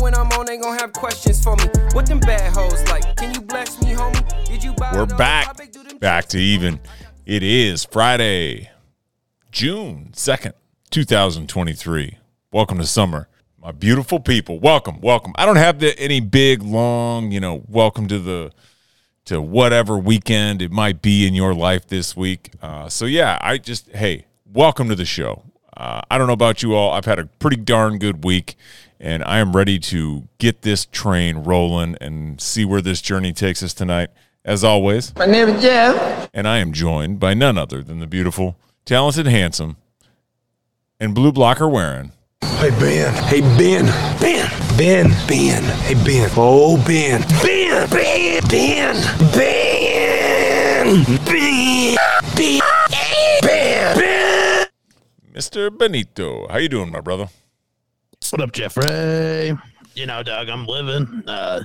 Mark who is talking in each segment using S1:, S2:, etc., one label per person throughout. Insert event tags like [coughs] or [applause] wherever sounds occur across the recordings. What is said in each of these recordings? S1: when I'm on, they gon' have questions for me. What them bad hoes like? Can you bless me, homie? Did you buy
S2: We're
S1: those? How
S2: back.
S1: big do them
S2: Back to even. It is Friday, June 2nd, 2023. Welcome to summer. My beautiful people. Welcome, welcome. I don't have the, any big long, you know, welcome to the to whatever weekend it might be in your life this week. Uh, so yeah, I just hey, welcome to the show. Uh, I don't know about you all. I've had a pretty darn good week, and I am ready to get this train rolling and see where this journey takes us tonight. As always,
S3: My name is Jeff.
S2: and I am joined by none other than the beautiful, talented, handsome, and blue blocker wearing.
S4: Hey Ben. Hey Ben. Ben. Ben. Ben. Hey Ben. Oh Ben. Ben. Ben. Ben. Ben. Ben. Ben. Ben. Ben.
S2: Mr. Benito, how you doing, my brother?
S5: What up, Jeffrey? You know, Doug, I'm living. Uh,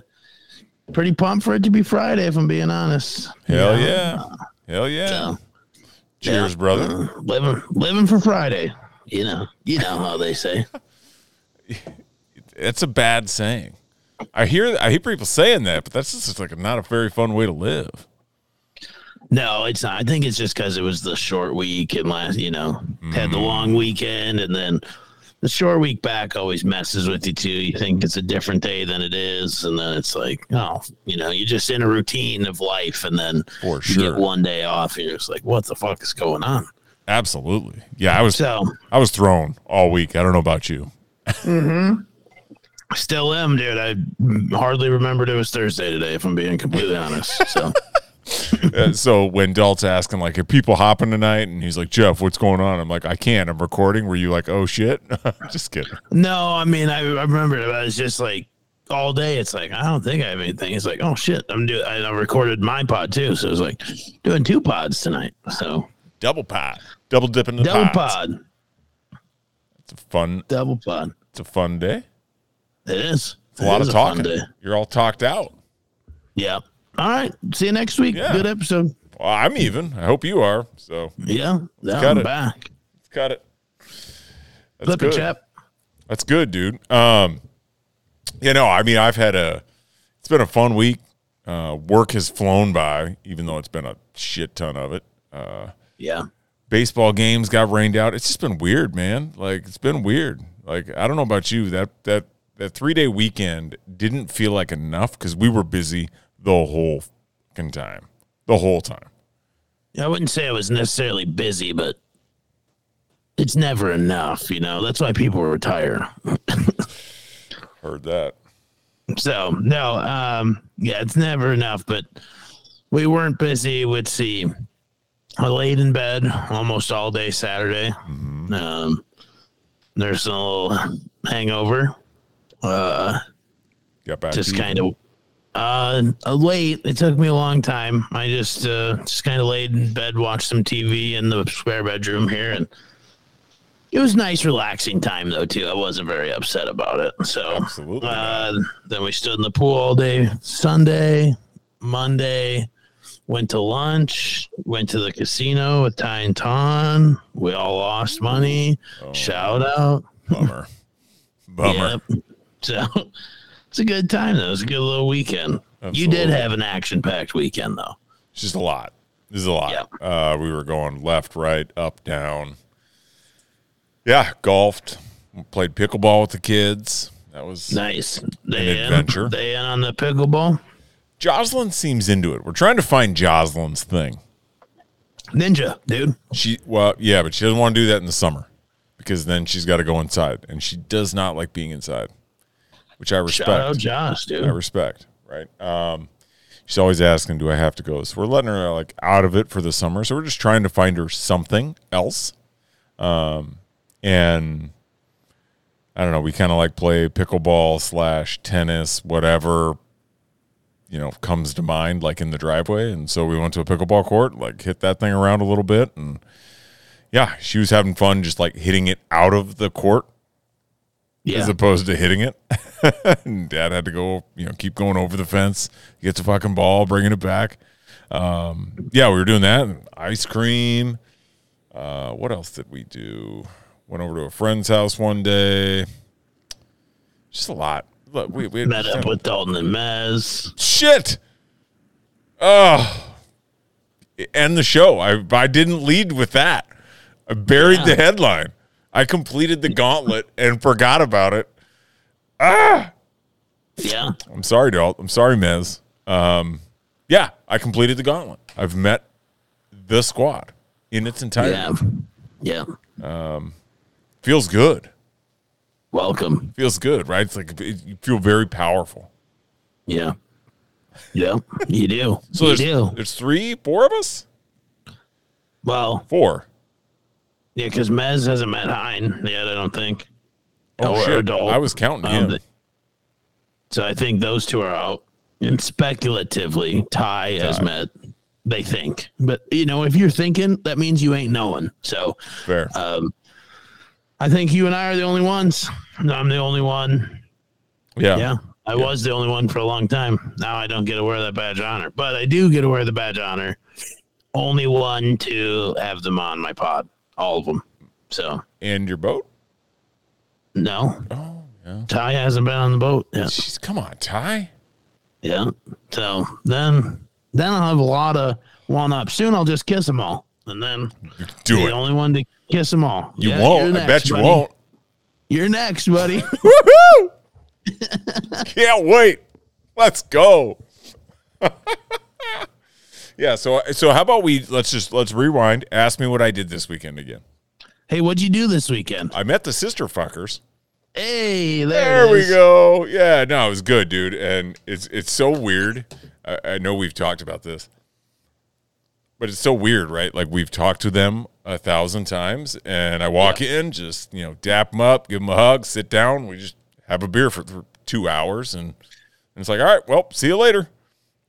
S5: pretty pumped for it to be Friday, if I'm being honest.
S2: Hell
S5: You know,
S2: yeah. Hell yeah.
S5: So,
S2: Cheers, brother.
S5: uh, living, living for Friday. You know, you know how they [laughs] say.
S2: That's a bad saying. I hear I hear people saying that, but that's just like not a very fun way to live.
S5: No, it's not. I think it's just because it was the short week and last, you know, had the long weekend and then the short week back always messes with you too. You think it's a different day than it is, and then it's like, oh, you know, you're just in a routine of life, and then
S2: For
S5: you
S2: sure.
S5: get one day off, and you're just like, what the fuck is going on?
S2: Absolutely. Yeah, I was
S5: So
S2: I was thrown all week. I don't know about you.
S5: still am, dude. I hardly remembered it was Thursday today, if I'm being completely honest. So [laughs]
S2: Uh, so when Dalt's asking like, "Are people hopping tonight?" and he's like, "Jeff, what's going on?" I'm like, "I can't. I'm recording." Were you like, "Oh shit"? [laughs] Just kidding.
S5: no, I mean, I, I remember it. but It's just like all day. It's like I don't think I have anything. It's like oh shit, I'm doing. I recorded my pod too, so it's like doing two pods tonight. So
S2: Double pot, double dip in the
S5: double
S2: pots.
S5: pod,
S2: It's a fun.
S5: double pod.
S2: It's a fun day.
S5: It is.
S2: It's a lot of talking.
S5: day.
S2: You're all talked out.
S5: Yeah. All right. See you next week.
S2: Yeah.
S5: Good episode.
S2: Well, I'm even. I hope you are. So
S5: Yeah. Now
S2: Got
S5: I'm
S2: it.
S5: back.
S2: cut it. That's
S5: Flip it,
S2: good.
S5: chap.
S2: That's good, dude. Um, you know, I mean, I've had a. It's been a fun week. Uh, work has flown by, even though it's been a shit ton of it. Uh,
S5: Yeah.
S2: baseball games got rained out. It's just been weird, man. Like it's been weird. Like I don't know about you, that that that three day weekend didn't feel like enough because we were busy the whole fucking time, the whole time.
S5: I wouldn't say I was necessarily busy, but it's never enough, you know. That's why people retire.
S2: Heard that.
S5: So no, um, yeah, it's never enough. But we weren't busy. Let's see, I laid in bed almost all day Saturday. Um, there's a little hangover. Uh,
S2: Got back.
S5: just
S2: to you.
S5: kind of uh uh, late it took me a long time i just uh just kind of laid in bed watched some tv in the spare bedroom here and it was nice relaxing time though too i wasn't very upset about it so
S2: Absolutely
S5: uh then we stood in the pool all day sunday monday went to lunch went to the casino with ty and ton we all lost money
S2: Oh,
S5: shout out
S2: bummer. Bummer.
S5: Yep. [laughs] So it's a good time though. It's a good little weekend. You did
S2: Absolutely.
S5: have an action packed weekend though.
S2: It's just a lot. This is a lot.
S5: Yep.
S2: Uh, we were going left, right, up, down. Yeah, golfed, played pickleball with the kids. That was
S5: Nice. They in,
S2: adventure.
S5: They in on the pickleball.
S2: Jocelyn seems into it. We're trying to find Jocelyn's thing.
S5: Ninja, dude.
S2: She well, yeah, but she doesn't want to do that in the summer because then she's got to go inside, and she does not like being inside, which I
S5: Shout
S2: respect.
S5: out Josh,
S2: I
S5: dude.
S2: respect, right? Um, she's always asking, "Do I have to go?" So we're letting her like out of it for the summer. So we're just trying to find her something else, um, and I don't know. We kind of like play pickleball slash tennis, whatever you know comes to mind, like in the driveway. And so we went to a pickleball court, like hit that thing around a little bit, and yeah, she was having fun just like hitting it out of the court as
S5: Yeah.
S2: opposed to hitting it. [laughs] and dad had to go, you know, keep going over the fence, get the fucking ball, bringing it back. Um, yeah, we were doing that. and Ice cream. Uh, what else did we do? Went over to a friend's house one day. Just a lot. Look, we, we
S5: Met up with Dalton and Mez.
S2: shit. Oh, end the show. I I didn't lead with that. I buried the headline. I completed the gauntlet and forgot about it.
S5: Yeah.
S2: I'm sorry, Dalt. I'm sorry, Miz. Um, yeah, I completed the gauntlet. I've met the squad in its entirety.
S5: Yeah. Yeah.
S2: Feels good.
S5: Welcome.
S2: Feels good, right? It's like it, you feel very powerful.
S5: Yeah. Yeah. You do.
S2: So
S5: you
S2: there's
S5: do.
S2: there's three, four of us,
S5: Well,
S2: four.
S5: yeah, because Mez hasn't met Hine yet, I don't think.
S2: Oh,
S5: Or
S2: shit!
S5: Dalt.
S2: I was counting
S5: Um,
S2: him.
S5: th- so I think those two are out. And speculatively, Ty has met. They think, but you know, if you're thinking, that means you ain't knowing. So
S2: Fair.
S5: um, I think you and I are the only ones. No, I'm the only one.
S2: yeah.
S5: Yeah, I was the only one for a long time. Now I don't get to wear that badge of honor, but I do get to wear the badge of honor. Only one to have them on my pod, all of them. So
S2: And your boat?
S5: no,
S2: Oh, yeah.
S5: Ty hasn't been on the boat. Yeah.
S2: Jeez, come on, Ty.
S5: Yeah. So then, then I'll have a lot of one up. Soon I'll just kiss them all, and then
S2: Do
S5: the
S2: it.
S5: only one to kiss them all.
S2: You
S5: Yeah,
S2: won't.
S5: you're
S2: I
S5: next,
S2: bet you
S5: buddy.
S2: won't. [laughs]
S5: You're next, buddy. [laughs]
S2: Woohoo! Can't wait. Let's go. [laughs] yeah. So so how about we let's just let's rewind. Ask me what I did this weekend again.
S5: hey, what'd you do this weekend?
S2: I met the sister fuckers.
S5: Hey,
S2: There
S5: there, it
S2: we
S5: is.
S2: go. Yeah. No, it was good, dude. And it's it's so weird. I, I know we've talked about this, but it's so weird, right? Like we've talked to them a thousand times, and I walk in, just you know, dap them up, give them a hug, sit down. We just have a beer for, for two hours, and, and it's like, all right, well, see you later.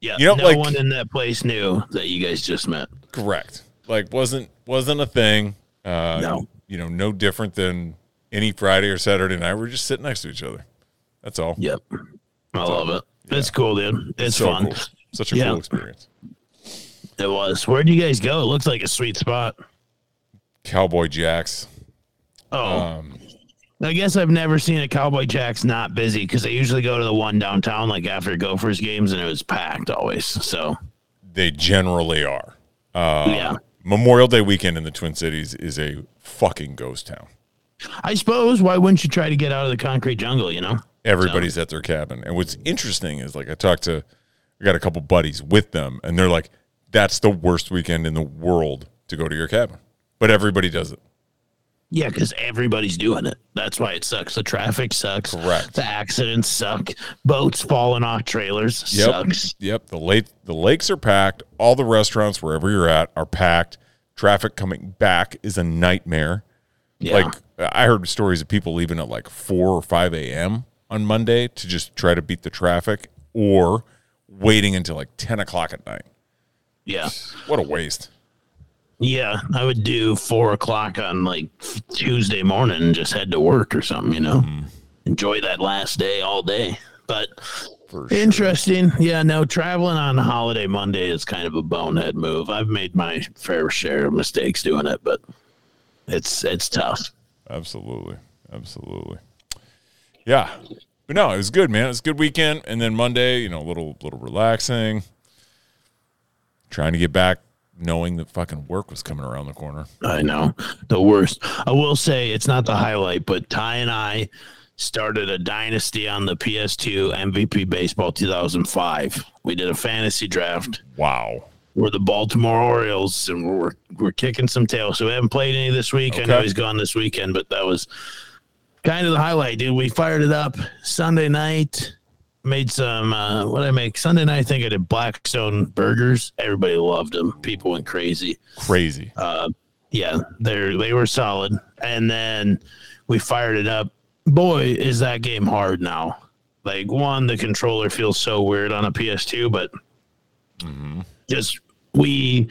S5: Yeah,
S2: You know,
S5: no
S2: like-
S5: one in that place knew that you guys just met.
S2: Correct. Like wasn't wasn't a thing. Uh,
S5: No.
S2: You know, no different than any Friday or Saturday night. We're just sitting next to each other. That's all.
S5: Yep, I love it. It's cool, dude. It's
S2: So
S5: fun.
S2: cool. Such a
S5: Yeah.
S2: cool experience.
S5: It was. Where'd you guys go? It looked like a sweet spot.
S2: Cowboy Jacks.
S5: Oh,
S2: Um,
S5: I guess I've never seen a Cowboy Jack's not busy because I usually go to the one downtown like after Gophers games and it was packed always. So
S2: they generally are. Uh,
S5: yeah,
S2: Memorial Day weekend in the Twin Cities is a fucking ghost town.
S5: I suppose why wouldn't you try to get out of the concrete jungle? You know?
S2: Everybody's at their cabin. And what's interesting is like I talked to I got a couple buddies with them and they're like, that's the worst weekend in the world to go to your cabin. But everybody does it.
S5: Yeah, because everybody's doing it. That's why it sucks. The traffic sucks.
S2: Correct.
S5: The accidents suck. Boats falling off trailers sucks.
S2: Yep. The lake the lakes are packed. All the restaurants wherever you're at are packed. Traffic coming back is a nightmare.
S5: Yeah.
S2: Like I heard stories of people leaving at like four or five a.m. on Monday to just try to beat the traffic, or waiting until like ten o'clock at night.
S5: yeah.
S2: What a waste!
S5: Yeah, I would do four o'clock on like Tuesday morning and just head to work or something, you know. Enjoy that last day all day. But interesting. Yeah, no, traveling on holiday Monday is kind of a bonehead move. I've made my fair share of mistakes doing it, but it's it's tough.
S2: Absolutely, absolutely. Yeah, but no, it was good, man. It was a good weekend, and then Monday, you know, a little little relaxing, trying to get back, knowing that fucking work was coming around the corner.
S5: I know the worst. I will say it's not the highlight, but Ty and I started a dynasty on the PS2 MVP Baseball 2005. We did a fantasy draft.
S2: Wow.
S5: We're the Baltimore Orioles, and we're we're kicking some tail. So we haven't played any this week. I know
S2: Okay.
S5: he's gone this weekend, but that was kind of the highlight, dude. We fired it up Sunday night. Made some uh, what I make Sunday night. I think I did Blackstone burgers. Everybody loved them. People went crazy
S2: Crazy.
S5: yeah, they they were solid. And then we fired it up. Boy, is that game hard now. Like one, the controller feels so weird on a PS2, but just we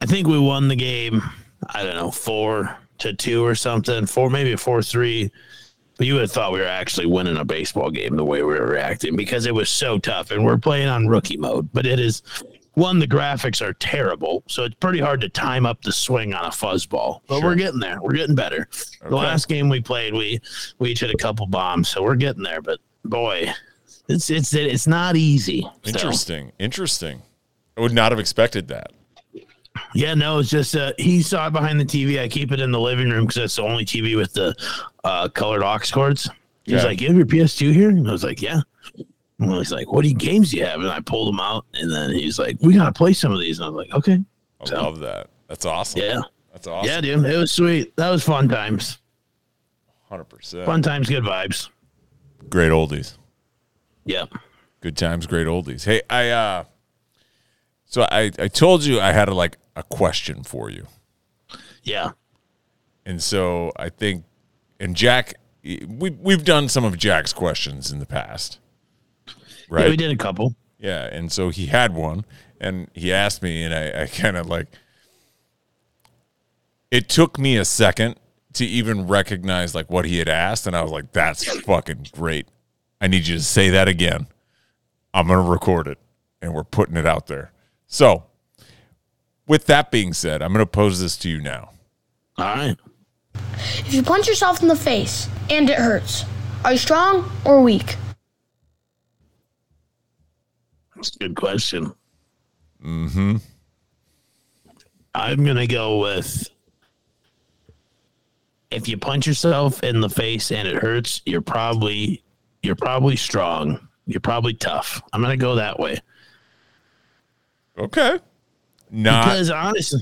S5: I think we won the game, I don't know, four to two or something, four maybe four three. But you would have thought we were actually winning a baseball game the way we were reacting because it was so tough and we're playing on rookie mode. But it is one, the graphics are terrible, so it's pretty hard to time up the swing on a fuzzball. But we're getting there. We're getting better. The last game we played, we we each hit a couple bombs, so we're getting there. But boy, it's it's it's not easy. So,
S2: Interesting. Interesting. I would not have expected that.
S5: yeah, no, it's just uh, he saw it behind the TV. I keep it in the living room because that's the only TV with the uh, colored aux cords. He's
S2: Yeah.
S5: like, "You have your PS2 here?" And I was like, "Yeah." And he's like, "What do you- games do you have?" And I pulled them out, and then he's like, "We gotta play some of these." And I was like, "Okay,
S2: I
S5: So-
S2: love that. That's awesome.
S5: yeah,
S2: That's awesome.
S5: yeah, dude, it was sweet. That was fun times.
S2: 100%.
S5: Fun times, good vibes.
S2: Great oldies.
S5: Yeah,
S2: Good times, great oldies. Hey, I uh so I I told you I had a, like a question for you.
S5: yeah,
S2: And so I think and Jack we we've done some of Jack's questions in the past. Right?
S5: yeah. We did a couple.
S2: Yeah, and so he had one, and he asked me, and I, I kind of like. It took me a second to even recognize like what he had asked, and I was like, "That's fucking great." I need you to say that again. I'm gonna record it, and we're putting it out there. So, with that being said, I'm gonna pose this to you now.
S5: All right.
S3: If you punch yourself in the face and it hurts, are you strong or weak?
S5: That's a good question. Mm-hmm. I'm gonna go with if you punch yourself in the face and it hurts, you're probably you're probably strong. You're probably tough. I'm gonna go that way.
S2: Okay. Not
S5: Because honestly,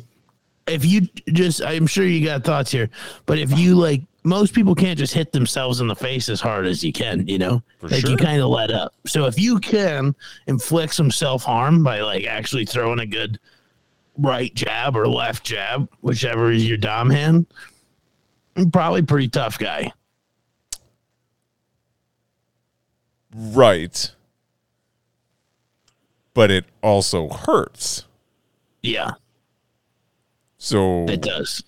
S5: if you just, I'm sure you got thoughts here, but if you like, most people can't just hit themselves in the face as hard as you can, you know? like
S2: sure.
S5: you kind of let up. So if you can inflict some self harm by like actually throwing a good right jab or left jab, whichever is your dom hand, you're probably a pretty tough guy.
S2: right, but it also hurts.
S5: Yeah,
S2: So
S5: it does.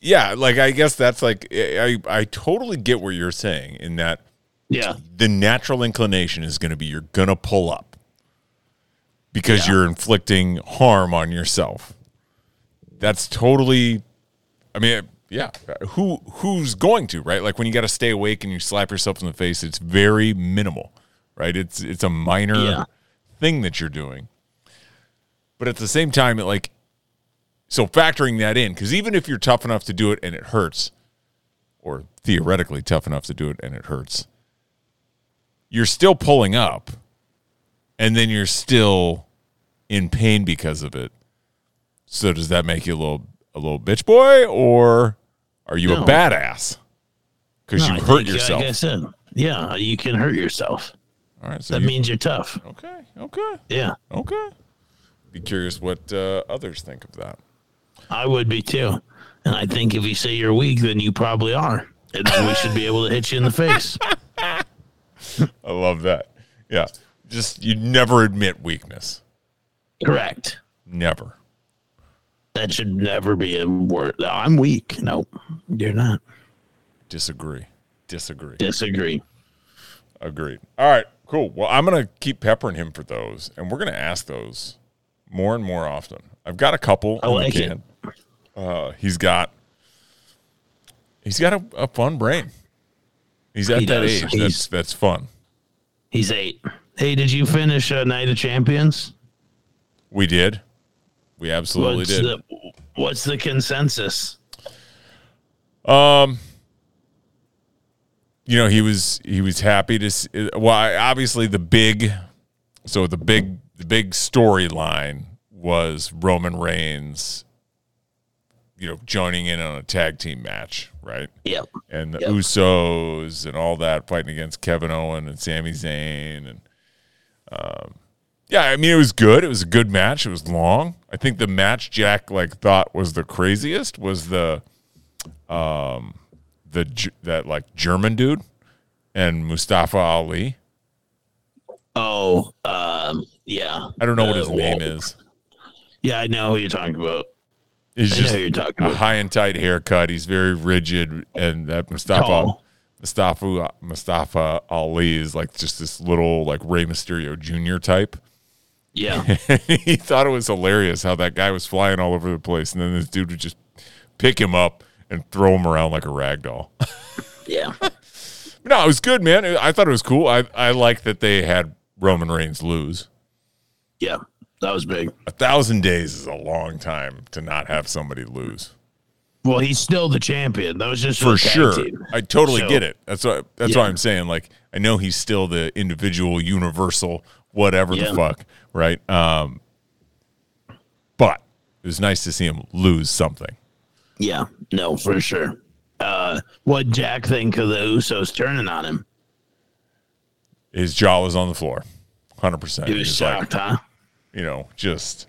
S2: yeah like i guess that's like i i totally get what you're saying in that
S5: Yeah.
S2: the natural inclination is going to be you're going to pull up because you're inflicting harm on yourself that's totally i mean yeah who who's going to right like when you got to stay awake and you slap yourself in the face it's very minimal right it's it's a minor
S5: Yeah.
S2: thing that you're doing but at the same time it like so factoring that in because even if you're tough enough to do it and it hurts or theoretically tough enough to do it and it hurts you're still pulling up and then you're still in pain because of it so does that make you a little a little bitch boy or are you
S5: No.
S2: a badass because
S5: No, I
S2: you hurt
S5: think, uh,
S2: yourself
S5: Like I said, yeah, you can hurt yourself.
S2: all right so
S5: That
S2: you-
S5: means you're tough.
S2: okay okay
S5: Yeah.
S2: okay be curious what uh, others think of that
S5: I would be too. And I think if you say you're weak, then you probably are. And then we should be able to hit you in the [laughs] face.
S2: i love that yeah just you never admit weakness
S5: Correct.
S2: never
S5: That should never be a word. No, I'm weak. Nope. You're not.
S2: disagree disagree
S5: Disagree.
S2: Agreed. All right, cool. Well, I'm going to keep peppering him for those, and we're going to ask those more and more often. I've got a couple.
S5: I
S2: in the
S5: like it.
S2: can. Uh, he's got he's got a, a fun brain. He's at
S5: He
S2: that
S5: does.
S2: age.
S5: He's-
S2: That's that's fun.
S5: He's eight. Hey, did you finish uh, Night of Champions?
S2: We did. We absolutely
S5: what's
S2: did.
S5: the What's the consensus?
S2: you know, he was he was happy to. See, well, I- obviously the big, so the big the big storyline was Roman Reigns. You know, joining in on a tag team match, right?
S5: Yep.
S2: and the
S5: Yep.
S2: Usos and all that fighting against Kevin Owen and Sami Zayn and um, yeah, I mean it was good. It was a good match. It was long. I think the match Jack like thought was the craziest was the um the G- that like German dude and Mustafa Ali.
S5: Oh, um, yeah.
S2: I don't know what
S5: Uh,
S2: his
S5: well,
S2: name is.
S5: Yeah, I know who you're talking about.
S2: He's
S5: I know
S2: just
S5: who you're talking
S2: a
S5: about.
S2: high and tight haircut. He's very rigid, and that Mustafa
S5: Tall.
S2: Mustafa Mustafa Ali is like just this little like Rey Mysterio Jr. type. [laughs]
S5: Yeah.
S2: he thought it was hilarious how that guy was flying all over the place, and then this dude would just pick him up and throw him around like a rag doll.
S5: yeah.
S2: But no, it was good, man. I thought it was cool. I, I like that they had Roman Reigns lose.
S5: Yeah, that was big.
S2: A thousand days is a long time to not have somebody lose.
S5: Well, he's still the champion. That was just
S2: For
S5: the tag
S2: sure.
S5: team.
S2: I totally
S5: So-
S2: get it. That's what that's
S5: Yeah.
S2: what I'm saying. Like I know he's still the individual, universal, whatever
S5: Yeah.
S2: the fuck, right? Um but it was nice to see him lose something.
S5: Yeah, no, for sure. Uh, what Jack think of the Usos turning on him?
S2: His jaw was on the floor. 100%.
S5: He was
S2: He's like,
S5: shocked, huh?
S2: you know, just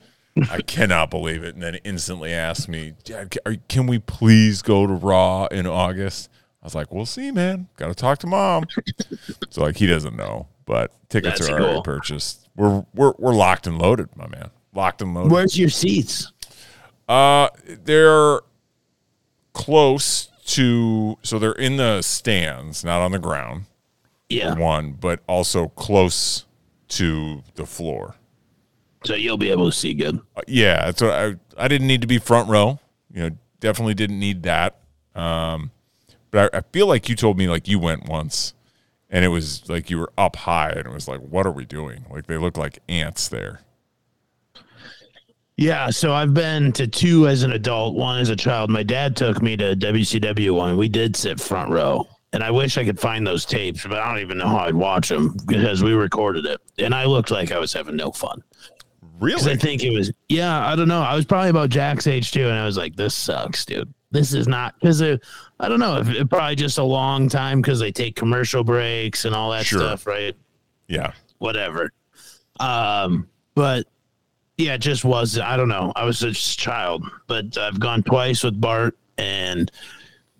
S2: I cannot believe it. And then instantly asked me, Dad, ca- are- can we please go to Raw in August? I was like, we'll see, man. Got to talk to
S5: [laughs]
S2: mom. so like, he doesn't know, but tickets
S5: That's
S2: are already
S5: cool.
S2: purchased. We're we're we're locked and loaded, my man. Locked and loaded.
S5: Where's your seats?
S2: Uh, they're close to, so they're in the stands, not on the ground.
S5: Yeah,
S2: One, but also close to the floor.
S5: so you'll be able to see good.
S2: Uh, yeah, that's what I I didn't need to be front row. You know, definitely didn't need that. Um, but I, I feel like you told me like you went once, and it was like you were up high, and it was like, what are we doing? Like they look like ants there.
S5: Yeah, so I've been to two as an adult, one as a child. My dad took me to WCW one. We did sit front row, and I wish I could find those tapes, but I don't even know how I'd watch them because we recorded it, and I looked like I was having no fun. Because I
S2: Really?
S5: think it was, yeah, I don't know. I was probably about Jack's age too, and I was like, this sucks, dude. This is not because I don't know. It, it probably just a long time because they take commercial breaks and all that
S2: Sure.
S5: stuff, right?
S2: Yeah.
S5: Whatever. Um, but yeah, it just was. I don't know. I was just a child, but I've gone twice with Bart, and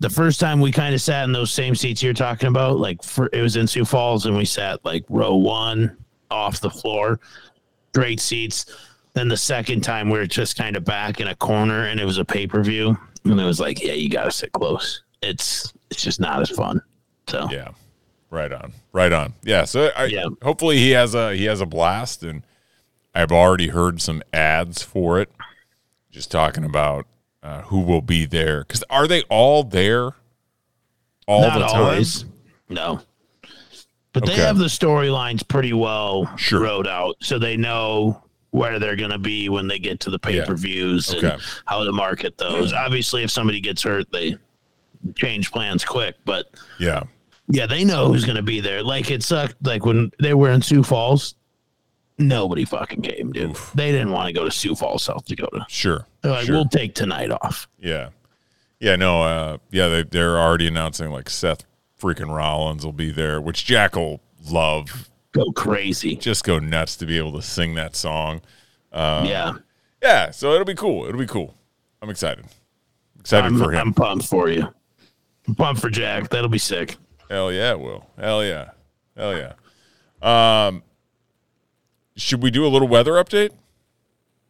S5: the first time we kind of sat in those same seats you're talking about, like for, it was in Sioux Falls, and we sat like row one off the floor, great seats. Then the second time we were just kind of back in a corner, and it was a pay per view, and it was like, yeah, you gotta sit close. It's it's just not as fun. So
S2: Yeah. Right on. Right on. Yeah. So I,
S5: Yeah.
S2: hopefully he has a he has a blast, and I've already heard some ads for it, just talking about uh, who will be there. Because are they all there? All
S5: not
S2: the time.
S5: always. No. But
S2: Okay.
S5: they have the storylines pretty well
S2: Sure.
S5: wrote out, so they know where they're going to be when they get to the pay per views
S2: Okay.
S5: and how to market those. Obviously, if somebody gets hurt, they change plans quick. But
S2: Yeah.
S5: yeah, they know who's going to be there. Like it sucked. Like when they were in Sioux Falls, nobody fucking came, dude. They didn't want to go to Sioux Falls, South Dakota.
S2: Sure.
S5: They're like,
S2: sure.
S5: we'll take tonight off.
S2: yeah. Yeah, no, uh, yeah, they, they're already announcing like Seth freaking Rollins will be there, which Jack will love.
S5: Go crazy.
S2: Just go nuts to be able to sing that song. Uh,
S5: yeah,
S2: Yeah, so it'll be cool. It'll be cool. I'm excited. Excited
S5: I'm,
S2: for him.
S5: I'm pumped for you. I'm pumped for Jack. That'll be sick.
S2: Hell yeah, it will. Hell yeah. Hell yeah. Um, should we do a little weather update?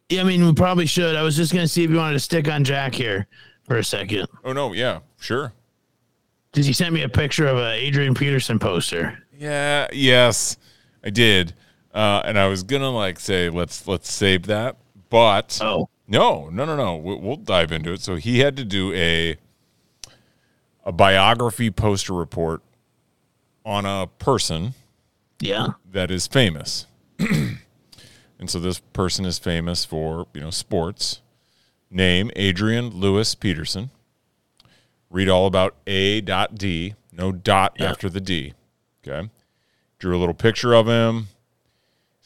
S5: Yeah, I mean, we probably should. I was just going to see if you wanted to stick on Jack here for a second.
S2: Oh, no, yeah, sure.
S5: Did you send me a picture of a Adrian Peterson poster?
S2: Yeah, yes, I did. Uh, and I was gonna like say let's let's save that, but
S5: Oh,
S2: No, no, no, no. We'll, we'll dive into it. So he had to do a a biography poster report on a person
S5: yeah.
S2: that is famous, [clears throat] and so this person is famous for you know sports. Name Adrian Lewis Peterson. Read all about A. Dot D. No dot
S5: Yeah.
S2: after the D. Okay. Drew a little picture of him.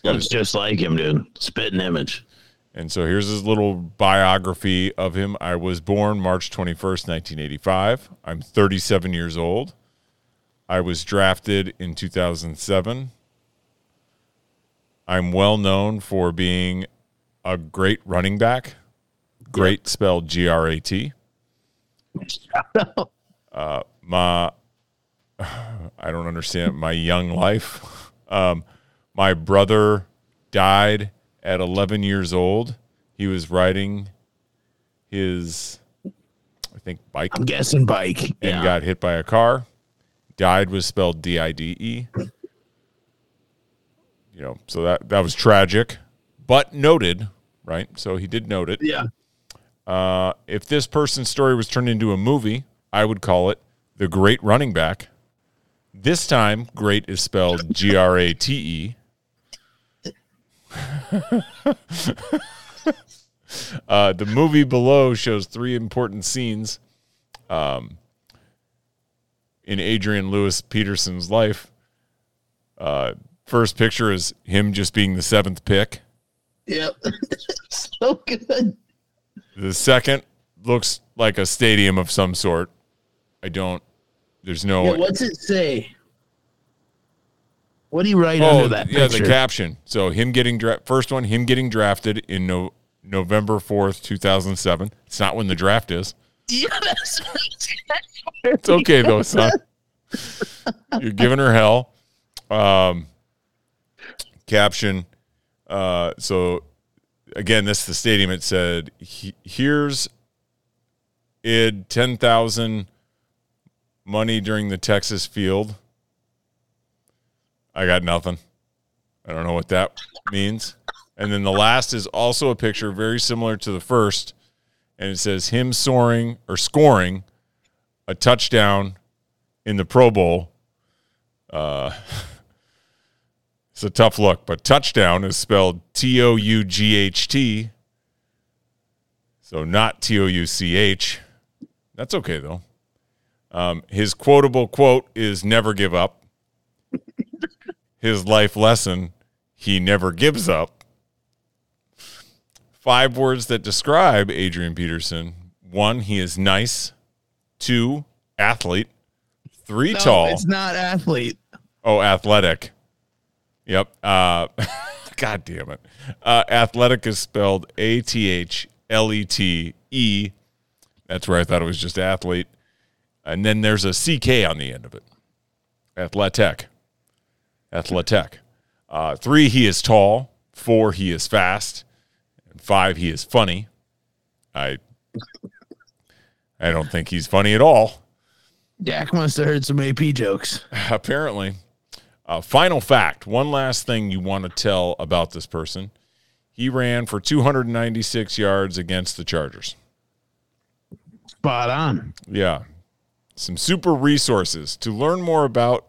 S2: got
S5: Looks just like him, dude. Spitting image.
S2: And so here's his little biography of him. I was born March 21st, 1985. I'm 37 years old. I was drafted in 2007. I'm well known for being a great running back. Great spelled G R A T. Uh, My [sighs] I don't understand my young life. [laughs] Um, my brother died at 11 years old. He was riding his, I think, bike
S5: I'm guessing bike.
S2: and
S5: Yeah.
S2: got hit by a car. Died was spelled D I D E. You know, so that that was tragic, but noted, right? So he did note it.
S5: yeah.
S2: Uh, if this person's story was turned into a movie, I would call it The Great Running Back, This time, great is spelled G R A T E. [laughs] Uh, the movie below shows three important scenes um, in Adrian Lewis Peterson's life. Uh, first picture is him just being the seventh pick.
S5: Yep. [laughs] so good.
S2: The second looks like a stadium of some sort. I don't. There's no.
S5: Yeah, what's it say? What do you write
S2: oh,
S5: under that
S2: yeah,
S5: picture?
S2: the caption. So him getting dra- first one, him getting drafted in no- November fourth, two thousand seven. It's not when the draft is.
S5: Yeah, that's what
S2: [laughs] It's okay though, son. You're giving her hell. Um, caption. Uh, so again, this is the stadium. It said, "He- "Here's id ten thousand money during the Texas field." I got nothing. I don't know what that means. And then the last is also a picture very similar to the first, and it says him soaring or scoring a touchdown in the Pro Bowl. Uh, it's a tough look, but touchdown is spelled T O U G H T. So not T O U C H. That's okay, though. Um, his quotable quote is never give up. his life lesson, he never gives up. Five words that describe Adrian Peterson one, he is nice two athlete, three
S5: No,
S2: tall.
S5: It's not athlete.
S2: Oh, athletic. Yep. Uh, [laughs] God damn it. Uh, athletic is spelled A T H L E T E. That's where I thought it was just athlete. And then there's a CK on the end of it. Athletic. Athletic. Uh, three, he is tall. Four, he is fast. And five, he is funny. I, I don't think he's funny at all.
S5: Jack must have heard some AP jokes.
S2: [laughs] Apparently. Uh, final fact one last thing you want to tell about this person. He ran for 296 yards against the Chargers.
S5: Spot on.
S2: Yeah. Some super resources. To learn more about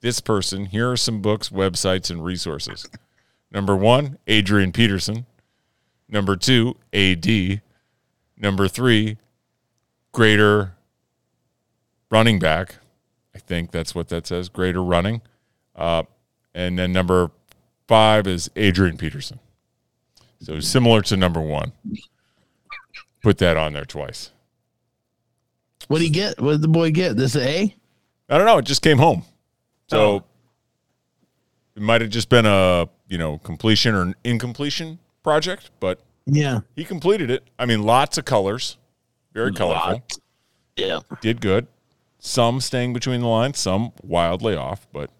S2: this person, here are some books, websites, and resources. Number one, Adrian Peterson. Number two, AD. Number three, greater running back. I think that's what that says, greater running. Uh, and then number five is Adrian Peterson. So similar to number one. Put that on there twice.
S5: What did he get? What did the boy get? This A?
S2: I don't know. It just came home. So
S5: Oh.
S2: it might have just been a, you know, completion or an incompletion project, but
S5: Yeah.
S2: he completed it. I mean, lots of colors. Very colorful.
S5: Yeah.
S2: Did good. Some staying between the lines, some wildly off, but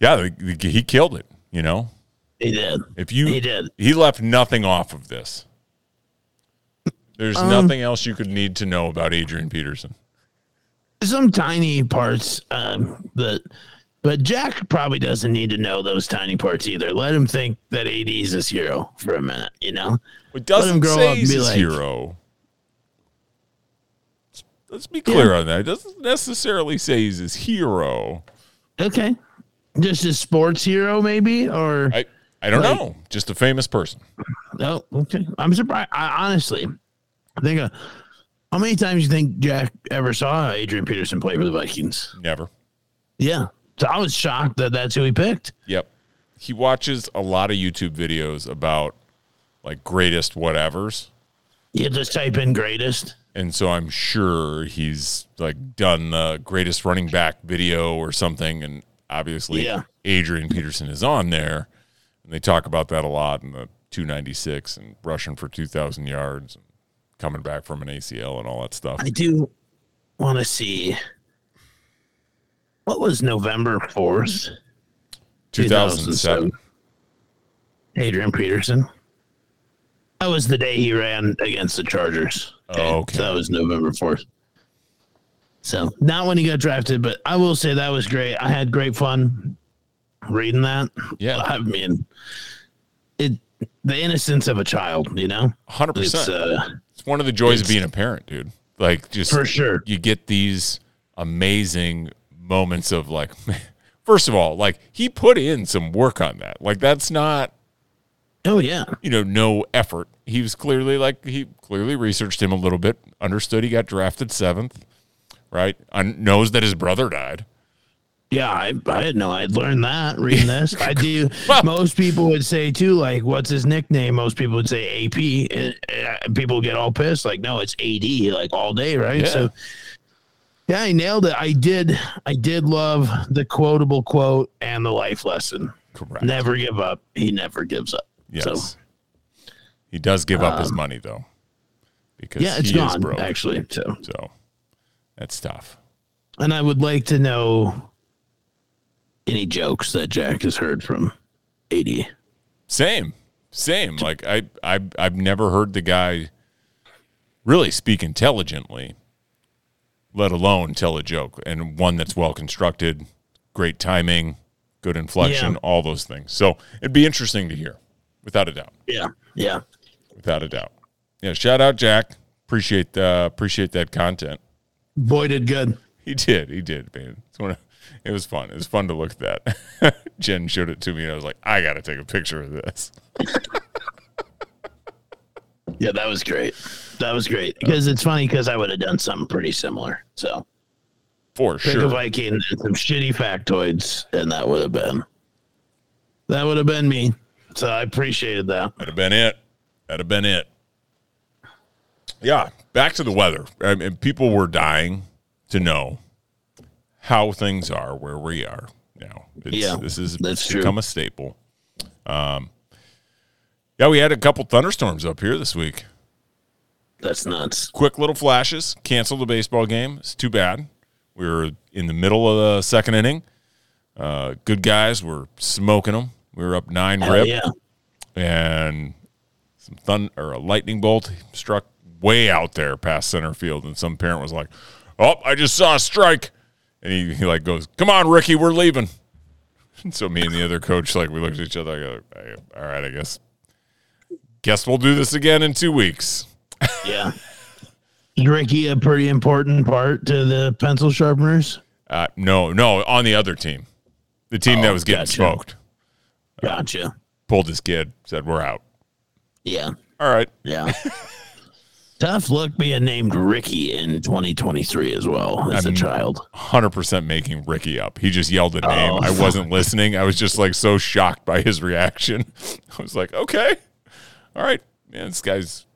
S2: yeah, the, the, he killed it, you know.
S5: He did.
S2: If you
S5: He did.
S2: he left nothing off of this. There's nothing else you could need to know about Adrian Peterson.
S5: Some tiny parts um, that, but Jack probably doesn't need to know those tiny parts either. Let him think that AD is his hero for a minute, you know?
S2: It
S5: Let
S2: doesn't
S5: him grow
S2: say
S5: up and
S2: he's
S5: be
S2: his
S5: like-
S2: hero. Let's- Let's be clear on that. It doesn't necessarily say he's his hero.
S5: Okay. Just his sports hero, maybe? Or,
S2: I I don't
S5: Right.
S2: know. Just a famous person.
S5: oh, okay. I'm surprised. I honestly I think, uh, how many times you think Jack ever saw Adrian Peterson play for the Vikings?
S2: Never.
S5: Yeah. So I was shocked that that's who he picked.
S2: Yep. He watches a lot of YouTube videos about like greatest whatevers.
S5: You just type in greatest.
S2: And so I'm sure he's like done the greatest running back video or something. And obviously,
S5: Yeah.
S2: Adrian Peterson is on there. And they talk about that a lot in the 296 and rushing for 2,000 yards and coming back from an ACL and all that stuff.
S5: I do want to see what was November 4th,
S2: 2007.
S5: Adrian Peterson. That was the day he ran against the Chargers.
S2: Oh, okay.
S5: So that was November 4th. So, not when he got drafted, but I will say that was great. I had great fun reading that.
S2: Yeah.
S5: I mean, it the innocence of a child, you know?
S2: 100%. It's,
S5: It's uh,
S2: one of the joys of being a parent, dude. Like, just
S5: for sure.
S2: you get these amazing moments of like, [laughs] first of all, like he put in some work on that. Like that's not
S5: Oh yeah.
S2: you know, no effort. He was clearly like he clearly researched him a little bit, understood he got drafted seventh, right? Un- knows that his brother died.
S5: Yeah, I, I didn't know I'd learned that reading this. I do.
S2: [laughs] Well-
S5: most people would say too, like, what's his nickname? Most people would say AP, and, and people get all pissed. Like, no, it's AD, like all day, right?
S2: Yeah.
S5: So, yeah, I nailed it. I did. I did love the quotable quote and the life lesson.
S2: Correct.
S5: Never give up. He never gives up.
S2: Yes.
S5: So, Um,
S2: he does give up his money though, because
S5: yeah, it's
S2: he is
S5: gone
S2: broke.
S5: actually. So,
S2: So that's tough.
S5: and I would like to know any jokes that Jack has heard from AD.
S2: Same, same. Like I, I, I've never heard the guy really speak intelligently, let alone tell a joke, and one that's well constructed, great timing, good inflection,
S5: Yeah.
S2: all those things. So it'd be interesting to hear, without a doubt,
S5: Yeah. Yeah.
S2: without a doubt. Yeah, shout out Jack. Appreciate uh, appreciate that content.
S5: Boy, did good.
S2: He did, he did, man. It's one of- it was fun. It was fun to look at that. [laughs] Jen showed it to me, and I was like, I got to take a picture of this.
S5: Yeah, that was great. That was great because it's funny because I would have done something pretty similar. So
S2: For
S5: pick
S2: sure.
S5: a Viking and some shitty factoids, and that would have been that would have been me. So I appreciated that.
S2: That'd have been it. That'd have been it. Yeah, back to the weather. I mean, people were dying to know how things are where we are now. It's,
S5: Yeah,
S2: this is
S5: that's
S2: it's
S5: true.
S2: become a staple. Um, yeah, we had a couple thunderstorms up here this week.
S5: That's nuts.
S2: Quick little flashes. Canceled the baseball game. It's too bad. We were in the middle of the second inning. Uh, good guys were smoking them. We were up nine
S5: Hell
S2: rip
S5: yeah,
S2: and some thunder or a lightning bolt struck way out there past center field and some parent was like oh i just saw a strike and he, he like goes come on ricky we're leaving [laughs] and so me and the other coach like we looked at each other like "I- all right i guess guess we'll do this again in two weeks
S5: yeah. Is Ricky a pretty important part to the pencil sharpeners?
S2: uh, no no on the other team the team that was getting
S5: gotcha.
S2: smoked
S5: Gotcha.
S2: pulled this kid said we're out
S5: Yeah,
S2: all right
S5: [laughs] yeah. Tough luck being named Ricky in 2023 as well as a child.
S2: 100% making Ricky up. He just yelled a name.
S5: Oh.
S2: I wasn't listening. I was just like so shocked by his reaction. [laughs] I was like, okay. All right. Man, this guy's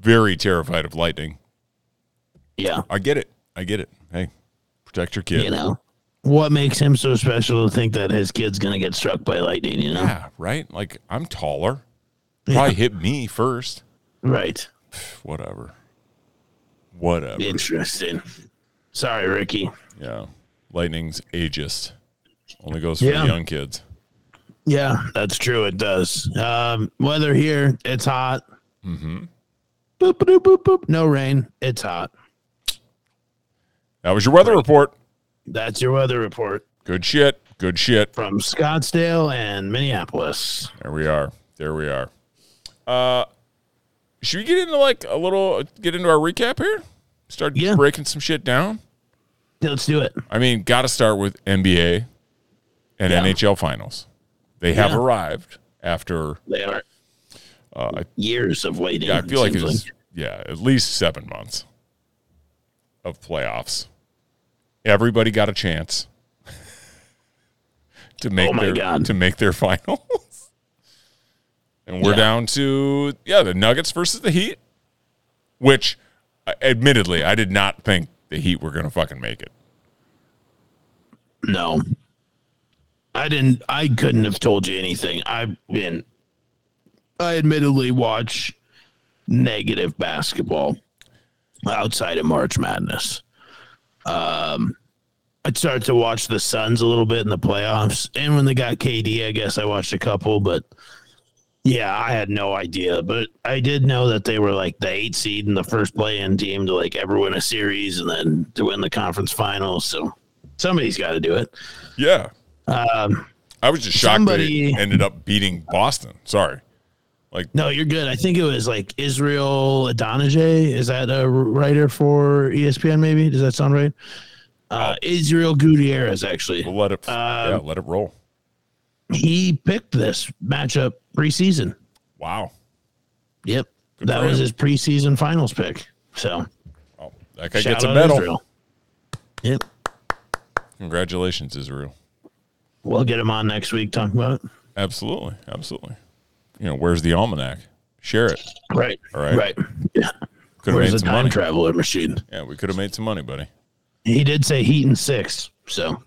S2: very terrified of lightning.
S5: Yeah.
S2: I get it. I get it. Hey, protect your kid.
S5: you know what makes him so special to think that his kid's gonna get struck by lightning you know
S2: Yeah, right? Like, I'm taller. Probably hit me first.
S5: right
S2: Whatever. Whatever.
S5: interesting sorry ricky
S2: Yeah. Lightning's ageist. Only goes for
S5: Yeah.
S2: the young kids.
S5: yeah that's true it does um weather here it's hot
S2: Mm-hmm.
S5: boop, boop, boop, boop. no rain it's hot
S2: That was your weather report.
S5: that's your weather report
S2: Good shit. Good shit.
S5: from scottsdale and minneapolis
S2: There we are. There we are. Uh, should we get into like a little get into our recap here? Start
S5: Yeah.
S2: breaking some shit down.
S5: let's do it
S2: I mean, got to start with NBA and
S5: Yeah.
S2: NHL finals. They have
S5: Yeah.
S2: arrived after.
S5: they are years of waiting
S2: Uh,
S5: [laughs]
S2: I feel like
S5: seems
S2: it's yeah, at least seven months of playoffs. Everybody got a chance to make
S5: Oh my
S2: their
S5: God.
S2: to make their [laughs] finals, and we're
S5: Yeah.
S2: down to yeah, the Nuggets versus the Heat, which, uh, admittedly, I did not think the Heat were going to fucking make it.
S5: No. I didn't I couldn't have told you anything. I've been I admittedly watch negative basketball outside of March Madness. Um I'd start to watch the Suns a little bit in the playoffs. And when they got KD, I guess I watched a couple, but yeah, I had no idea. But I did know that they were like the eight seed in the first play in team to like ever win a series and then to win the conference finals. So somebody's gotta do it.
S2: Yeah, I was just shocked
S5: Um, somebody-
S2: they ended up beating Boston. Sorry,
S5: No, you're good. I think it was like E Israel Adonijay. Is that a writer for ESPN? Maybe does that sound right? Uh, Israel Gutierrez, actually.
S2: We'll let it. yeah, let it roll.
S5: He picked this matchup preseason.
S2: Wow.
S5: Yep. that
S2: for
S5: was
S2: him.
S5: his preseason finals pick. So
S2: Oh, that guy
S5: shout
S2: gets a
S5: out
S2: medal.
S5: Israel. Yep.
S2: Congratulations, Israel.
S5: We'll get him on next week talking about it.
S2: Absolutely, absolutely. You know, where's the almanac? Share it.
S5: Right.
S2: Right.
S5: Right. Yeah.
S2: Could have
S5: Where's the
S2: made some
S5: time
S2: money.
S5: traveler machine?
S2: yeah, we could have made some money, buddy.
S5: He did say Heat in six. So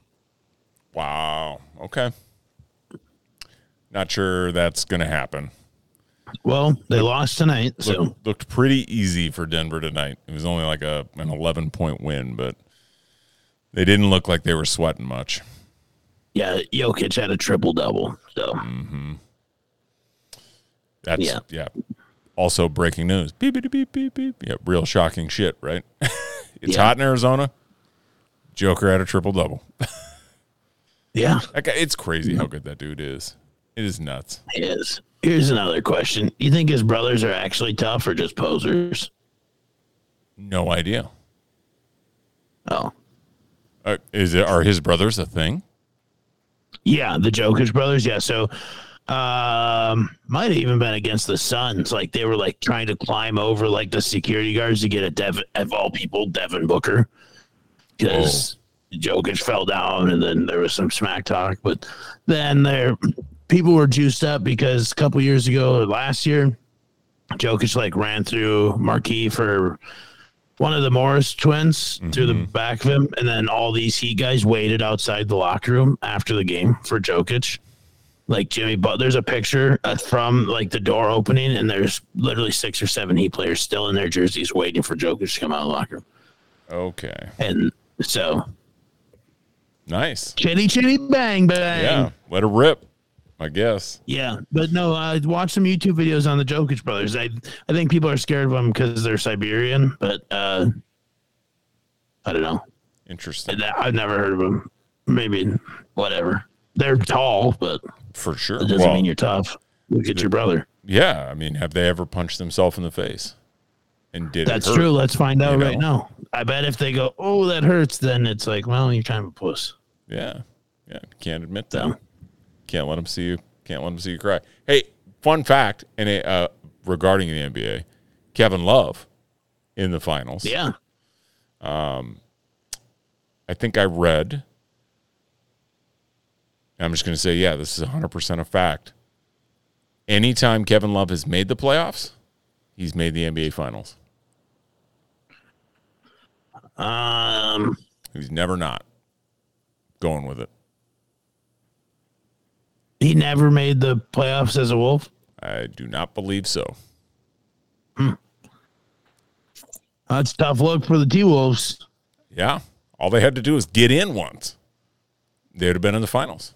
S2: Wow. Okay. Not sure that's going to happen.
S5: well, they lost tonight. So
S2: Looked, looked pretty easy for Denver tonight. It was only like a an eleven point win, but they didn't look like they were sweating much.
S5: yeah, Jokic had a triple double. So
S2: That's yeah.
S5: Yeah.
S2: Also breaking news. Beep beep beep beep beep. Yeah, real shocking shit, right? [laughs] it's
S5: Yeah.
S2: hot in Arizona. Joker had a triple double.
S5: yeah,
S2: That guy, it's crazy how good that dude is. It is nuts.
S5: he is. Here's another question. You think his brothers are actually tough or just posers?
S2: No idea.
S5: Oh.
S2: Uh, is it are his brothers a thing?
S5: Yeah, the Jokic brothers. Yeah, so um might have even been against the Suns. Like they were like trying to climb over like the security guards to get a Dev of all people, Devin Booker. Because Jokic fell down and then there was some smack talk. But then there people were juiced up because a couple years ago or last year, Jokic like ran through Marquis for one of the Morris twins through the back of him, and then all these Heat guys waited outside the locker room after the game for Jokic. Like Jimmy Butler's a picture uh, from like the door opening, and there's literally six or seven Heat players still in their jerseys waiting for Jokic to come out of the locker room.
S2: Okay.
S5: And so,
S2: Nice.
S5: chitty chitty bang bang.
S2: Yeah. Let it rip. I guess.
S5: Yeah, but no, I watched some YouTube videos on the Jokic brothers. I I think people are scared of them because they're Siberian, but uh, I don't know.
S2: Interesting.
S5: That- I've never heard of them. Maybe whatever. They're tall, but
S2: For sure.
S5: it doesn't
S2: Well,
S5: mean you're tough. Look at your brother.
S2: yeah. I mean, have they ever punched themselves in the face? And did it
S5: That's
S2: hurt?
S5: true. Let's find out
S2: You
S5: right now. I bet if they go, oh, that hurts, then it's like, well, you're kind of a puss.
S2: Yeah. Yeah. Can't admit that.
S5: So
S2: Can't let them see you. Can't let them see you cry. Hey, fun fact and it, uh, regarding the NBA, Kevin Love in the finals.
S5: yeah,
S2: I think I read. I'm just going to say, yeah, this is 100% a fact. Anytime Kevin Love has made the playoffs, he's made the NBA Finals.
S5: um,
S2: He's never not going with it.
S5: he never made the playoffs as a wolf.
S2: I do not believe so.
S5: That's a tough look for the T Wolves.
S2: Yeah. All they had to do was get in once. They would have been in the finals.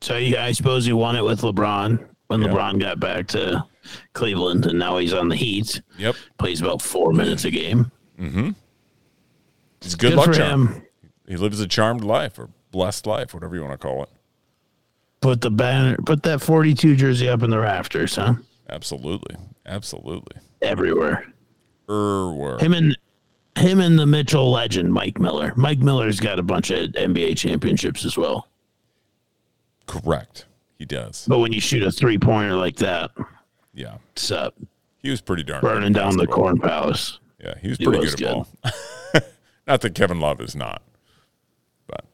S5: So you, I suppose you won it with LeBron when LeBron got back to Cleveland, and now he's on the Heat.
S2: Yep.
S5: Plays about four minutes a game.
S2: It's good,
S5: Good
S2: luck
S5: for
S2: charm.
S5: him.
S2: He lives a charmed life or blessed life, whatever you want to call it.
S5: Put the banner, put that 42 jersey up in the rafters, huh?
S2: Absolutely. Absolutely.
S5: Everywhere.
S2: Erwin.
S5: Him and him and the Mitchell legend, Mike Miller. Mike Miller's got a bunch of NBA championships as well.
S2: Correct. He does.
S5: But when you shoot a three pointer like that,
S2: Yeah.
S5: it's up
S2: He was pretty darn good at
S5: burning down the
S2: basketball.
S5: corn palace.
S2: Yeah, he was
S5: He
S2: pretty
S5: was
S2: good at ball. [laughs] not that Kevin Love is not, but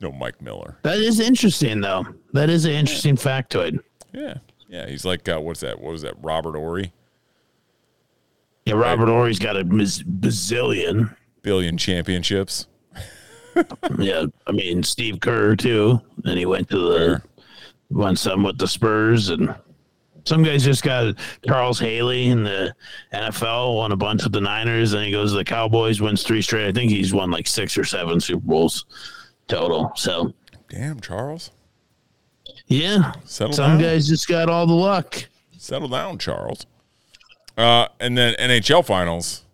S2: no Mike Miller.
S5: That is interesting though. That is an interesting factoid.
S2: Yeah, yeah, he's like uh, what's that? What was that? Robert Ory,
S5: Yeah, Robert Ory's got a mis- bazillion.
S2: billion championships.
S5: Yeah, I mean Steve Kerr too, and he went to the
S2: Fair.
S5: won some with the Spurs, and some guys just got Charles Haley in the NFL, won a bunch with the Niners, then he goes to the Cowboys, wins three straight. I think he's won like six or seven Super Bowls total. So
S2: Damn, Charles,
S5: yeah,
S2: Settle
S5: some
S2: down.
S5: guys just got all the luck.
S2: settle down, Charles. Uh, and then NHL finals.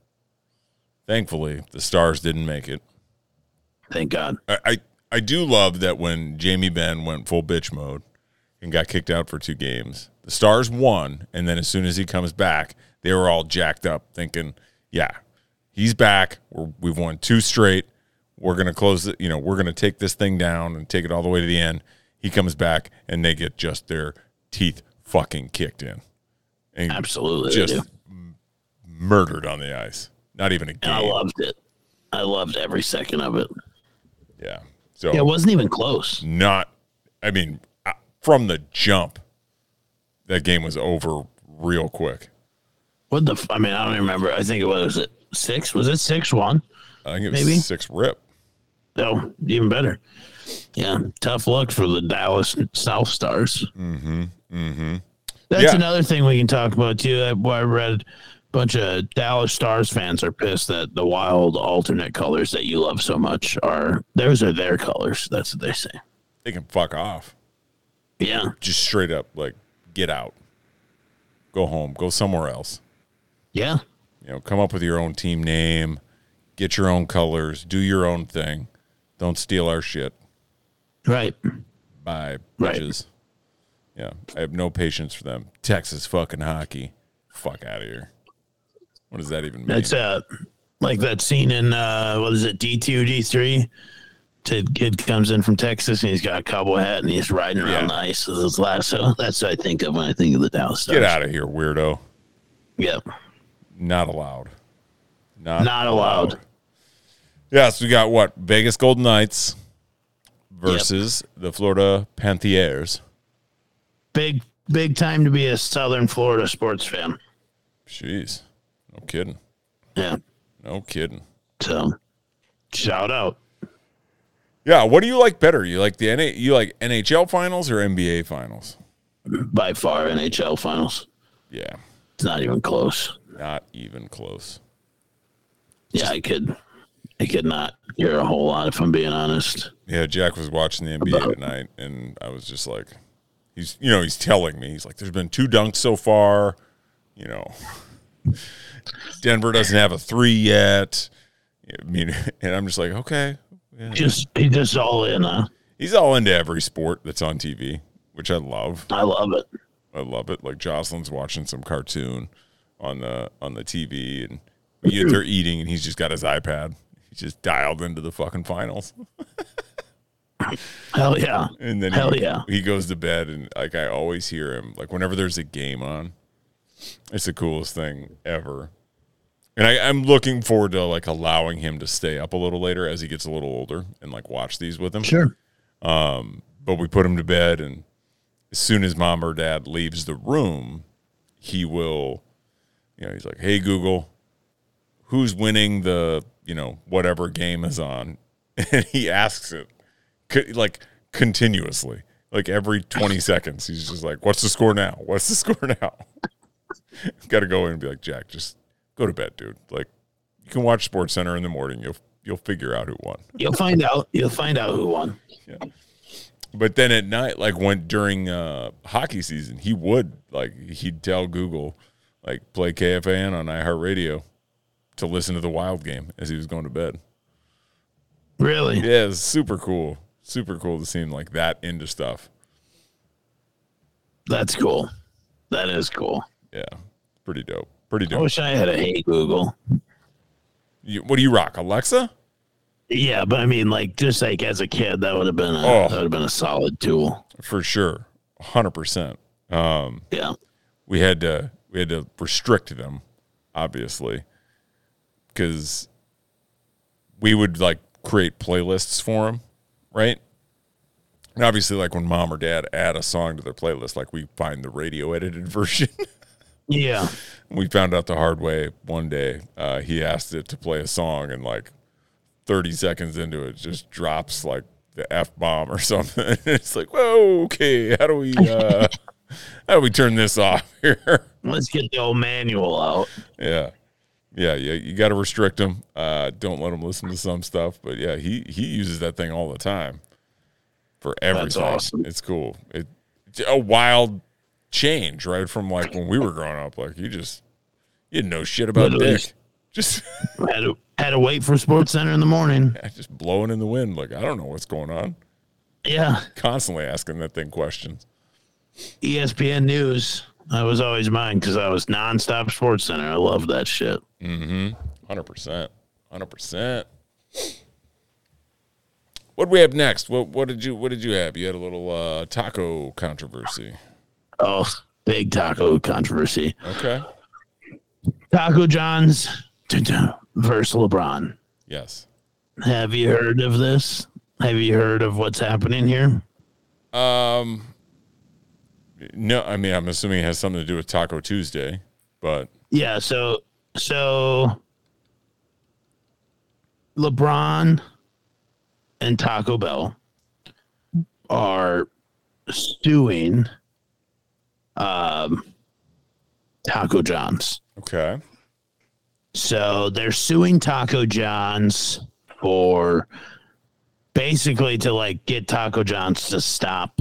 S2: Thankfully, the Stars didn't make it.
S5: Thank God.
S2: I, I, I do love that when Jamie Benn went full bitch mode and got kicked out for two games, the Stars won. And then as soon as he comes back, they were all jacked up, thinking, yeah, he's back. We're, we've won two straight. We're going to close it. You know, we're going to take this thing down and take it all the way to the end. He comes back and they get just their teeth fucking kicked in. And
S5: Absolutely. they
S2: Just
S5: do.
S2: m- murdered on the ice. Not even a
S5: And I
S2: game.
S5: loved it. I loved every second of it.
S2: Oh. Yeah. So
S5: Yeah, it wasn't even close.
S2: not i mean I- from the jump that game was over real quick
S5: What the? F- I mean, I don't even remember. I think it was, was it six. Was it six one?
S2: i think it was
S5: Maybe.
S2: six rip
S5: No, even better. Yeah, tough luck for the Dallas South Stars. Mm-hmm. Mm-hmm. That's
S2: Yeah.
S5: another thing we can talk about too. I, I read a bunch of Dallas Stars fans are pissed that the wild alternate colors that you love so much are those are their colors. That's what they say.
S2: they can fuck off
S5: Yeah,
S2: just straight up like get out go home go somewhere else
S5: yeah.
S2: you know come up with your own team name get your own colors do your own thing don't steal our shit
S5: Right.
S2: by
S5: Right.
S2: bitches yeah i have no patience for them texas fucking hockey fuck out of here what does that even mean
S5: That's uh like that scene in uh what is it, D two, D three? Ted kid comes in from Texas and he's got a cowboy hat and he's riding around
S2: Yeah.
S5: the ice with his lasso. [laughs] That's what I think of when I think of the Dallas Stars.
S2: get out of here weirdo
S5: Yeah.
S2: Not allowed.
S5: Not allowed.
S2: Yeah, so we got what? Vegas Golden Knights versus the Florida Panthers.
S5: Big big time to be a Southern Florida sports fan.
S2: Jeez. No kidding.
S5: Yeah.
S2: No kidding.
S5: So shout out.
S2: Yeah, what do you like better? You like the NA, you like NHL finals or NBA finals?
S5: By far NHL finals.
S2: Yeah,
S5: It's not even close.
S2: not even close.
S5: Yeah, I could I could not hear a whole lot if I'm being honest.
S2: Yeah, Jack was watching the NBA tonight and I was just like he's you know, he's telling me he's like there's been two dunks so far, you know. [laughs] Denver doesn't have a 3 yet. I mean, and [laughs] I'm just like, okay,
S5: Just he just all in, huh?
S2: he's all into every sport that's on TV, which I love.
S5: I love it.
S2: I love it. Like Jocelyn's watching some cartoon on the on the TV, and yet they're eating, and he's just got his iPad. He's just dialed into the fucking finals,
S5: Hell yeah.
S2: and then
S5: Hell
S2: he,
S5: yeah.
S2: he goes to bed, and like I always hear him, like whenever there's a game on, it's the coolest thing ever. And I, I'm looking forward to like allowing him to stay up a little later as he gets a little older and like watch these with him. Um,
S5: Sure.
S2: but we put him to bed and as soon as mom or dad leaves the room he will you know he's like hey google who's winning the you know whatever game is on [laughs] and he asks it co- like continuously like every 20 seconds he's just like what's the score now what's the [laughs] score now gotta go in and be like jack just go to bed dude like you can watch sports center in the morning you'll you'll figure out who won
S5: You'll find out. You'll find out who won.
S2: But then at night, like when during uh, hockey season, he would like he'd tell Google, like play KFAN on iHeartRadio to listen to the Wild game as he was going to bed.
S5: Really?
S2: Yeah, it's super cool, super cool to see him like that into stuff.
S5: That's cool. That is cool.
S2: Yeah, pretty dope, pretty
S5: I
S2: dope.
S5: wish I had a hey Google.
S2: You, what do you rock, Alexa?
S5: Yeah, but I mean, like, just like as a kid, that would have been a,
S2: Oh.
S5: that would have been a solid tool.
S2: For sure, hundred percent.
S5: Yeah,
S2: we had to we had to restrict them, obviously, because we would like create playlists for them, right? And obviously, like when mom or dad add a song to their playlist, like we find the radio edited [laughs] version.
S5: yeah.
S2: we found out the hard way one day. Uh, he asked it to play a song, and like thirty seconds into it, just drops like the f bomb or [laughs] something. it's like, whoa, okay, how do we uh, how do we turn this off here?
S5: Let's get the old manual out.
S2: Yeah. Yeah, yeah, you got to restrict him. Uh, don't let him listen to some stuff. But yeah, he he uses that thing all the time for everything.
S5: awesome.
S2: It's cool. It, it's a wild change, right, from like when we were growing up. Like you just you didn't know shit about
S5: Literally.
S2: dick. Just [laughs]
S5: Had to had to wait for Sports Center in the morning.
S2: just blowing in the wind. Like I don't know what's going on.
S5: Yeah, E
S2: Constantly asking that thing questions.
S5: ESPN News. That was always mine because I was nonstop Sports Center. I love that shit.
S2: Hundred percent. Hundred percent. What do we have next? What what did you what did you have? You had a little uh, taco controversy.
S5: Oh, big taco controversy.
S2: Okay.
S5: Taco John's dun-dun, versus LeBron.
S2: Yes.
S5: Have you heard of this? Have you heard of what's happening here?
S2: No, I mean I'm assuming it has something to do with Taco Tuesday, but
S5: Yeah, so so LeBron and Taco Bell are suing um Taco John's.
S2: okay.
S5: So they're suing Taco John's for basically to like get Taco John's to stop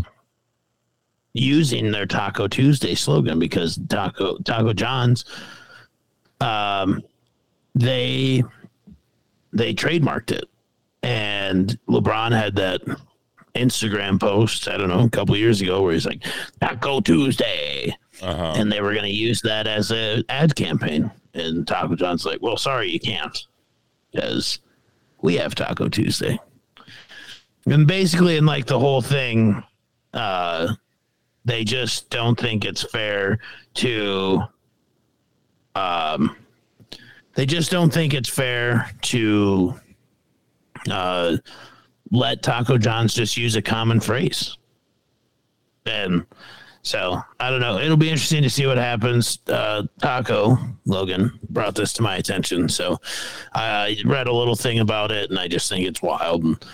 S5: using their Taco Tuesday slogan because Taco Taco John's um they they trademarked it and LeBron had that Instagram post, I don't know, a couple years ago where he's like Taco Tuesday
S2: Uh-huh.
S5: and they were going to use that as a ad campaign. And Taco John's like, "Well, sorry, you can't, because we have Taco Tuesday." And basically, in like the whole thing, uh, they just don't think it's fair to. Um, they just don't think it's fair to uh, let Taco John's just use a common phrase. And so I don't know. It'll be interesting to see what happens. Uh, Taco Logan brought this to my attention, so I read a little thing about it, and I just think it's wild. And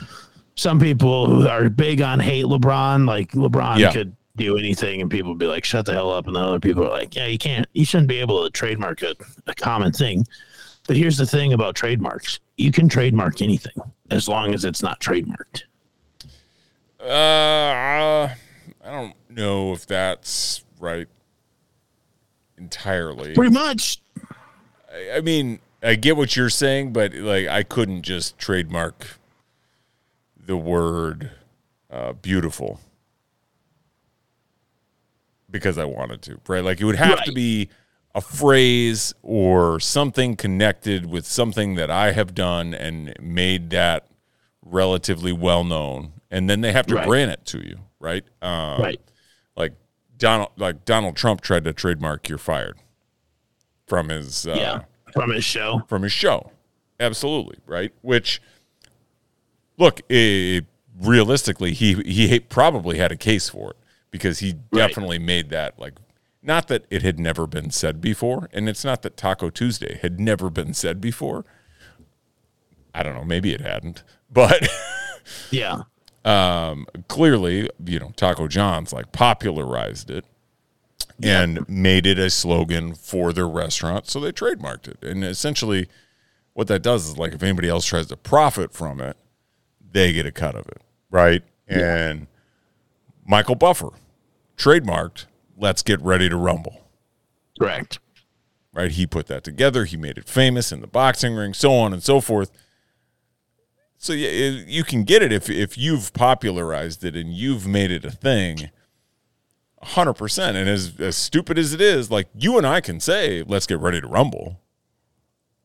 S5: some people who are big on hate LeBron, like LeBron
S2: Yeah.
S5: could do anything, and people would be like, "Shut the hell up," and the other people are like, "Yeah, you can't. You shouldn't be able to trademark a, a common thing." But here's the thing about trademarks: you can trademark anything as long as it's not trademarked.
S2: Uh, I don't know if that's right entirely.
S5: Pretty much,
S2: I mean, I get what you're saying, but like, I couldn't just trademark the word uh, "beautiful" because I wanted to, right? Like, it would have to
S5: Right.
S2: be a phrase or something connected with something that I have done and made that relatively well known, and then they have to
S5: Right.
S2: grant it to you, right? Um,
S5: right?
S2: like Donald, like Donald Trump tried to trademark "you're fired" from his uh,
S5: yeah, from his show.
S2: from his show. Absolutely, right? Which look, eh, realistically, he he ha- probably had a case for it because he
S5: Right.
S2: definitely made that like not that it had never been said before, and it's not that Taco Tuesday had never been said before. I don't know, maybe it hadn't, but [laughs]
S5: Yeah.
S2: clearly, you know, Taco John's like popularized it and made it a slogan for their restaurant. So they trademarked it. And essentially, what that does is like if anybody else tries to profit from it, they get a cut of it. Right. And Michael Buffer trademarked, let's get ready to rumble
S5: Correct.
S2: right? He put that together. He made it famous in the boxing ring, so on and so forth. So yeah, it, you can get it if if you've popularized it and you've made it a thing. a Hundred percent. And as as stupid as it is, like you and I can say, "Let's get ready to rumble."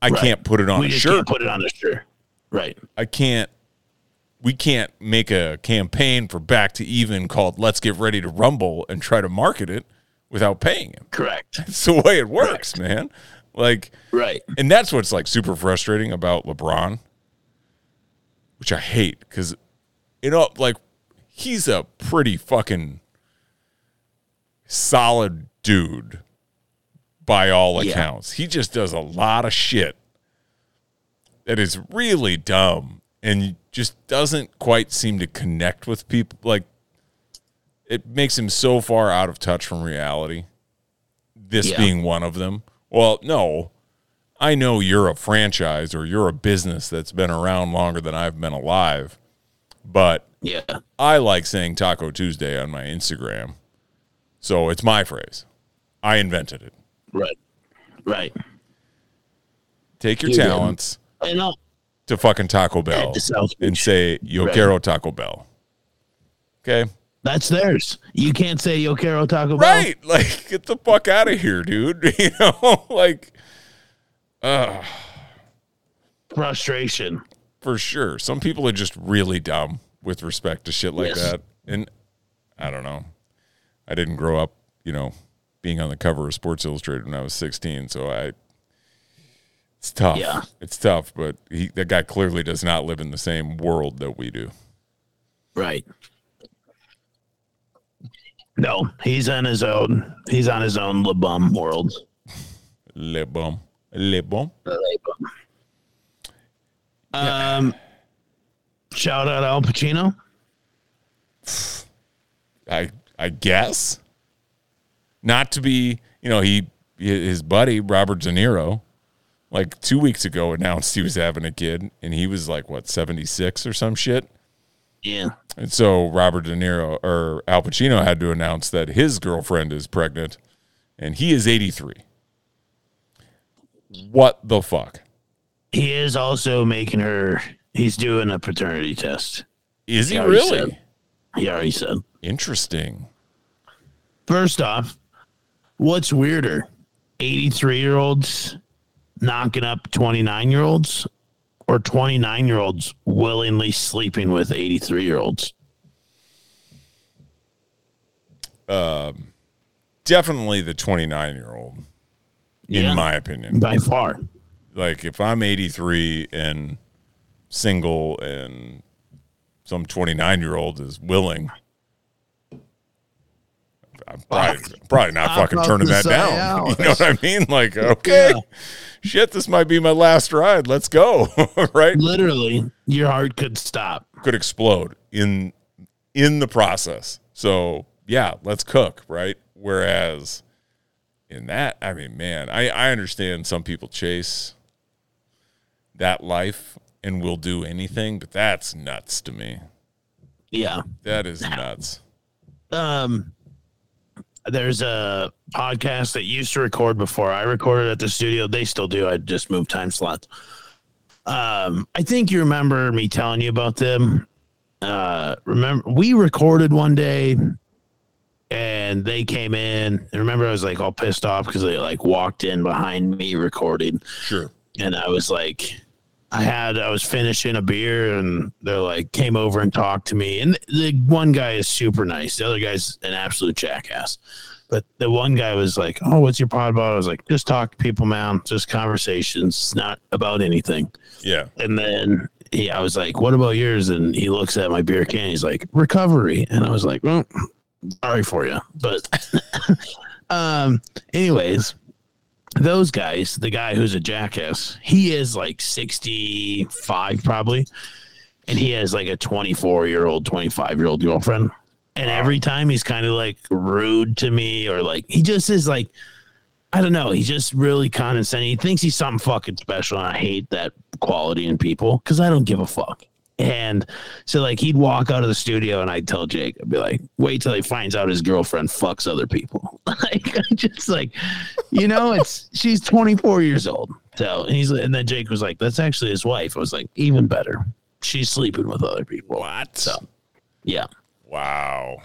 S2: I
S5: Right.
S2: can't put it on
S5: we
S2: a
S5: just
S2: shirt.
S5: can't put it on a shirt. Right.
S2: I can't. We can't make a campaign for back to even called "Let's Get Ready to Rumble" and try to market it without paying him. [laughs]
S5: Correct.
S2: It's the way it works, man. Like
S5: Right.
S2: and that's what's like super frustrating about LeBron, which I hate because, you know, like he's a pretty fucking solid dude by all
S5: Yeah.
S2: accounts. He just does a lot of shit that is really dumb and just doesn't quite seem to connect with people. Like it makes him so far out of touch from reality. This
S5: Yeah.
S2: being one of them. Well, no, I know you're a franchise or you're a business that's been around longer than I've been alive, but
S5: Yeah.
S2: I like saying Taco Tuesday on my Instagram. So it's my phrase. I invented it.
S5: Right. Right.
S2: Take your
S5: You didn't.
S2: talents
S5: And all,
S2: to fucking Taco Bell
S5: to South
S2: and
S5: Beach.
S2: say, Yo
S5: Right.
S2: quiero Taco Bell. Okay.
S5: that's theirs. You can't say Yo Quiero Taco Bell.
S2: Right. [laughs] Like, get the fuck out of here, dude. [laughs] You know, like,
S5: Frustration.
S2: for sure. Some people are just really dumb with respect to shit like
S5: Yes.
S2: that. And I don't know. I didn't grow up, you know, being on the cover of Sports Illustrated when I was 16, so I it's tough.
S5: Yeah.
S2: It's tough, but he, that guy clearly does not live in the same world that we do.
S5: Right. No, he's on his own. He's on his own Le Bum world.
S2: Le bon. Le bon.
S5: Um, shout out Al Pacino.
S2: I I guess not to be you know he his buddy Robert De Niro like two weeks ago announced he was having a kid and he was like what seventy six or some shit
S5: Yeah.
S2: and so Robert De Niro or Al Pacino had to announce that his girlfriend is pregnant and he is eighty three. What the fuck
S5: He is also making her, he's doing a paternity test.
S2: is he
S5: Yeah, he
S2: really
S5: said. He already said.
S2: interesting?
S5: First off, what's weirder? 83 year olds knocking up 29 year olds or 29 year olds willingly sleeping with 83 year olds?
S2: Definitely the twenty nine year old in
S5: Yeah.
S2: my opinion.
S5: By far.
S2: like if I'm 83 and single and some 29 year old is willing, I'm probably, probably not
S5: I'm
S2: fucking
S5: about
S2: turning
S5: to
S2: that
S5: say,
S2: down.
S5: yeah.
S2: [laughs] You know what I mean? Like, okay, shit, this might be my last ride. Let's go. [laughs] right?
S5: Literally, your heart could stop.
S2: Could explode in in the process. So yeah, let's cook. Right? Whereas in that, I mean, man, I I understand some people chase that life and will do anything, but that's nuts to me.
S5: Yeah.
S2: That is nuts.
S5: um there's a podcast that used to record before I recorded at the studio. They still do. I just moved time slots. Um, I think you remember me telling you about them. Uh, remember we recorded one day and they came in. I remember I was like all pissed off because they like walked in behind me recording
S2: Sure.
S5: and I was like, I had I was finishing a beer, and they're like came over and talked to me. And the one guy is super nice. The other guy's an absolute jackass. But the one guy was like, "Oh, what's your pod about?" I was like, "Just talk to people, man. Just conversations. It's not about anything."
S2: Yeah.
S5: And then he, I was like, "What about yours?" And he looks at my beer can. He's like, "Recovery." And I was like, "Well, sorry for you, but." [laughs] um. Anyways, those guys, the guy who's a jackass, he is like sixty-five probably, and he has like a twenty-four-year-old, twenty-five-year-old girlfriend. And every time he's kind of like rude to me, or like he just is like, I don't know. He's just really condescending. He thinks he's something fucking special, and I hate that quality in people because I don't give a fuck. And so, like, he'd walk out of the studio, and I'd tell Jake, I'd be like, "Wait till he finds out his girlfriend fucks other people." [laughs] like, I just like, you know, it's she's twenty four years old. So, and he's and then Jake was like, "That's actually his wife." I was like, "Even better, she's sleeping with other people."
S2: What?
S5: So, yeah.
S2: Wow.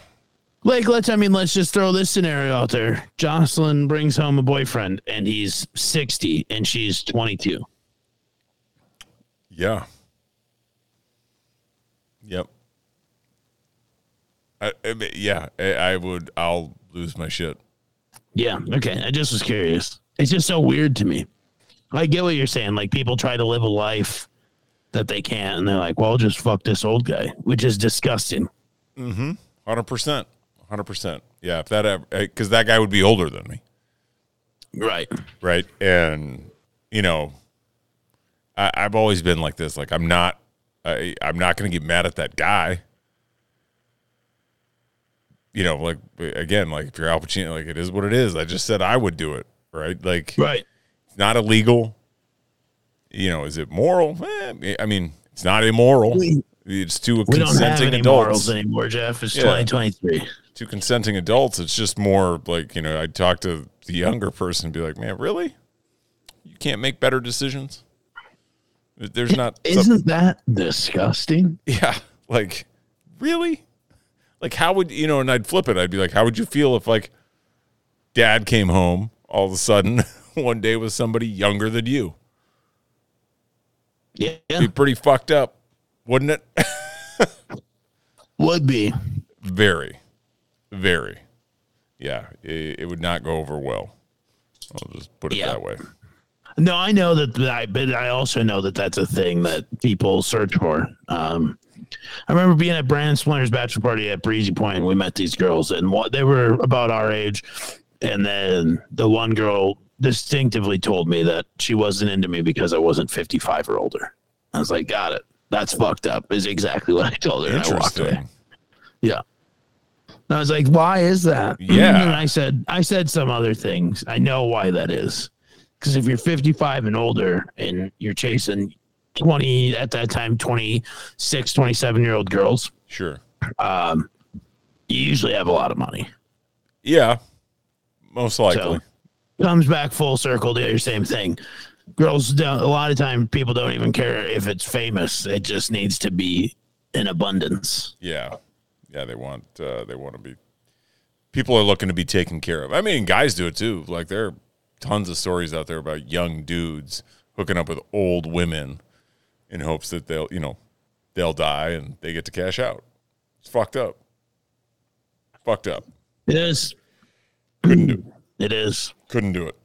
S5: Like, let's, I mean, let's just throw this scenario out there. Jocelyn brings home a boyfriend and he's 60 and she's 22.
S2: Yeah. Yep. I, I mean, yeah, I, I would. I'll lose my shit.
S5: Yeah. Okay. I just was curious. It's just so weird to me. I get what you're saying. Like, people try to live a life that they can't and they're like, well, I'll just fuck this old guy, which is disgusting.
S2: Hundred percent. Hundred percent. Yeah, if that ever, because that guy would be older than me,
S5: Right.
S2: right? And you know, I, I've always been like this. Like I'm not, I, I'm not going to get mad at that guy. You know, like again, like if you're Al Pacino, like it is what it is. I just said I would do it, right? Like
S5: Right.
S2: it's not illegal. You know, is it moral? Eh, I mean, it's not immoral. It's to a
S5: We don't have
S2: consenting
S5: any
S2: adults
S5: morals anymore, Jeff. It's
S2: Yeah.
S5: 2023.
S2: to consenting adults, it's just more like, you know, I'd talk to the younger person and be like, man, really? You can't make better decisions? There's not. some- [laughs]
S5: Isn't that disgusting?
S2: yeah. Like, really? Like, how would, you know, and I'd flip it. I'd be like, how would you feel if, like, dad came home all of a sudden [laughs] one day with somebody younger than you?
S5: Yeah. [laughs]
S2: Be pretty fucked up, wouldn't it?
S5: Would be.
S2: [laughs] Very, very. Yeah, it, it would not go over well. I'll just put it
S5: Yeah.
S2: that way.
S5: No, I know that, that I, but I also know that that's a thing that people search for. Um, I remember being at Brandon Splinter's bachelor party at Breezy Point. We met these girls, and what they were about our age. And then the one girl distinctively told me that she wasn't into me because I wasn't 55 or older. I was like, got it. That's fucked up, is exactly what I told her. And I walked away.
S2: Interesting.
S5: Yeah. And I was like, why is that?
S2: Yeah.
S5: And I said, I said some other things. I know why that is. Because if you're 55 and older and you're chasing 20, at that time, 26, 27 year old girls,
S2: Sure.
S5: you usually have a lot of money.
S2: Yeah, most likely.
S5: So comes back full circle to your same thing. Girls don't, a lot of time people don't even care if it's famous. It just needs to be in abundance.
S2: Yeah, yeah. They want uh, they want to be. People are looking to be taken care of. I mean, guys do it too. Like there are tons of stories out there about young dudes hooking up with old women in hopes that they'll you know they'll die and they get to cash out. It's fucked up. Fucked up.
S5: It is. It is.
S2: Couldn't do it.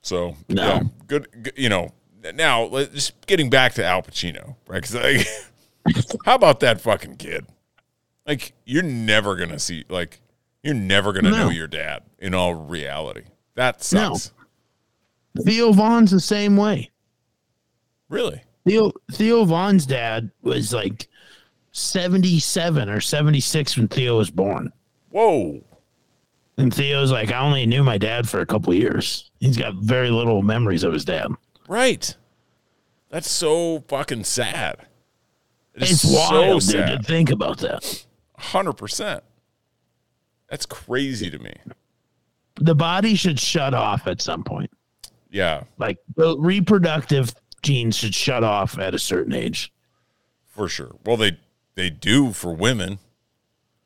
S2: So
S5: No.
S2: yeah, good, good. You know, now let- just getting back to Al Pacino, right? 'Cause, like, [laughs] how about that fucking kid? Like, you're never gonna see. Like, you're never gonna
S5: No.
S2: know your dad in all reality. That
S5: No.
S2: sucks.
S5: Theo Vaughn's the same way.
S2: Really?
S5: Theo Theo Vaughn's dad was like seventy seven or seventy six when Theo was born,
S2: Whoa.
S5: and Theo's like, I only knew my dad for a couple years. He's got very little memories of his dad.
S2: Right. That's so fucking sad. It is
S5: It's wild,
S2: so
S5: dude, to
S2: sad.
S5: think about that.
S2: Hundred percent. That's crazy to me.
S5: The body should shut off at some point.
S2: Yeah,
S5: Like the reproductive genes should shut off at a certain age.
S2: for sure. Well, they they do for women.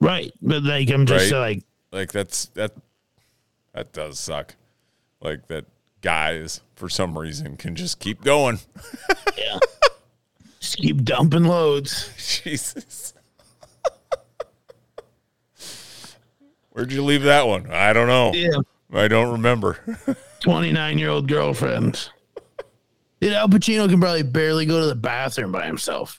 S5: Right. But like I'm just
S2: Right.
S5: like
S2: like that's that that does suck like that guys for some reason can just keep going [laughs]
S5: yeah. just keep dumping loads.
S2: jesus where'd you leave that one i don't know
S5: Yeah.
S2: i don't remember [laughs]
S5: 29 year old girlfriend. Dude, Al Pacino can probably barely go to the bathroom by himself.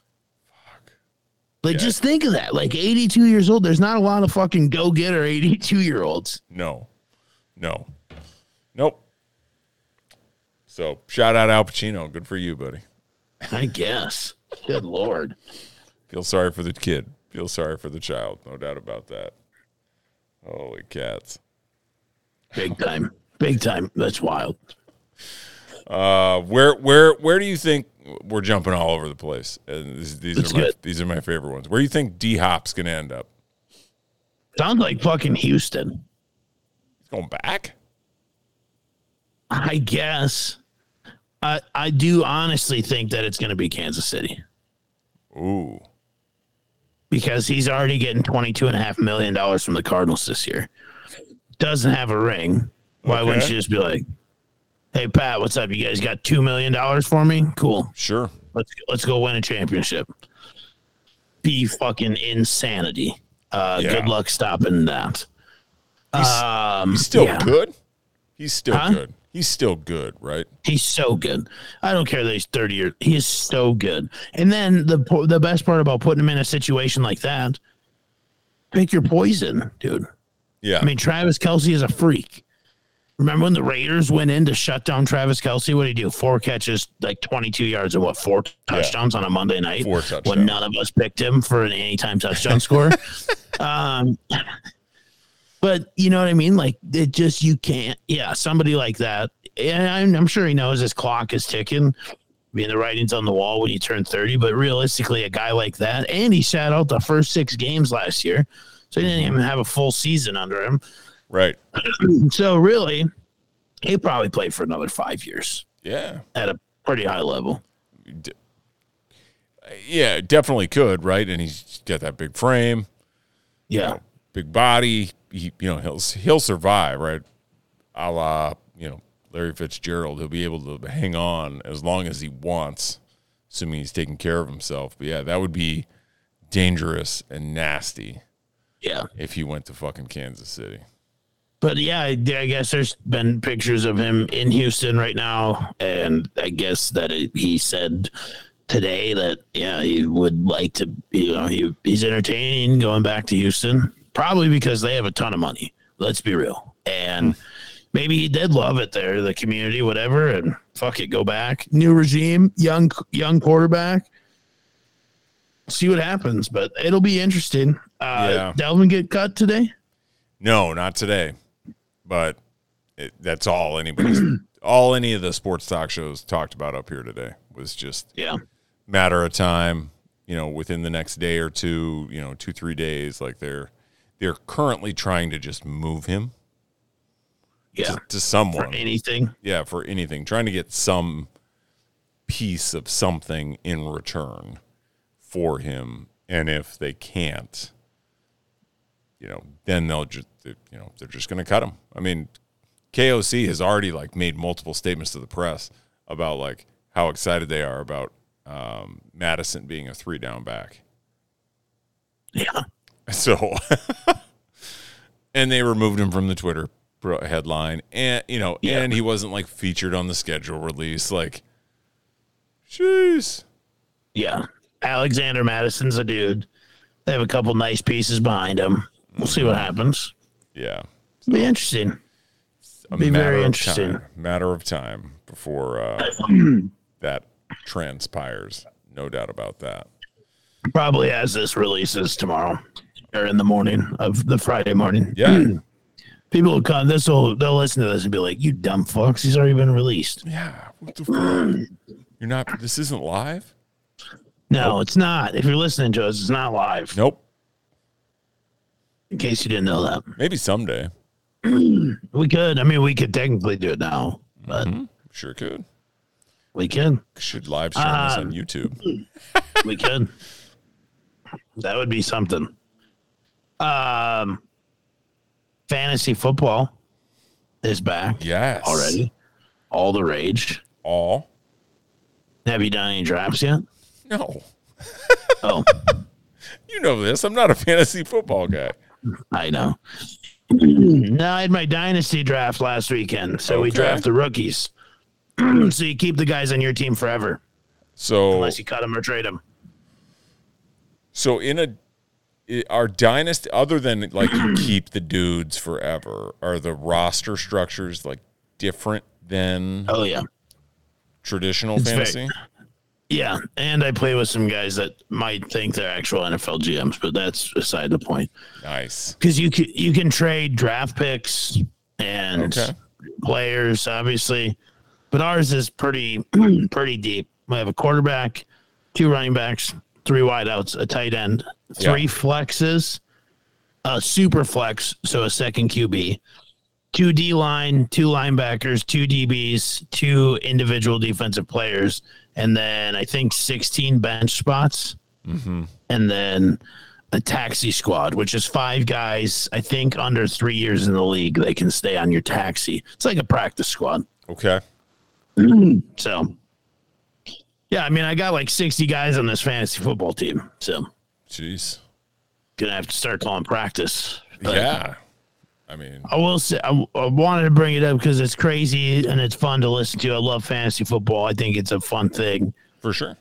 S5: Like,
S2: Yeah.
S5: just think of that. Like, 82 years old, there's not a lot of fucking go getter 82 year olds.
S2: no no nope so shout out al pacino good for you buddy
S5: I guess. Good Lord.
S2: feel sorry for the kid feel sorry for the child no doubt about that holy cats
S5: Big time. Big time. That's wild.
S2: Where where where do you think we're jumping all over the place? And these, these
S5: That's
S2: are my
S5: good.
S2: these are my favorite ones. Where do you think D Hop's gonna end up?
S5: Sounds like fucking Houston.
S2: He's going back.
S5: I guess. I, I do honestly think that it's going to be Kansas City
S2: Ooh,
S5: because he's already getting $22.5 million from the Cardinals this year. Doesn't have a ring. Why wouldn't
S2: Okay.
S5: you just be like, hey, Pat, what's up? You guys got $2 million for me? Cool.
S2: sure.
S5: Let's, let's go win a championship. Be fucking insanity. Uh,
S2: Yeah.
S5: Good luck stopping that.
S2: He's,
S5: Um,
S2: he's still
S5: yeah.
S2: good. He's still
S5: Huh?
S2: good. He's still good, right?
S5: He's so good. I don't care that he's 30 years. He is so good. And then the po- the best part about putting him in a situation like that, pick your poison, dude.
S2: Yeah.
S5: I mean, Travis Kelsey is a freak. Remember when the Raiders went in to shut down Travis Kelsey? What did he do? Four catches, like 22 yards, and what, four touchdowns on a Monday night?
S2: Four touchdowns.
S5: When none of us picked him for an anytime
S2: [laughs]
S5: touchdown score. um, but you know what I mean? Like, it just, you can't. Yeah, somebody like that. And I'm, I'm sure he knows his clock is ticking. I mean, the writing's on the wall when you turn 30, but realistically, a guy like that, and he sat out the first six games last year. So he didn't even have a full season under him.
S2: right.
S5: So really, he probably played for another five years
S2: Yeah.
S5: at a pretty high level.
S2: Yeah. Definitely could, right? And he's got that big frame,
S5: Yeah.
S2: big body. He, you know, he'll he'll survive, right? A la you know Larry Fitzgerald. He'll be able to hang on as long as he wants. assuming he's taking care of himself. But yeah, that would be dangerous and nasty
S5: Yeah.
S2: if he went to fucking Kansas City.
S5: But yeah, I, I guess there's been pictures of him in Houston right now, and I guess that it, he said today that yeah he would like to you know he, he's entertaining going back to Houston probably because they have a ton of money. Let's be real, and maybe he did love it there, the community, whatever, and fuck it, go back. New regime, young young quarterback. See what happens, but it'll be interesting.
S2: Yeah.
S5: Uh, Delvin get cut today.
S2: No, not today. But it, that's all anybody's [clears throat] all any of the sports talk shows talked about up here today was just
S5: Yeah.
S2: matter of time, you know, within the next day or two, you know, 2-3 days like they're they're currently trying to just move him
S5: Yeah.
S2: to someone.
S5: for anything.
S2: yeah, for anything, trying to get some piece of something in return for him. And if they can't, you know, then they'll just, you know, they're just going to cut him. I mean, KOC has already like made multiple statements to the press about like how excited they are about um, Madison being a three down back.
S5: Yeah.
S2: [laughs] So, and they removed him from the Twitter pro- headline, and you know,
S5: Yeah.
S2: and he wasn't like featured on the schedule release. Like, jeez,
S5: Yeah. Alexander Madison's a dude. They have a couple nice pieces behind him. We'll see what happens.
S2: yeah,
S5: It'll be interesting.
S2: a
S5: Be very
S2: matter of
S5: interesting.
S2: time- matter of time before
S5: [clears throat]
S2: uh, that transpires. No doubt about that.
S5: Probably as this releases tomorrow or in the morning of the Friday morning. [clears throat]
S2: Yeah,
S5: People will come. This will they'll listen to this and be like, "You dumb fucks! He's already been released."
S2: yeah. What the fuck? You're not. This isn't live.
S5: No, it's not. If you're listening to us, it's not live.
S2: Nope.
S5: In case you didn't know that,
S2: Maybe someday.
S5: we could. I mean, we could technically do it now, but
S2: Sure could.
S5: we can.
S2: Should live stream this
S5: Um,
S2: on YouTube.
S5: we could. That would be something. Um, fantasy football is back
S2: Yes.
S5: already. All the rage.
S2: All.
S5: Have you done any drafts yet?
S2: No. [laughs]
S5: Oh,
S2: You know this. I'm not a [laughs] fantasy football guy.
S5: I know. [clears throat] No, I had my dynasty draft last weekend, so we
S2: Okay.
S5: draft the rookies. [clears throat] so you keep the guys on your team forever,
S2: So,
S5: unless you cut them or trade them.
S2: so in a i- our dynasty, other than like
S5: [clears throat]
S2: you keep the dudes forever, are the roster structures like different than
S5: Oh yeah.
S2: traditional
S5: It's very-
S2: fantasy?
S5: Yeah, and I play with some guys that might think they're actual NFL GMs, but that's beside the point.
S2: Nice.
S5: because you can you can trade draft picks and
S2: Okay.
S5: players, obviously, but ours is pretty [clears throat] pretty deep. We have a quarterback, two running backs, three wideouts, a tight end,
S2: Yeah.
S5: three flexes, a super flex, so a second QB, two D line, two linebackers, two DBs, two individual defensive players, and then I think sixteen bench spots
S2: Mm-hmm.
S5: and then a taxi squad, which is five guys, I think under three years in the league, they can stay on your taxi. It's like a practice squad.
S2: Okay.
S5: So, yeah, I mean, I got like 60 guys on this fantasy football team. So,
S2: Jeez.
S5: gonna have to start calling practice. But
S2: Yeah. I mean,
S5: I will say, I, I wanted to bring it up because it's crazy and it's fun to listen to. I love fantasy football, I think it's a fun thing.
S2: for sure.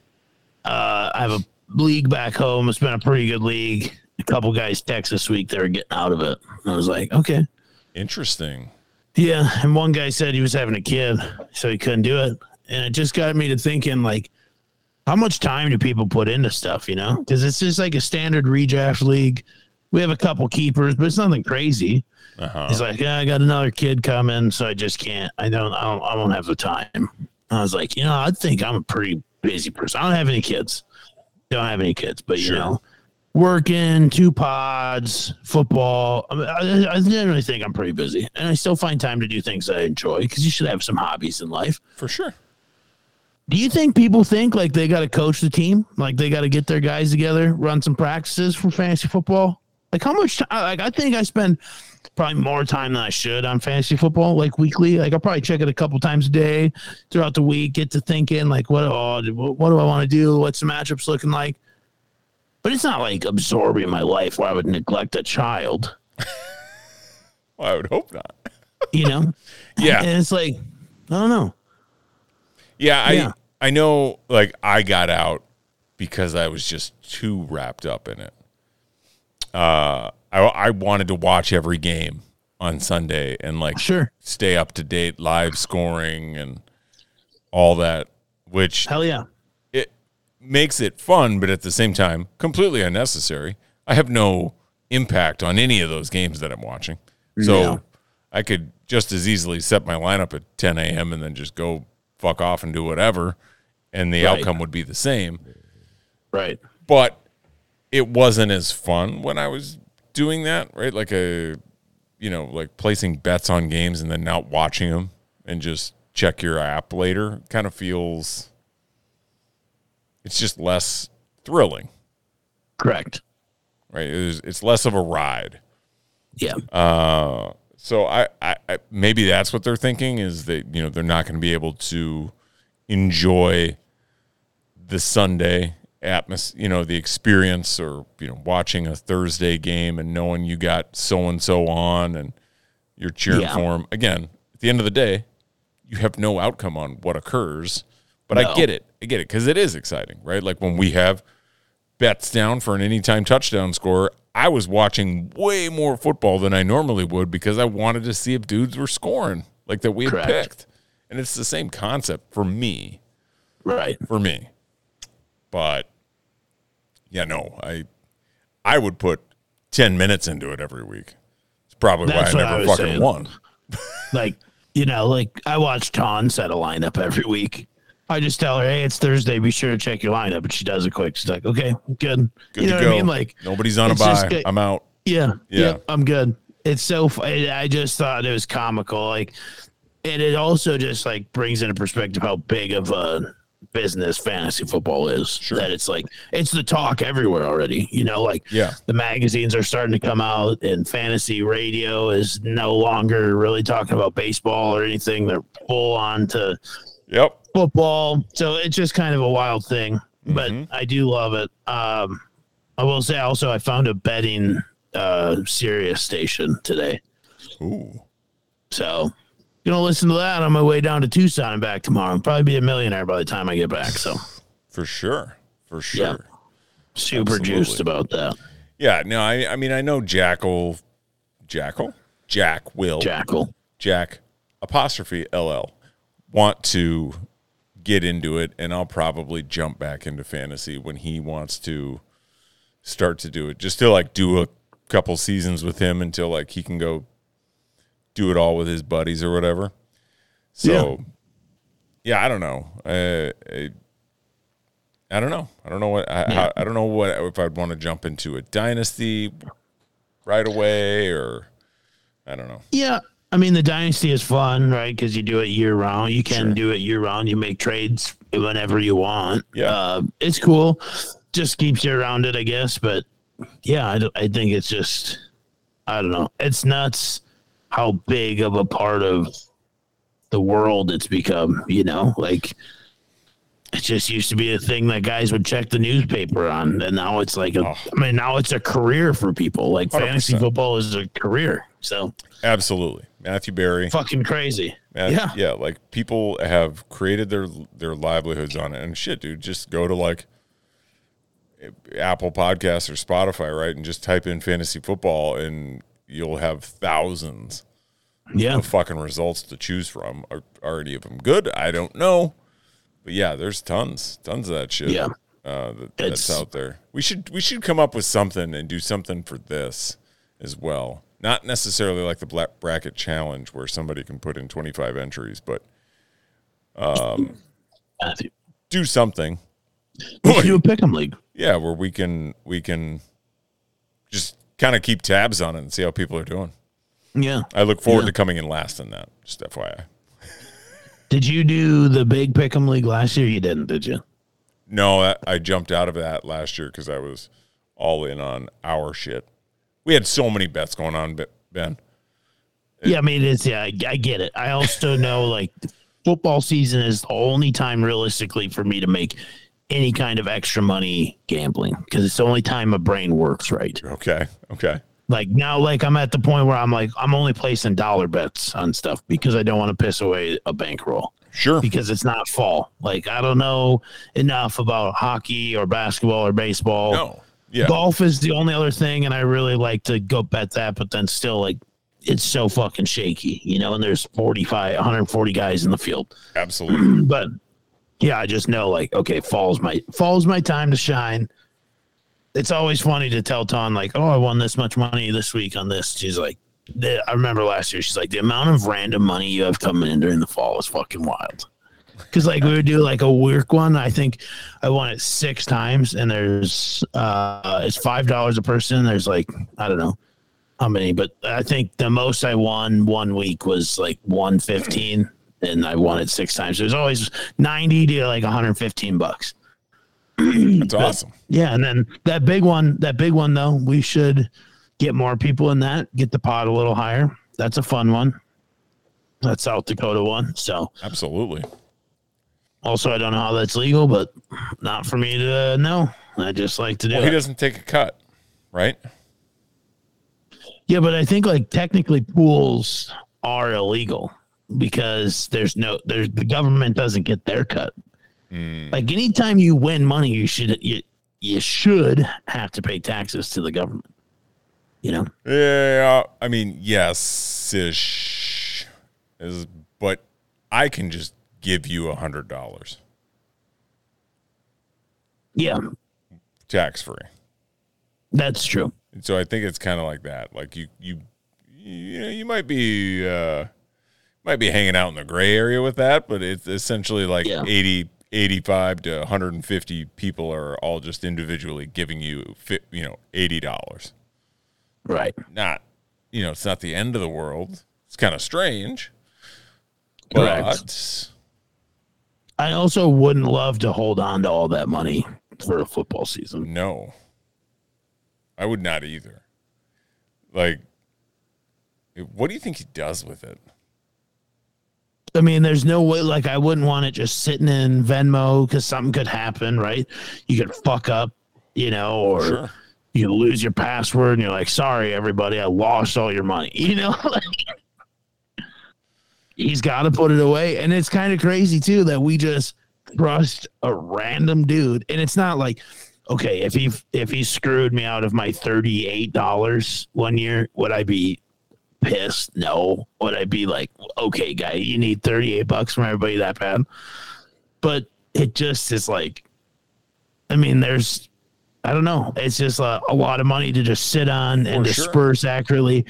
S5: Uh, I have a league back home. It's been a pretty good league. A couple guys text this week they were getting out of it. I was like, okay.
S2: Interesting.
S5: Yeah, and one guy said he was having a kid, so he couldn't do it. And it just got me to thinking, like, how much time do people put into stuff, you know? Because it's just like a standard redraft league. We have a couple keepers, but it's nothing crazy.
S2: Uh-huh.
S5: He's like, yeah, I got another kid coming, so I just can't. I don't. I don't. I don't have the time. I was like, you know, I think I'm a pretty busy person. I don't have any kids. Don't have any kids, but
S2: Sure.
S5: you know, working two pods, football. I, mean, I, I generally think I'm pretty busy, and I still find time to do things I enjoy because you should have some hobbies in life.
S2: For sure.
S5: Do you think people think like they got to coach the team, like they got to get their guys together, run some practices for fantasy football? Like how much time? Like I think I spend probably more time than I should on fantasy football, like weekly. Like I probably check it a couple times a day throughout the week, get to thinking like what oh, what do I want to do? What's the matchups looking like? But it's not like absorbing my life where I would neglect a child,
S2: Well, I would hope not. [laughs]
S5: you know?
S2: Yeah.
S5: And it's like, I don't know.
S2: Yeah. I,
S5: Yeah.
S2: I know, like, I got out because I was just too wrapped up in it. Uh, I, I wanted to watch every game on Sunday and, like,
S5: Sure.
S2: stay up to date, live scoring, and all that, which
S5: Hell yeah.
S2: it makes it fun, but at the same time, completely unnecessary. I have no impact on any of those games that I'm watching. So
S5: Yeah.
S2: I could just as easily set my lineup at 10 a.m. and then just go fuck off and do whatever, and the
S5: Right.
S2: outcome would be the same.
S5: Right.
S2: But it wasn't as fun when I was doing that, right? Like a, you know, like placing bets on games and then not watching them and just check your app later kind of feels, it's just less thrilling,
S5: Correct.
S2: right? It was, it's less of a ride.
S5: Yeah.
S2: So I, I, I maybe that's what they're thinking is that you know they're not going to be able to enjoy the Sunday atmos, you know, the experience, or you know, watching a Thursday game and knowing you got so and so on and you're cheering
S5: Yeah.
S2: for him. Again, at the end of the day, you have no outcome on what occurs, but I
S5: No.
S2: get it, I get it because it is exciting, right? Like when we have bets down for an anytime touchdown scorer. I was watching way more football than I normally would because I wanted to see if dudes were scoring like that we had
S5: Correct.
S2: picked. And it's the same concept for me,
S5: right.
S2: for me. But yeah, no, I I would put 10 minutes into it every week. It's probably
S5: That's
S2: why
S5: what
S2: I
S5: I
S2: never
S5: was
S2: fucking
S5: saying.
S2: won.
S5: Like, you know, like I watch Ton set a lineup every week. I just tell her, hey, it's Thursday. Be sure to check your lineup. And she does it quick. She's like, okay, good.
S2: Good
S5: you know
S2: to go.
S5: what I mean? Like,
S2: Nobody's on a
S5: it's just
S2: bye.
S5: good-
S2: I'm out.
S5: Yeah.
S2: Yeah.
S5: Yep, I'm good. It's so fu- I I just thought it was comical. Like, and it also just like brings into perspective how big of a business fantasy football is. Sure. That it's like, it's the talk everywhere already. You know, like,
S2: Yeah.
S5: the magazines are starting to come out, and fantasy radio is no longer really talking about baseball or anything. They're full on to
S2: Yep.
S5: football. So it's just kind of a wild thing, but I do love it. Um, I will say also, I found a betting uh, Sirius station today.
S2: Ooh.
S5: So gonna listen to that on my way down to Tucson and back tomorrow. I'll probably be a millionaire by the time I get back. So
S2: For sure. For sure.
S5: Yeah. super
S2: Absolutely.
S5: juiced about that.
S2: Yeah, no, I I mean I know Jackal Jackal? Jack will
S5: Jackal.
S2: Jack apostrophe LL want to get into it and I'll probably jump back into fantasy when he wants to start to do it. Just to like do a couple seasons with him until like he can go do it all with his buddies or whatever. So yeah, I don't know. Uh, I, I don't know. I don't know what I, I, I don't know what if I'd want to jump into a dynasty right away or I don't know.
S5: Yeah. I mean, the dynasty is fun, right? Because you do it year round. You can do it year round. You make trades whenever you want.
S2: Yeah.
S5: Uh, it's cool. Just keeps you around it, I guess. But yeah, I, d- I think it's just, I don't know. It's nuts how big of a part of the world it's become, you know? Like, it just used to be a thing that guys would check the newspaper on. And now it's like, a,
S2: Oh.
S5: I mean, now it's a career for people. Like, fantasy
S2: 100%.
S5: football is a career. So
S2: Absolutely. Matthew Barry.
S5: fucking crazy.
S2: Math-
S5: yeah.
S2: yeah, like people have created their their livelihoods on it, and shit, dude, just go to like Apple Podcasts or Spotify, right, and just type in fantasy football, and you'll have thousands
S5: Yeah.
S2: of fucking results to choose from. Are, are any of them good? I don't know, but yeah, there's tons, tons of that shit.
S5: Yeah.
S2: uh, that, that's
S5: It's-
S2: out there. We should we should come up with something and do something for this as well. Not necessarily like the black bracket challenge where somebody can put in 25 entries, but
S5: Matthew.
S2: do something.
S5: We should do a pick 'em league.
S2: Yeah, where we can we can just kind of keep tabs on it and see how people are doing.
S5: Yeah.
S2: I look forward to coming in last in that. Just FYI.
S5: Did you do the big pick 'em league last year? You didn't, did you?
S2: No, I, I jumped out of that last year because I was all in on our shit. We had so many bets going on, Ben- Ben.
S5: yeah. I mean, it's, yeah, I, I get it. I also know like football season is the only time realistically for me to make any kind of extra money gambling because it's the only time my brain works right.
S2: Okay. Okay.
S5: Like now, like I'm at the point where I'm like, I'm only placing dollar bets on stuff because I don't want to piss away a bankroll
S2: [laughs] Sure.
S5: because it's not fall. Like I don't know enough about hockey or basketball or baseball.
S2: No. Yeah.
S5: Golf is the only other thing, and I really like to go bet that, but then still like it's so fucking shaky, you know. And there's 45, 140 guys in the field,
S2: Absolutely.
S5: [clears throat] but yeah, I just know like okay, falls my falls my time to shine. It's always funny to tell Ton like, oh, I won this much money this week on this. She's like, the, I remember last year, she's like, the amount of random money you have coming in during the fall is fucking wild. Cause like we would do like a work one. I think I won it six times, and there's uh it's five dollars a person. There's like I don't know how many, but I think the most I won one week was like one fifteen, and I won it six times. There's always ninety to like one hundred fifteen bucks.
S2: That's awesome.
S5: Yeah, and then that big one, that big one though, we should get more people in that. Get the pot a little higher. That's a fun one. That South Dakota one. So
S2: Absolutely.
S5: also, I don't know how that's legal, but not for me to know. I just like to do
S2: Well, he
S5: it.
S2: doesn't take a cut, right?
S5: Yeah, but I think like technically pools are illegal because there's no there's the government doesn't get their cut. Like anytime you win money, you should you, you should have to pay taxes to the government. You know.
S2: Yeah, I mean, yes, ish, is but I can just give you a hundred dollars
S5: Yeah,
S2: tax free.
S5: that's true.
S2: So I think it's kind of like that. Like you, you, you know, you might be, uh, might be hanging out in the gray area with that, but it's essentially like
S5: Yeah.
S2: eighty, eighty-five 80, 85 to 150 people are all just individually giving you, fi- you know, $80.
S5: Right.
S2: Not, you know, it's not the end of the world. It's kind of strange, but
S5: I also wouldn't love to hold on to all that money for a football season.
S2: No. I would not either. Like, it- what do you think he does with it?
S5: I mean, there's no way. Like, I wouldn't want it just sitting in Venmo because something could happen. Right? You could fuck up, you know, or
S2: Sure.
S5: you lose your password and you're like, "Sorry, everybody, I lost all your money." [laughs] You know, like, he's got to put it away. And it's kind of crazy too that we just trust a random dude, and it's not like, okay, if he if he screwed me out of my thirty eight dollars one year, would I be pissed? No. Would I be like, okay, guy, you need thirty eight bucks from everybody that bad? But it just is like, I mean, there's I don't know. It's just a, a lot of money to just sit on and
S2: For sure.
S5: disperse accurately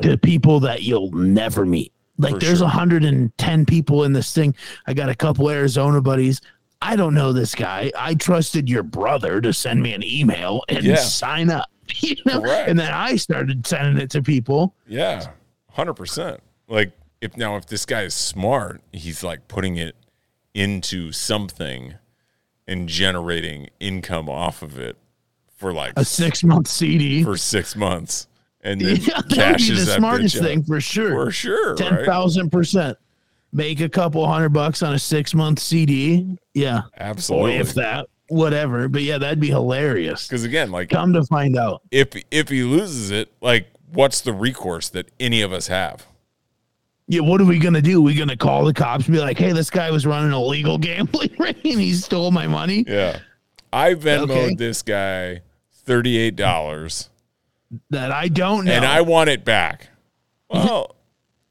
S5: to people that you'll never meet. Like
S2: For
S5: there's
S2: sure.
S5: 110 people in this thing. I got a couple Arizona buddies. I don't know this guy. I trusted your brother to send me an email and
S2: Yeah.
S5: sign up. [laughs] You know?
S2: Correct.
S5: And then I started sending it to people.
S2: Yeah, hundred percent. Like, if now if this guy is smart, he's like putting it into something and generating income off of it for like
S5: A six month CD. [laughs]
S2: for six months, and then
S5: Yeah, that would be
S2: cashes
S5: the
S2: that bitch
S5: smartest
S2: out.
S5: thing for sure.
S2: for sure.
S5: Ten
S2: right?
S5: thousand percent. Make a couple hundred bucks on a six month CD. Yeah. Or
S2: Absolutely.
S5: if that, whatever. But yeah, that'd be hilarious.
S2: Because again, like
S5: Come to find out.
S2: if if he loses it, like what's the recourse that any of us have?
S5: yeah, what are we gonna do? We gonna call the cops and be like, "Hey, this guy was running a legal [laughs] gambling ring and he stole my money."
S2: Yeah, I Venmoed
S5: Okay.
S2: this guy thirty eight dollars,
S5: That I don't know.
S2: and I want it back. Well,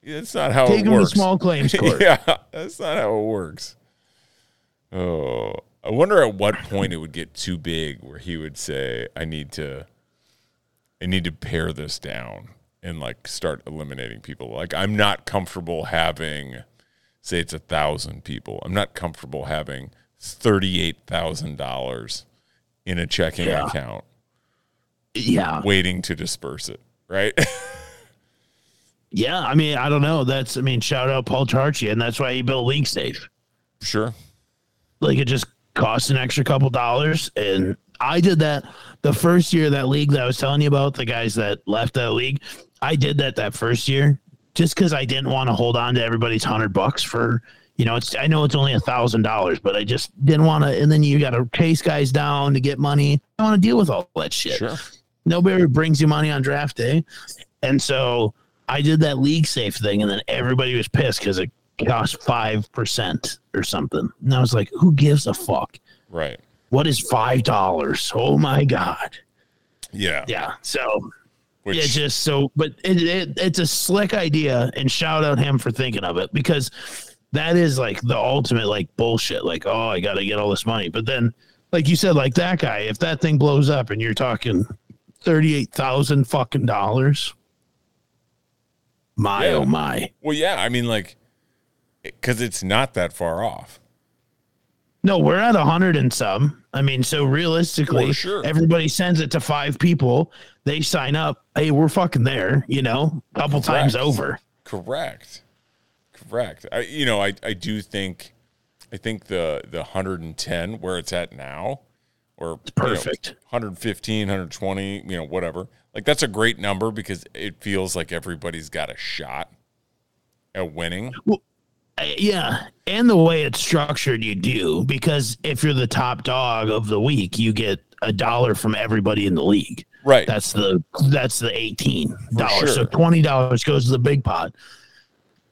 S2: that's not how
S5: take
S2: it
S5: him
S2: works.
S5: to small
S2: [laughs]
S5: claims court.
S2: yeah, that's not how it works. Oh, I wonder at what point it would get too big where he would say, "I need to, I need to pare this down and like start eliminating people. Like I'm not comfortable having, say it's a thousand people. I'm not comfortable having thirty eight thousand dollars in a checking
S5: Yeah.
S2: account
S5: Yeah,
S2: waiting to disperse it. Right? [laughs]
S5: yeah. I mean, I don't know. That's I mean, shout out Paul Tarchi, and that's why he built League Safe.
S2: sure.
S5: Like it just costs an extra couple dollars, and I did that the first year of that league that I was telling you about. The guys that left that league, I did that that first year just because I didn't want to hold on to everybody's hundred bucks for you know, it's I know it's only a thousand dollars, but I just didn't want to. And then you got to chase guys down to get money. I want to deal with all that shit.
S2: Sure.
S5: Nobody brings you money on draft day, and so I did that league safe thing, and then everybody was pissed because it cost five percent or something. And I was like, who gives a fuck?
S2: Right.
S5: What is five dollars? Oh my god!
S2: Yeah.
S5: Yeah. So
S2: Which,
S5: yeah, just so, but it, it, it's a slick idea, and shout out him for thinking of it because that is like the ultimate like bullshit. Like, oh, I got to get all this money, but then, like you said, like that guy, if that thing blows up and you're talking thirty eight thousand fucking dollars, my
S2: Yeah.
S5: oh my,
S2: well, yeah. I mean, like, because it's not that far off.
S5: no, we're at a hundred and some. I mean, so realistically,
S2: For Oh, sure.
S5: everybody sends it to five people, they sign up. Hey, we're fucking there, you know, a couple times
S2: Correct.
S5: over.
S2: Correct. Correct. I, you know, I, I do think, I think the the 110 where it's at now, or you know,
S5: perfect.
S2: 115, 120, you know, whatever. Like that's a great number because it feels like everybody's got a shot at winning.
S5: yeah and the way it's structured you do because if you're the top dog of the week you get a dollar from everybody in the league
S2: Right.
S5: that's the that's the 18 dollars
S2: sure.
S5: so 20 dollars goes to the big pot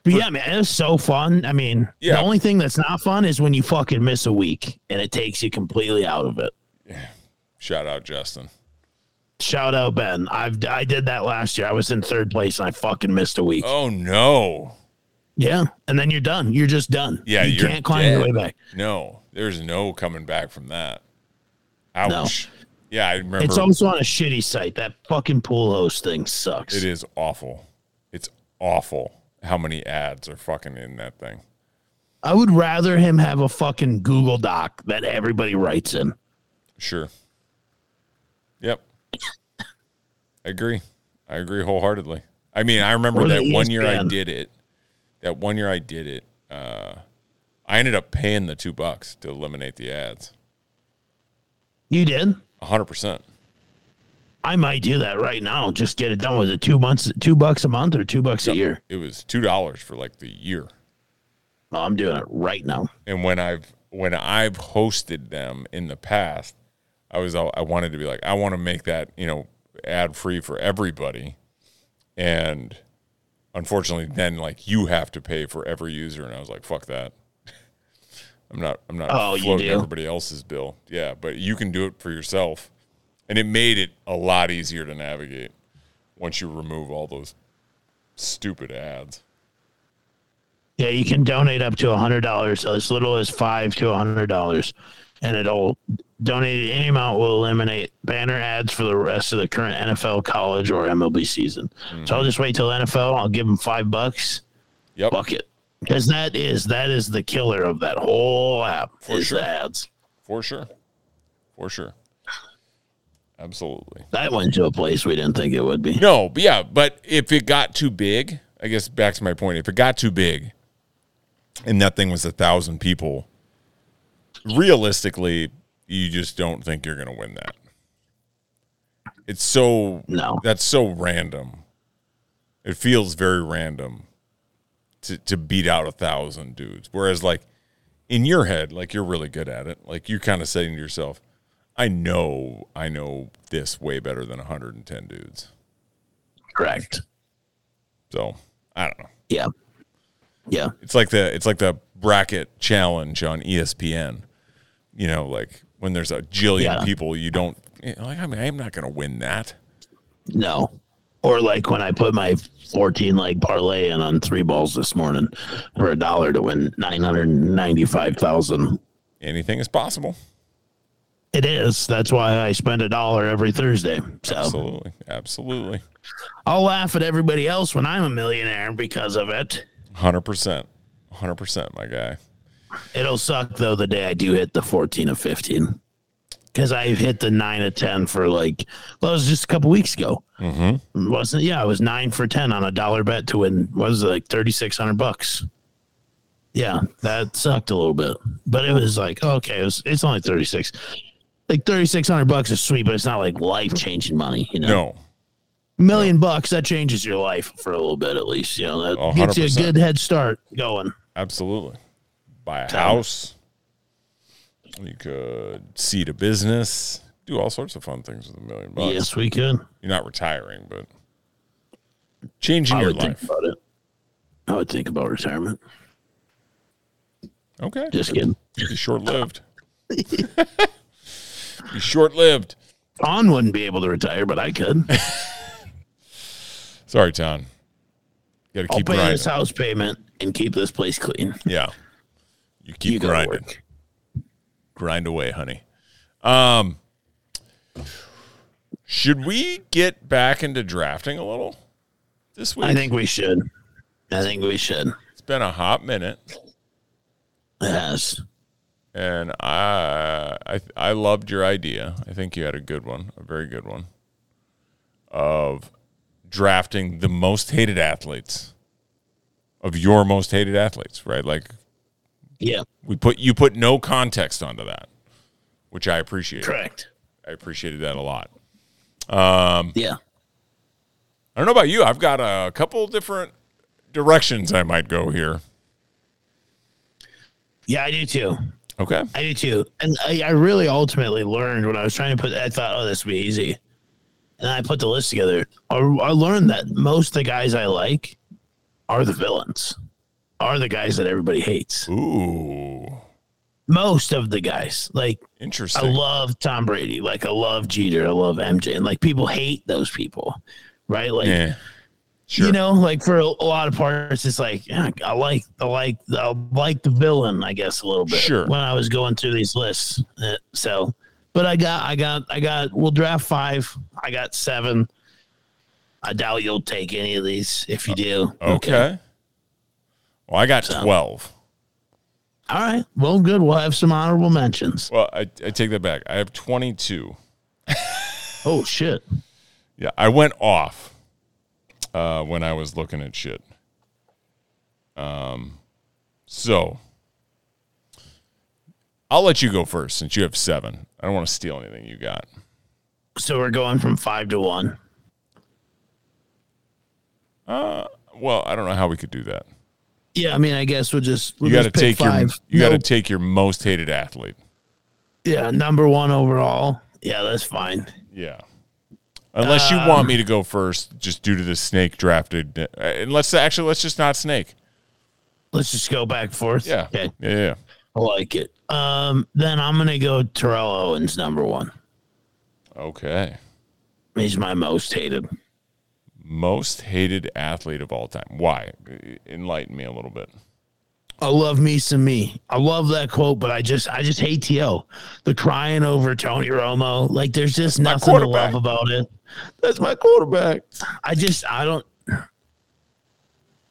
S5: but yeah man it's so fun i mean
S2: Yeah.
S5: the only thing that's not fun is when you fucking miss a week and it takes you completely out of it
S2: Shout out Justin.
S5: shout out ben i've i did that last year i was in third place and i fucking missed a week
S2: Oh no.
S5: yeah and then you're done you're just done
S2: Yeah,
S5: you
S2: you're
S5: can't climb your way
S2: dead.
S5: back
S2: No, there's no coming back from that. Ouch. Yeah, I remember
S5: It's also on a shitty site. That fucking pool host thing sucks.
S2: it is awful. It's awful how many ads are fucking in that thing.
S5: I would rather him have a fucking Google Doc that everybody writes in.
S2: Sure. Yep. [coughs] I agree. I agree wholeheartedly. I mean, I remember
S5: Or
S2: that
S5: the E
S2: one year I
S5: ESPN.
S2: did it. That one year I did it. Uh, I ended up paying the two bucks to eliminate the ads.
S5: You did?
S2: hundred percent.
S5: I might do that right now. Just get it done. Was it two months, two bucks a month, or two bucks a year?
S2: It was two dollars for like the year.
S5: No, I'm doing it right now.
S2: and when I've when I've hosted them in the past, I was all- I wanted to be like I want to make that you know ad free for everybody, and unfortunately, then like you have to pay for every user, and I was like fuck that. [laughs] I'm not I'm not
S5: Oh, you
S2: floating
S5: do?
S2: everybody else's bill. Yeah, but you can do it for yourself, and it made it a lot easier to navigate once you remove all those stupid ads.
S5: Yeah, you can donate up to a hundred dollars, as little as five to a hundred dollars, and it'll donate any amount will eliminate banner ads for the rest of the current NFL, college, or MLB season.
S2: Mm-hmm.
S5: So I'll just wait till NFL. I'll give them five bucks.
S2: Yep.
S5: bucket because that is that is the killer of that whole app
S2: For
S5: is
S2: sure.
S5: the ads.
S2: For sure. For sure. Absolutely.
S5: That went to a place we didn't think it would be.
S2: [laughs] No, but yeah, but if it got too big, I guess back to my point, if it got too big and that thing was a thousand people, realistically, you just don't think you're gonna win that. It's so
S5: No.
S2: that's so random. It feels very random to, to beat out a thousand dudes. Whereas like in your head, like you're really good at it. Like you're kind of saying to yourself, I know I know this way better than 110 dudes.
S5: Correct.
S2: So I don't know.
S5: Yeah. Yeah.
S2: It's like the it's like the bracket challenge on E ESPN. You know, like when there's a jillion
S5: Yeah.
S2: people, you don't you know, like. I mean, I'm not going to win that.
S5: No. Or like when I put my 14 leg parlay in on three balls this morning for a dollar to win 995,000.
S2: Anything is possible.
S5: It is. That's why I spend a dollar every Thursday. So
S2: Absolutely, absolutely,
S5: I'll laugh at everybody else when I'm a millionaire because of it.
S2: hundred percent, hundred percent, my guy.
S5: It'll suck though the day I do hit the 14 of 15 because I hit the 9 of 10 for like, well, it was just a couple weeks ago. Mm-hmm. Wasn't, yeah, I was 9 for 10 on a dollar bet to win, what was it, like 3,600 bucks. Yeah, that sucked a little bit, but it was like, okay, it was, it's only 36. Like 3,600 bucks is sweet, but it's not like life changing money, you know?
S2: No,
S5: Million bucks, that changes your life for a little bit at least, you know? That
S2: Oh,
S5: gets you a
S2: 100%.
S5: good head start going.
S2: absolutely, buy a house. You could seed a business, do all sorts of fun things with a million bucks.
S5: Yes, we could.
S2: You're not retiring, but changing
S5: I
S2: your
S5: would think
S2: life.
S5: about it. I would think about retirement.
S2: Okay.
S5: Just kidding.
S2: You'd be short lived. be short lived.
S5: On wouldn't be able to retire, but I [laughs] could.
S2: Sorry, Ton. Got to
S5: I'll
S2: keep
S5: pay
S2: grinding.
S5: this house payment and keep this place clean.
S2: Yeah. You keep
S5: You go to
S2: grinding.
S5: work.
S2: Grind away, honey. Um, should we get back into drafting a little this week?
S5: I think we should. I think we should.
S2: it's been a hot minute,
S5: Yes.
S2: and I I I loved your idea. I think you had a good one, a very good one, of drafting the most hated athletes of your most hated athletes, right? Like
S5: Yeah.
S2: we put you put no context onto that, which I appreciate.
S5: Correct.
S2: I appreciated that a lot.
S5: Yeah.
S2: I don't know about you. I've got a couple different directions I might go here.
S5: Yeah, I do too.
S2: Okay.
S5: I do too. And I, I really ultimately learned when I was trying to put, I thought, oh, this would be easy. And I put the list together. I, I learned that most of the guys I like are the villains, are the guys that everybody hates.
S2: Ooh,
S5: Most of the guys. Like, I
S2: interesting.
S5: love Tom Brady. Like, I love Jeter. I love MJ. And like, people hate those people, right? Like,
S2: yeah. Sure.
S5: you know, like for a, a lot of parts, it's like yeah, I like, I like, I like the villain, I guess, a little bit.
S2: Sure.
S5: When I was going through these lists, Uh, so, but I got, I got, I got. We'll draft five. I got seven. I doubt you'll take any of these. If you do,
S2: Uh, okay. Well, I got twelve.
S5: All right. Well, good. We'll have some honorable mentions.
S2: Well, I, I take that back. I have twenty-two.
S5: Oh shit.
S2: Yeah, I went off uh, when I was looking at shit. Um, so I'll let you go first since you have seven. I don't want to steal anything you got.
S5: So we're going from five to one.
S2: Well, I don't know how we could do that.
S5: Yeah, I mean, I guess we'll just we'll
S2: you got to
S5: just
S2: take
S5: pick five.
S2: your you got
S5: Nope.
S2: to take your most hated athlete.
S5: yeah number one overall. Yeah, that's fine.
S2: Yeah. Unless you want me to go first, just due to the snake drafted. uh, And let's actually let's just not snake.
S5: Let's just go back and forth.
S2: Yeah.
S5: Okay.
S2: Yeah. Yeah.
S5: I like it. Um, then I'm gonna go Terrell Owens number one.
S2: Okay.
S5: He's my most hated.
S2: Most hated athlete of all time. Why? E- Enlighten me a little bit.
S5: I love me some me. I love that quote, but I just I just hate To. The crying over Tony Romo. Like there's just
S2: my
S5: nothing to
S2: quarterback.
S5: love about it. That's my quarterback. I just I don't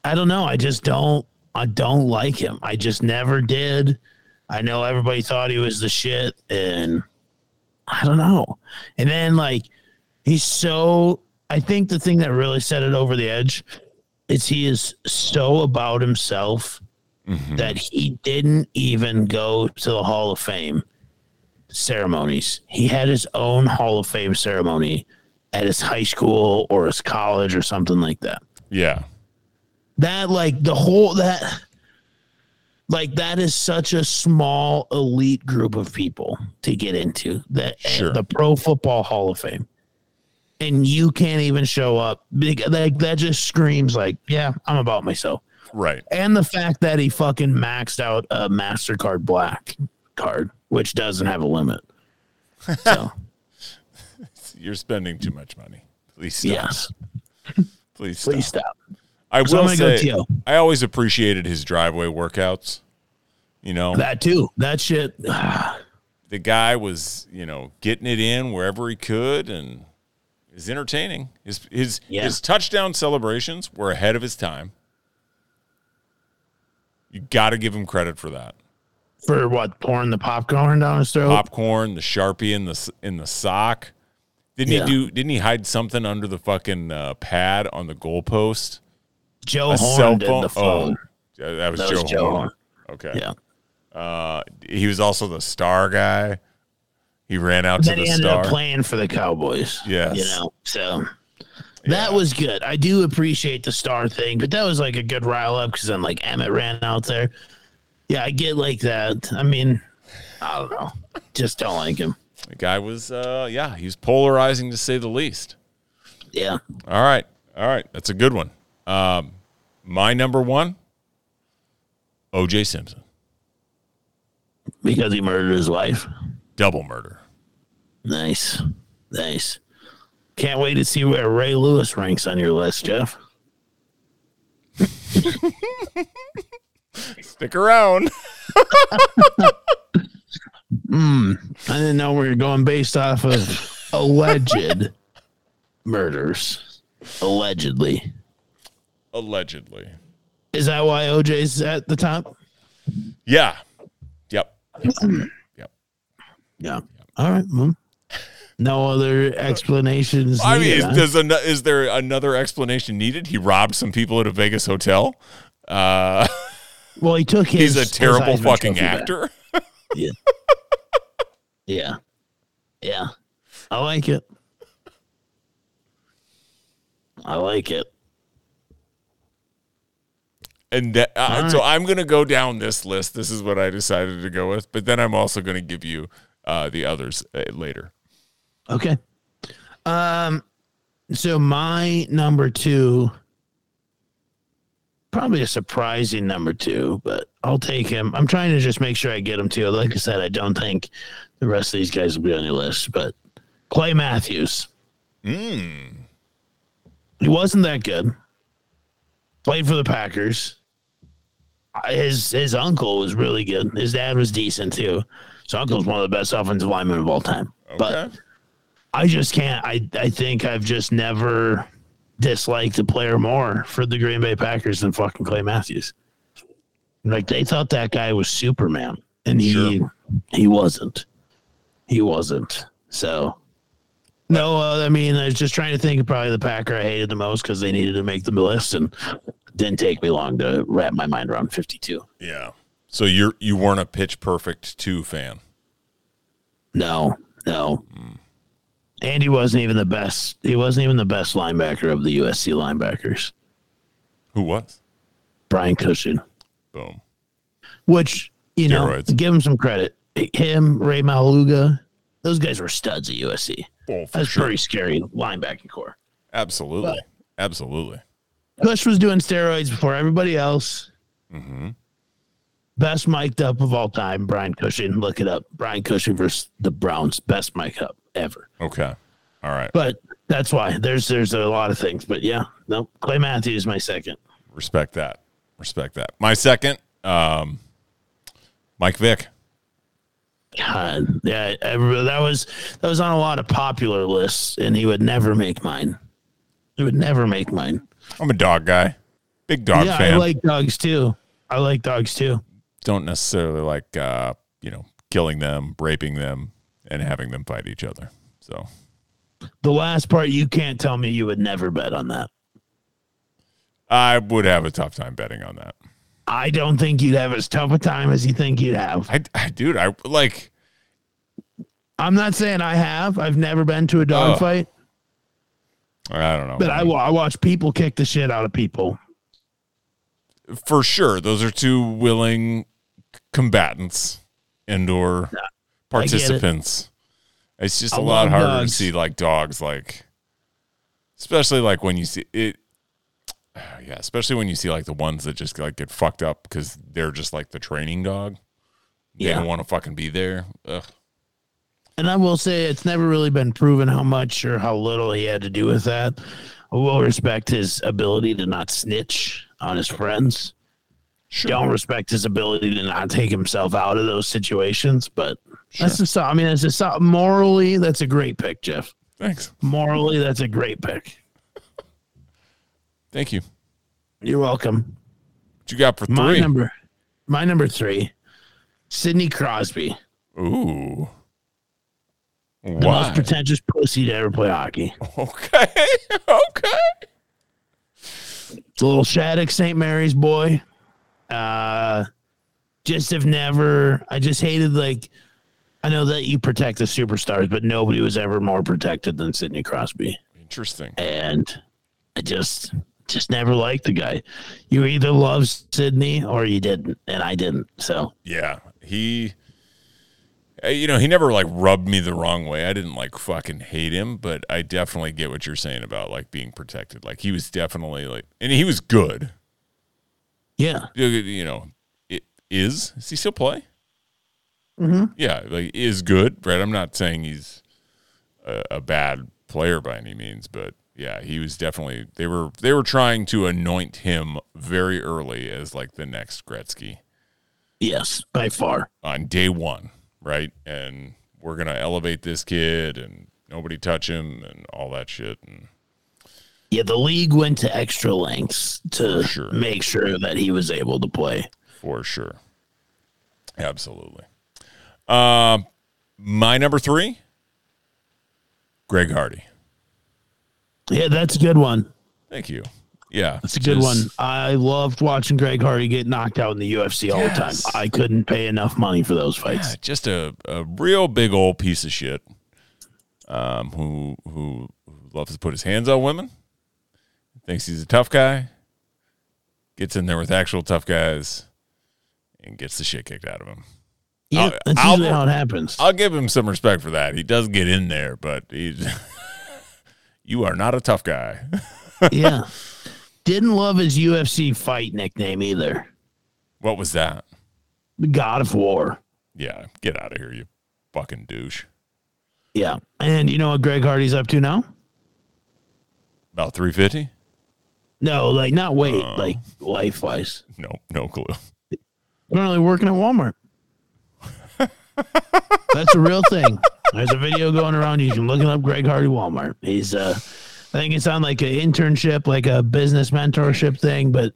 S5: I don't know. I just don't I don't like him. I just never did. I know everybody thought he was the shit and I don't know. And then like he's so I think the thing that really set it over the edge is he is so about himself that he didn't even go to the Hall of Fame ceremonies. He had his own Hall of Fame ceremony at his high school or his college or something like that.
S2: Yeah.
S5: That like the whole that like that is such a small elite group of people to get into that eh,
S2: Sure.
S5: the Pro Football Hall of Fame. And you can't even show up. Big- Like that just screams like, yeah, I'm about myself
S2: Right.
S5: and the fact that he fucking maxed out a Mastercard Black card, which doesn't have a limit. So
S2: You're spending too much money. Please stop.
S5: yes,
S2: Please stop.
S5: please stop.
S2: I
S5: So
S2: will
S5: I'm gonna go
S2: say,
S5: T.O.
S2: I always appreciated his driveway workouts. You know,
S5: That too. That shit. [sighs]
S2: the guy was, you know, getting it in wherever he could and is entertaining. His his
S5: Yeah.
S2: his touchdown celebrations were ahead of his time. You got to give him credit for that.
S5: For what? Pouring the popcorn down his throat.
S2: Popcorn, the Sharpie in the s- in the sock. Didn't
S5: Yeah.
S2: he do didn't he hide something under the fucking uh, pad on the goalpost?
S5: Joe
S2: A
S5: Horn did the phone.
S2: Oh, that was
S5: That
S2: Joe,
S5: was Joe
S2: Horn.
S5: Horn.
S2: Okay.
S5: Yeah.
S2: Uh, he was also the star guy. He ran out
S5: Then
S2: to
S5: he
S2: the
S5: ended
S2: star.
S5: up playing for the Cowboys.
S2: Yes.
S5: You know. So that was good. I do appreciate the star thing, but that was like a good rile up because then like Emmett ran out there. Yeah, I get like that. I mean, I don't know. Just don't like him.
S2: The guy was, uh, yeah, he's polarizing to say the least.
S5: Yeah.
S2: All right. All right. That's a good one. Um, my number one, OJ Simpson.
S5: Because he murdered his wife.
S2: Double murder.
S5: Nice. Nice. Can't wait to see where Ray Lewis ranks on your list, Jeff.
S2: Stick around. [laughs]
S5: I didn't know we were going based off of [laughs]
S2: [laughs]
S5: alleged murders. Allegedly.
S2: Allegedly.
S5: Is that why OJ's at the top?
S2: Yeah. Yep. Yep.
S5: Yeah. All right. well, no other explanations.
S2: I mean,
S5: needed,
S2: is,
S5: huh?
S2: does an, is there another explanation needed? He robbed some people at a Vegas hotel. Uh,
S5: well, he took his.
S2: he's a
S5: his
S2: terrible
S5: Heisman
S2: fucking
S5: Trophy back.
S2: actor.
S5: Yeah. yeah. Yeah. I like it. I like it.
S2: And that, uh,
S5: All
S2: so I'm going to go down this list. This is what I decided to go with. But then I'm also going to give you uh, the others uh, later.
S5: Okay. Um so my number 2 probably a surprising number 2, but I'll take him. I'm trying to just make sure I get him too. Like I said, I don't think the rest of these guys will be on your list, but Clay Matthews. He wasn't that good. Played for the Packers. Uh, His his uncle was really good. His dad was decent too. His uncle's one of the best offensive linemen of all time. But
S2: Okay.
S5: I just can't. I I think I've just never disliked the player more for the Green Bay Packers than fucking Clay Matthews. Like they thought that guy was Superman, and he he wasn't. He wasn't. So no, uh, I mean I was just trying to think of probably the Packer I hated the most because they needed to make the list, and didn't take me long to wrap my mind around fifty-two.
S2: Yeah. So you're you weren't a Pitch Perfect two fan.
S5: No, no. And he wasn't even the best. He wasn't even the best linebacker of the USC linebackers.
S2: Who was?
S5: Brian Cushing,
S2: Boom.
S5: which you know,
S2: Steroids.
S5: give him some credit. Him, Ray Maluga, those guys were studs at USC.
S2: Well, for
S5: That's
S2: sure.
S5: pretty scary linebacking core.
S2: Absolutely. Absolutely.
S5: Cush was doing steroids before everybody else.
S2: Mm-hmm.
S5: Best mic'd up of all time, Brian Cushing. Look it up. Brian Cushing versus the Browns. Best mic up ever.
S2: Okay. All right.
S5: But that's why there's there's a lot of things. But yeah, no, Clay Matthews is my second.
S2: Respect that. Respect that. My second, um, Mike Vick.
S5: God, yeah, everybody, that was that was on a lot of popular lists, and he would never make mine. He would never make mine.
S2: I'm a dog guy. Big dog
S5: yeah, I
S2: fan.
S5: like dogs too. I like dogs too.
S2: Don't necessarily like uh, you know, killing them, raping them, and having them fight each other. So
S5: The last part you can't tell me you would never bet on that.
S2: I would have a tough time betting on that.
S5: I don't think you'd have as tough a time as you think you'd have.
S2: I, I dude, I like
S5: I'm not saying I have. I've never been to a dog
S2: Oh.
S5: fight,
S2: I don't know.
S5: but I, wa- I watch people kick the shit out of people.
S2: for sure those are two willing combatants and or
S5: get it.
S2: participants it's just
S5: I
S2: a lot
S5: love
S2: harder
S5: dogs.
S2: to see like dogs like especially like when you see it [sighs] yeah especially when you see like the ones that just like get fucked up because they're just like the training dog they
S5: Yeah.
S2: don't want to fucking be there Ugh.
S5: And I will say it's never really been proven how much or how little he had to do with that. I will respect his ability to not snitch on his friends.
S2: Sure.
S5: Don't respect his ability to not take himself out of those situations. But that's just, I mean, that's a morally, that's a great pick, Jeff.
S2: thanks
S5: Morally, that's a great pick.
S2: thank you
S5: You're welcome.
S2: what you got for
S5: My
S2: three
S5: number, my number three, Sidney Crosby,
S2: ooh
S5: the most
S2: wow
S5: pretentious pussy to ever play hockey.
S2: [laughs] okay okay
S5: It's a little Shattuck St. Mary's boy. Uh, just have never. I just hated like. I know that you protect the superstars, but nobody was ever more protected than Sidney Crosby,
S2: interesting
S5: and I just just never liked the guy. You either loved Sydney or you didn't, and I didn't. So
S2: Yeah, he, uh, you know, he never like rubbed me the wrong way. I didn't like fucking hate him, but I definitely get what you're saying about like being protected. Like he was definitely like, and he was good.
S5: yeah,
S2: You- You know, it is. Does he still play? Mm-hmm. Yeah, like is good, right? I'm not saying he's a, a bad player by any means, but yeah, he was definitely. They were they were trying to anoint him very early as like the next Gretzky.
S5: yes, by far.
S2: on day one, right? And we're gonna elevate this kid and nobody touch him and all that shit. And
S5: Yeah, the league went to extra lengths to
S2: For sure.
S5: make sure that he was able to play.
S2: for sure, absolutely. Uh, my number three, Greg Hardy.
S5: Yeah, that's a good one.
S2: Thank you. Yeah,
S5: That's a good
S2: just-
S5: one. I loved watching Greg Hardy get knocked out in the UFC all
S2: Yes.
S5: the time. I couldn't pay enough money for those fights.
S2: Yeah, Uh, just a, a real big old piece of shit. Um, who who who loves to put his hands on women, thinks he's a tough guy, gets in there with actual tough guys, and gets the shit kicked out of him.
S5: Yeah,
S2: I'll-
S5: that's
S2: I'll-
S5: usually how it happens.
S2: I'll give him some respect for that. He does get in there, but he's [laughs] you are not a tough guy. [laughs]
S5: yeah. Didn't love his UFC fight nickname either.
S2: What was that?
S5: The God of War.
S2: Yeah, get out of here, you fucking douche.
S5: Yeah. And you know what Greg Hardy's up to now?
S2: About three fifty?
S5: No, like not weight,
S2: Oh.
S5: like life wise.
S2: No, no clue. [laughs]
S5: Currently working at Walmart. [laughs] That's a real thing. There's a video going around. You can look it up. Greg Hardy Walmart. He's uh, I think it's on like an internship, like a business mentorship thing, but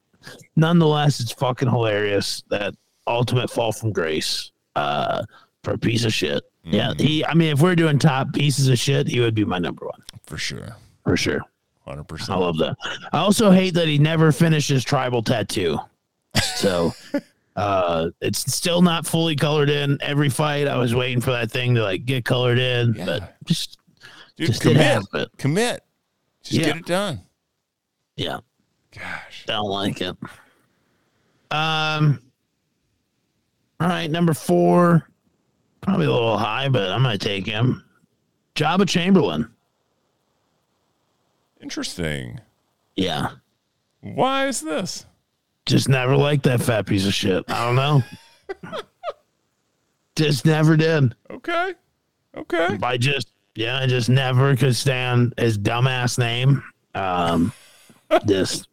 S5: nonetheless, it's fucking hilarious. That ultimate fall from grace uh, for a piece of shit. Yeah, he. I mean, if we're doing top pieces of shit, he would be my number one
S2: For sure.
S5: for sure.
S2: Hundred
S5: I
S2: percent.
S5: love that. I also hate that he never finished his tribal tattoo. So uh it's still not fully colored in. Every fight I was waiting for that thing to like get colored in, but just
S2: Dude,
S5: just didn't
S2: commit.
S5: happen.
S2: Commit. Just
S5: Yeah.
S2: get it done.
S5: Yeah.
S2: Gosh.
S5: Don't like it. Um all right, number four. Probably a little high, but I'm gonna take him. Jabba Chamberlain.
S2: Interesting.
S5: Yeah.
S2: Why is this?
S5: Just never liked that fat piece of shit. I don't know. just never did.
S2: Okay. Okay.
S5: I just yeah, I just never could stand his dumbass name. Um, just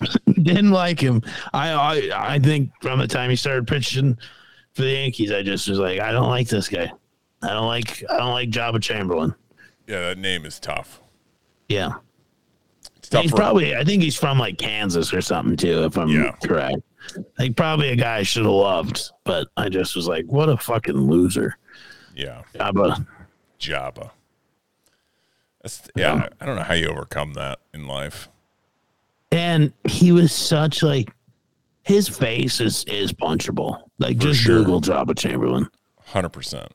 S5: [laughs] didn't like him. I, I I think from the time he started pitching for the Yankees, I just was like, I don't like this guy. I don't like I don't like Jabba Chamberlain.
S2: Yeah, that name is tough.
S5: Yeah,
S2: It's tough
S5: he's
S2: for
S5: probably I think he's from like Kansas or something too, if I'm
S2: Yeah.
S5: correct. Like probably a guy I should have loved, but I just was like, what a fucking loser,
S2: Yeah.
S5: Jabba.
S2: Java. That's yeah, I don't know how you overcome that in life.
S5: and he was such like his face is is punchable. Like just
S2: sure.
S5: Google Jabba Chamberlain.
S2: Hundred percent.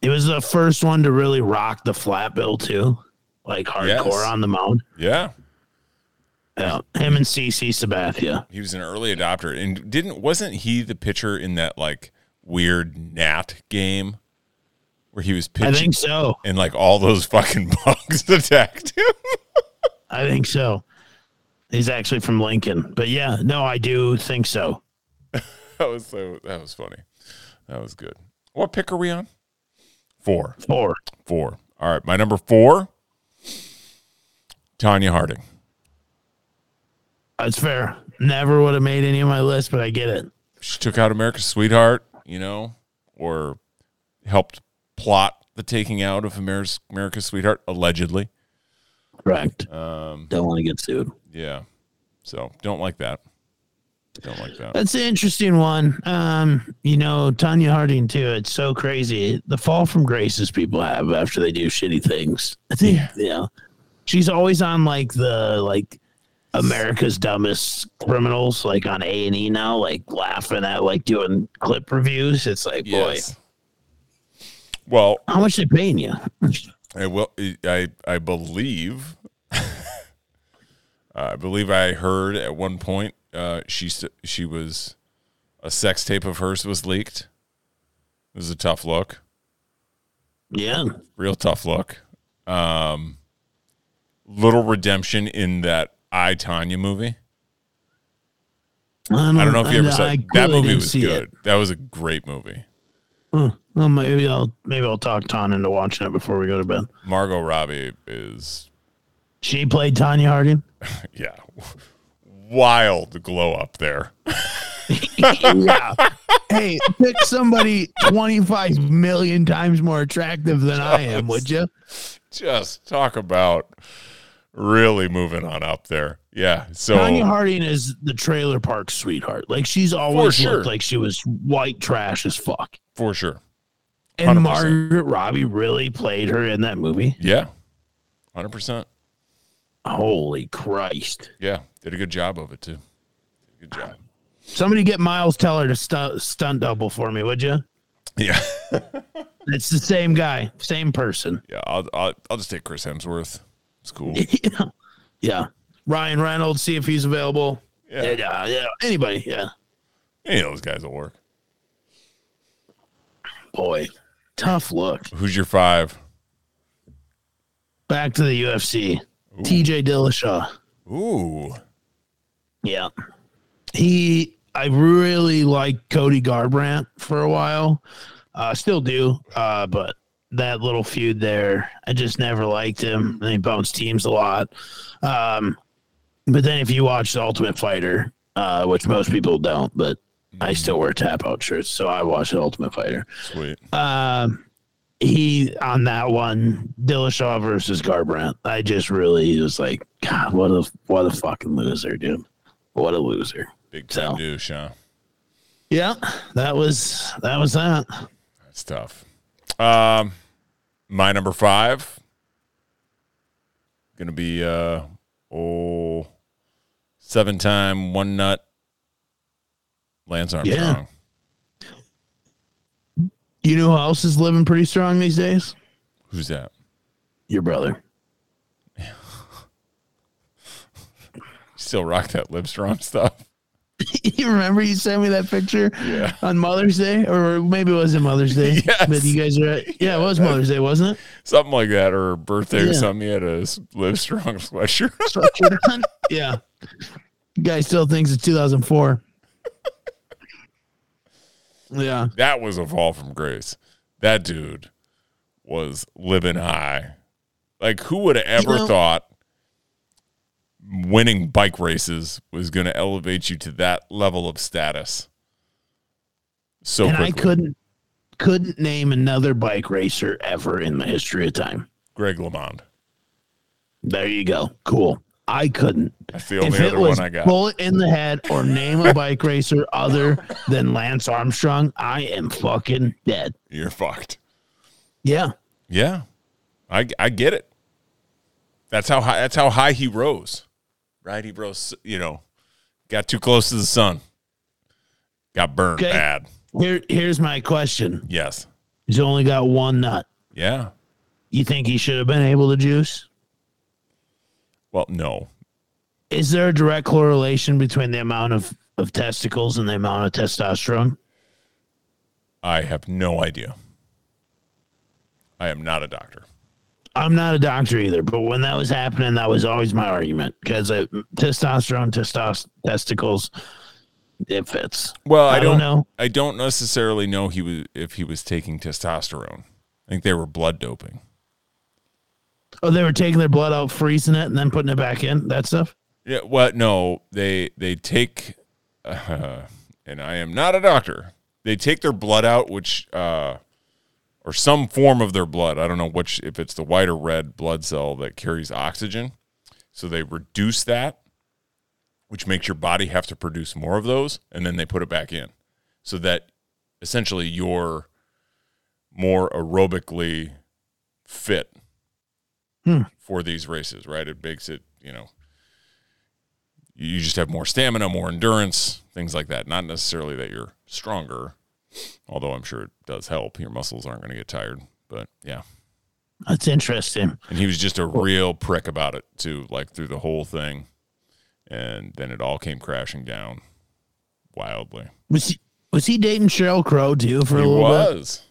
S5: He was the first one to really rock the flat bill too, like hardcore
S2: Yes.
S5: on the mound.
S2: Yeah.
S5: Yeah, him and CC Sabathia.
S2: He was an early adopter and didn't wasn't he the pitcher in that like weird Nat game where he was
S5: I
S2: pitching
S5: think so.
S2: and like all those fucking [laughs] bugs attacked him?
S5: I think so. He's actually from Lincoln, but yeah, no, I do think so.
S2: that was so that was funny. That was good. What pick are we on? Four.
S5: Four.
S2: Four. All right. My number four, Tanya Harding.
S5: That's fair. Never would have made any of my list, but I get it.
S2: She took out America's sweetheart, you know, or helped plot the taking out of America's, America's sweetheart, allegedly.
S5: Correct.
S2: Um,
S5: Don't want to get sued.
S2: Yeah. So don't like that. Don't like that.
S5: That's an interesting one. Um, you know, Tanya Harding too. It's so crazy the fall from graces people have after they do shitty things. I think yeah. she's always on like the like America's dumbest criminals, like on A and E now, like laughing at like doing clip reviews. It's like,
S2: Yes. Well,
S5: boy, how much they paying you?
S2: [laughs] I will. I I believe Uh, I believe I heard at one point uh, she s- she was a sex tape of hers was leaked. It was a tough look,
S5: Yeah.
S2: real tough look. Um, little redemption in that I Tanya movie. I don't know if you ever
S5: Mm, I-
S2: saw
S5: I
S2: that
S5: clearly
S2: movie
S5: didn't
S2: was
S5: see
S2: good.
S5: it.
S2: That was a great movie.
S5: Huh. Well, maybe I'll maybe I'll talk Ton into watching it before we go to bed.
S2: Margot Robbie is
S5: She played Tanya Harding.
S2: yeah, [laughs] wild glow up there.
S5: yeah. Hey, pick somebody 25 million times more attractive than I am, would you?
S2: Just talk about really moving on up there. Yeah. So
S5: Tanya Harding is the trailer park sweetheart. Like she's always
S2: For sure.
S5: looked like she was white trash as fuck.
S2: for sure.
S5: And
S2: 100%.
S5: Margaret Robbie really played her in that movie.
S2: Yeah. 100%.
S5: Holy Christ.
S2: Yeah. Did a good job of it too. Good job.
S5: Somebody get Miles Teller to stu- stunt double for me, would you?
S2: Yeah.
S5: It's the same guy, same person. [laughs]
S2: Yeah. I'll, I'll, I'll just take Chris Hemsworth. It's cool.
S5: yeah. yeah. Ryan Reynolds, see if he's available.
S2: Yeah.
S5: Yeah, yeah, yeah. Anybody. Yeah.
S2: Any of those guys will work.
S5: Boy, tough look.
S2: Who's your five?
S5: Back to the UFC. TJ Dillashaw.
S2: Ooh.
S5: Yeah. He, I really liked Cody Garbrandt for a while. Uh, still do. Uh, but that little feud there, I just never liked him. And he bounced teams a lot. Um, but then if you watch The Ultimate Fighter, uh, which most people don't, but I still wear tap out shirts. So I watch The Ultimate Fighter.
S2: Sweet.
S5: Um, he on that one, Dillashaw versus Garbrandt. I just really was like, God, what a what a fucking loser, dude. What a loser.
S2: Big
S5: So-
S2: time douche, huh?
S5: Yeah, that was that was that.
S2: That's tough. Um, my number five gonna be uh oh seven time one nut Lance Armstrong.
S5: You know who else is living pretty strong these days?
S2: Who's that?
S5: Your brother. [laughs]
S2: Still rock that Livestrong [laughs] stuff.
S5: you remember you sent me that picture
S2: Yeah.
S5: on Mother's Day, or maybe it wasn't Mother's Day.
S2: [laughs] Yes.
S5: But you guys are at, yeah, it was Mother's Day, wasn't it?
S2: Something like that, or her birthday or
S5: Yeah.
S2: something. He had a s- Livestrong [laughs] sweatshirt.
S5: Sweatshirt on? [laughs] yeah. You guys still thinks it's 2004. Yeah.
S2: that was a fall from grace. That dude was living high. Like, who would have ever
S5: know-
S2: thought winning bike races was going to elevate you to that level of status? So
S5: and
S2: quickly.
S5: I couldn't couldn't name another bike racer ever in the history of time.
S2: Greg LeMond.
S5: There you go. Cool. I couldn't.
S2: That's the
S5: If
S2: only
S5: it
S2: other one
S5: was
S2: I got.
S5: bullet in the head or name a bike racer other than Lance Armstrong, I am fucking dead.
S2: You're fucked.
S5: Yeah.
S2: Yeah, I I get it. That's how high. That's how high he rose. Right, he rose. You know, got too close to the sun. Got burned
S5: Okay.
S2: bad.
S5: Here here's my question.
S2: Yes.
S5: He's only got one nut.
S2: Yeah.
S5: You think he should have been able to juice?
S2: Well, no.
S5: Is there a direct correlation between the amount of, of testicles and the amount of testosterone?
S2: I have no idea. I am not a doctor.
S5: I'm not a doctor either, but when that was happening, that was always my argument because testosterone, testos- testicles, it fits.
S2: Well,
S5: I don't know.
S2: I don't necessarily know he was if he was taking testosterone. I think they were blood doping.
S5: Oh, they were taking their blood out, freezing it, and then putting it back in. That stuff.
S2: Yeah. Well, no, they they take, uh, [laughs] and I am not a doctor. They take their blood out, which uh, or some form of their blood. I don't know which. If it's the white or red blood cell that carries oxygen, so they reduce that, which makes your body have to produce more of those, and then they put it back in, so that essentially you're more aerobically fit
S5: Hmm.
S2: for these races. Right? It makes it you know you just have more stamina, more endurance, things like that. Not necessarily that you're stronger, although I'm sure it does help. Your muscles aren't going to get tired, but yeah.
S5: That's interesting.
S2: And he was just a real prick about it too, like through the whole thing. and then it all came crashing down wildly.
S5: Was he, was he dating Cheryl Crow too for
S2: He
S5: a little bit?
S2: was.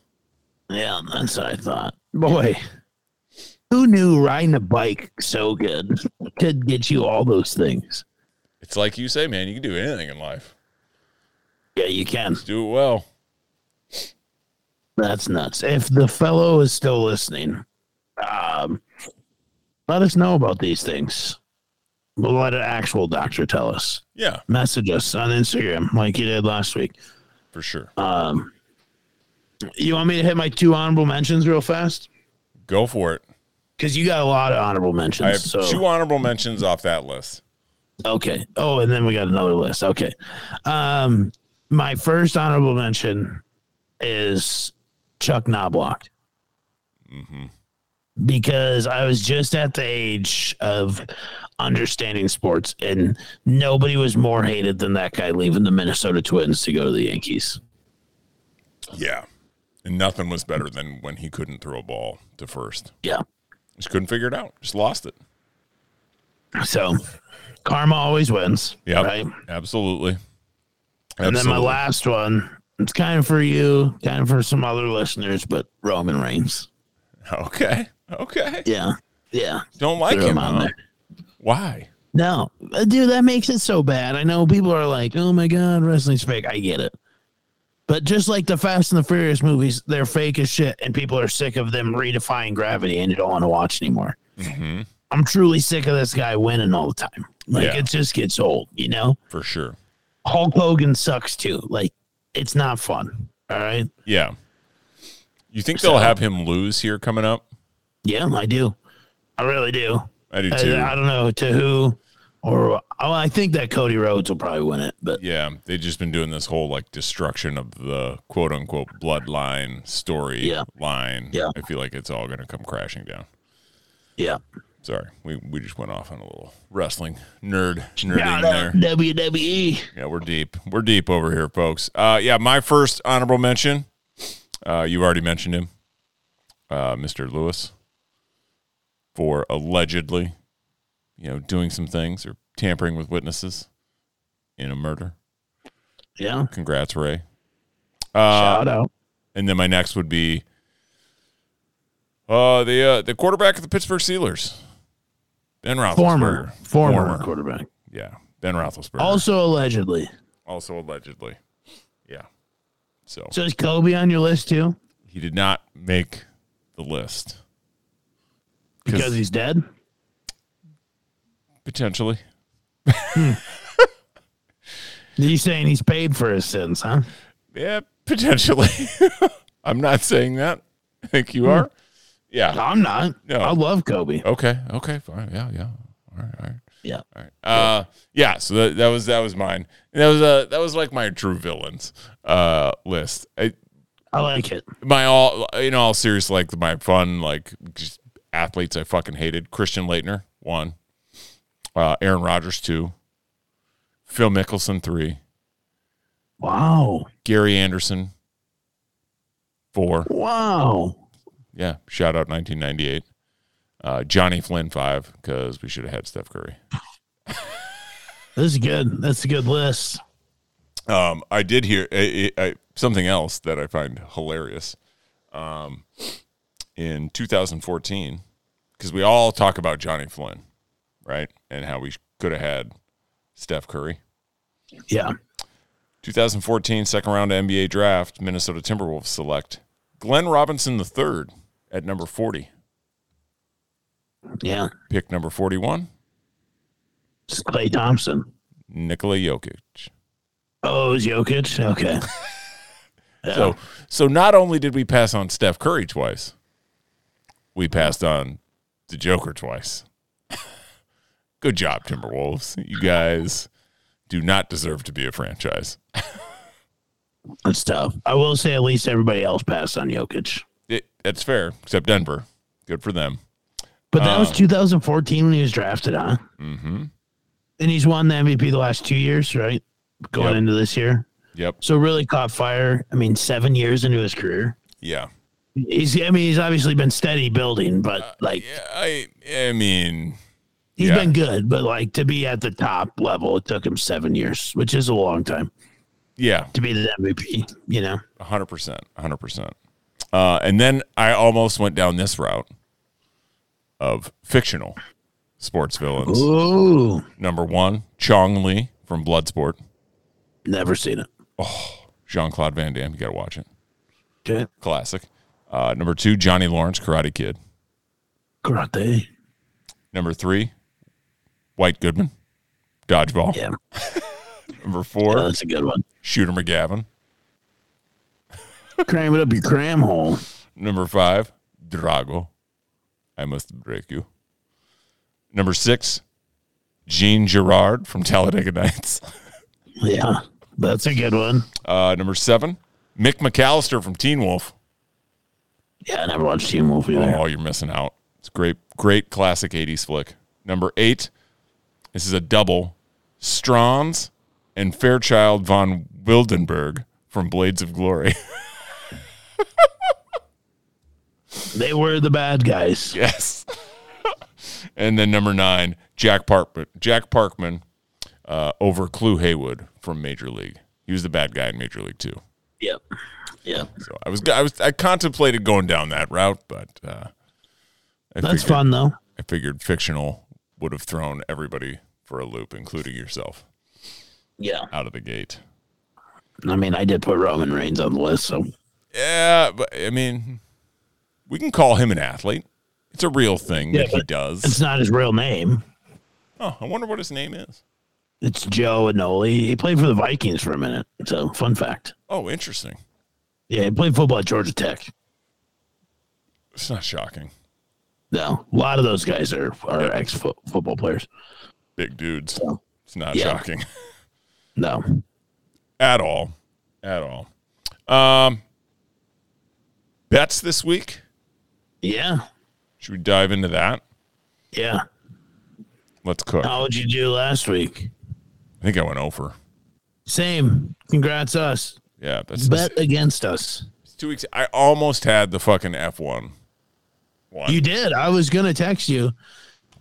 S5: Yeah, that's what I thought. Boy, who knew riding a bike so good could get you all those things?
S2: It's like you say, man. You can do anything in life.
S5: Yeah, you can.
S2: Do it well.
S5: That's nuts. If the fellow is still listening, um, let us know about these things. We'll let an actual doctor tell us.
S2: Yeah,
S5: Message us on Instagram like you did last week.
S2: for sure.
S5: Um, you want me to hit my two honorable mentions real fast?
S2: Go for it.
S5: Because you got a lot of honorable
S2: I
S5: mentions.
S2: have
S5: so.
S2: two honorable mentions off that list.
S5: Okay. Oh, and then we got another list. Okay. Um, my first honorable mention is Chuck Knoblock. Because I was just at the age of understanding sports, and nobody was more hated than that guy leaving the Minnesota Twins to go to the Yankees.
S2: Yeah, and nothing was better than when he couldn't throw a ball to first.
S5: Yeah.
S2: Just couldn't figure it out. Just lost it.
S5: So karma always wins.
S2: Yeah,
S5: Right.
S2: absolutely.
S5: And then my
S2: Absolutely.
S5: last one, it's kind of for you, kind of for some other listeners, but Roman Reigns.
S2: Okay, okay.
S5: Yeah. Yeah.
S2: Don't like
S5: Throw
S2: him.
S5: him on
S2: huh?
S5: there.
S2: Why?
S5: No, Uh, dude, that makes it so bad. I know people are like, "Oh my god, wrestling's fake." I get it, but just like the Fast and the Furious movies, they're fake as shit, and people are sick of them redefying gravity, and you don't want to watch anymore. I'm truly sick of this guy winning all the time. Like
S2: Mm-hmm. Yeah.
S5: it just gets old, you know.
S2: For sure.
S5: Hulk Hogan sucks too. Like it's not fun. All right.
S2: Yeah. You think they'll have him lose here coming up?
S5: Yeah, I do. I really do.
S2: I do
S5: I,
S2: too.
S5: Uh, I don't know to who or oh, I think that Cody Rhodes will probably win it, but
S2: yeah, they've just been doing this whole like destruction of the quote unquote bloodline story
S5: Yeah.
S2: line.
S5: Yeah.
S2: I feel like it's all going to come crashing down.
S5: yeah.
S2: Sorry, we, we just went off on a little wrestling nerd nerding
S5: Shout
S2: there.
S5: out WWE.
S2: Yeah, we're deep. We're deep over here, folks. Uh, yeah, my first honorable mention. Uh, you already mentioned him, uh, Mr. Lewis, for allegedly, you know, doing some things or tampering with witnesses in a murder.
S5: Yeah.
S2: Congrats, Ray.
S5: Shout out.
S2: And then my next would be uh, the uh, the quarterback of the Pittsburgh Steelers, Ben Roethlisberger.
S5: Former, former, quarterback.
S2: yeah, Ben Roethlisberger.
S5: Also allegedly.
S2: also allegedly, yeah. So
S5: So is Kobe on your list too?
S2: he did not make the list
S5: Because he's dead?
S2: potentially.
S5: You saying he's paid for his sins, huh?
S2: Yeah, potentially. [laughs] I'm not saying that. I think you are. Yeah.
S5: I'm not.
S2: No. Oh.
S5: I love Kobe.
S2: Okay. Okay. Fine. Yeah. Yeah. All right. All right.
S5: Yeah.
S2: Uh, yeah. So that, that was that was mine. And that was uh that was like my true villains uh list. I,
S5: I like it.
S2: my all in all serious like my fun like just athletes I fucking hated Christian Leitner one, uh, Aaron Rodgers two, Phil Mickelson three,
S5: Wow.
S2: Gary Anderson four.
S5: Wow.
S2: Yeah, shout out 1998. Uh, Johnny Flynn five because we should have had Steph Curry.
S5: This is good. That's a good list.
S2: Um, I did hear I, I, I- something else that I find hilarious. Um, in 2014, because we all talk about Johnny Flynn, right, and how we could have had Steph Curry.
S5: Yeah.
S2: 2014 second round NBA draft, Minnesota Timberwolves select Glenn Robinson III at number 40,
S5: Yeah.
S2: pick number 41,
S5: It's Clay Thompson.
S2: Nikola Jokic.
S5: Oh, it's Jokic? Okay.
S2: So so not only did we pass on Steph Curry twice, we passed on the Joker twice. [laughs] Good job, Timberwolves. You guys do not deserve to be a franchise.
S5: That's tough. I will say at least everybody else passed on Jokic.
S2: It, that's fair, except Denver. Good for them.
S5: But that
S2: Oh.
S5: was 2014 when he was drafted, huh? Mm-hmm. And he's won the MVP the last two years, right? Going
S2: Yep.
S5: into this year.
S2: Yep.
S5: So really caught fire. I mean, seven years into his career.
S2: Yeah. Uh,
S5: He's I mean, he's obviously been steady building, but like
S2: I I mean,
S5: He's
S2: Yeah.
S5: been good, but like to be at the top level, it took him seven years, which is a long time
S2: Yeah,
S5: to be the MVP. You know,
S2: 100%. 100%. Uh, and then I almost went down this route of fictional sports villains.
S5: ooh,
S2: Number one, Chong Lee from Bloodsport.
S5: never seen it.
S2: Jean Claude Van Damme. You got to watch it.
S5: Okay,
S2: Classic. Uh, number two, Johnny Lawrence, Karate Kid.
S5: karate.
S2: Number three, White Goodman, Dodgeball.
S5: Yeah,
S2: Number four,
S5: that's a good one.
S2: Shooter McGavin.
S5: Cram it up your cram hole.
S2: Number five, Drago. I must break you. Number six, Jean Girard from Talladega Nights. [laughs]
S5: Yeah, that's a good one.
S2: Uh, number seven, Mick McAllister from Teen Wolf.
S5: Yeah, I never watched Team Wolf either.
S2: Oh, you're missing out. It's a great, great classic 80s flick. Number eight, this is a double Strons and Fairchild von Wildenberg from Blades of Glory. [laughs]
S5: They were the bad guys.
S2: yes. [laughs] and then number nine, Jack Parkman, Jack Parkman uh, over Clue Haywood from Major League. He was the bad guy in Major League too.
S5: Yep. Yep.
S2: So I was, I was, I contemplated going down that route, but uh, I figured-
S5: That's fun though.
S2: I figured fictional would have thrown everybody for a loop, including yourself,
S5: Yeah.
S2: out of the gate.
S5: I mean, I did put Roman Reigns on the list, so
S2: Yeah, but I mean, we can call him an athlete. It's a real thing
S5: Yeah,
S2: that he
S5: but it's
S2: does.
S5: not his real name.
S2: Oh, I wonder what his name is.
S5: It's Joe Anoli. He played for the Vikings for a minute. So, fun fact.
S2: Oh, interesting.
S5: Yeah, he played football at Georgia Tech.
S2: It's not shocking.
S5: No, a lot of those guys are, are ex football players.
S2: Big dudes.
S5: So,
S2: It's not
S5: Yeah.
S2: shocking [laughs]
S5: no.
S2: at all. At all. Um, bets this week.
S5: Yeah.
S2: Should we dive into that?
S5: Yeah.
S2: Let's cook. I
S5: How would you do last week?
S2: think I went over.
S5: Same. Congrats, us.
S2: Yeah, that's
S5: Bet against us.
S2: it's two weeks. I almost had the fucking F one. One.
S5: You did. I was going to text you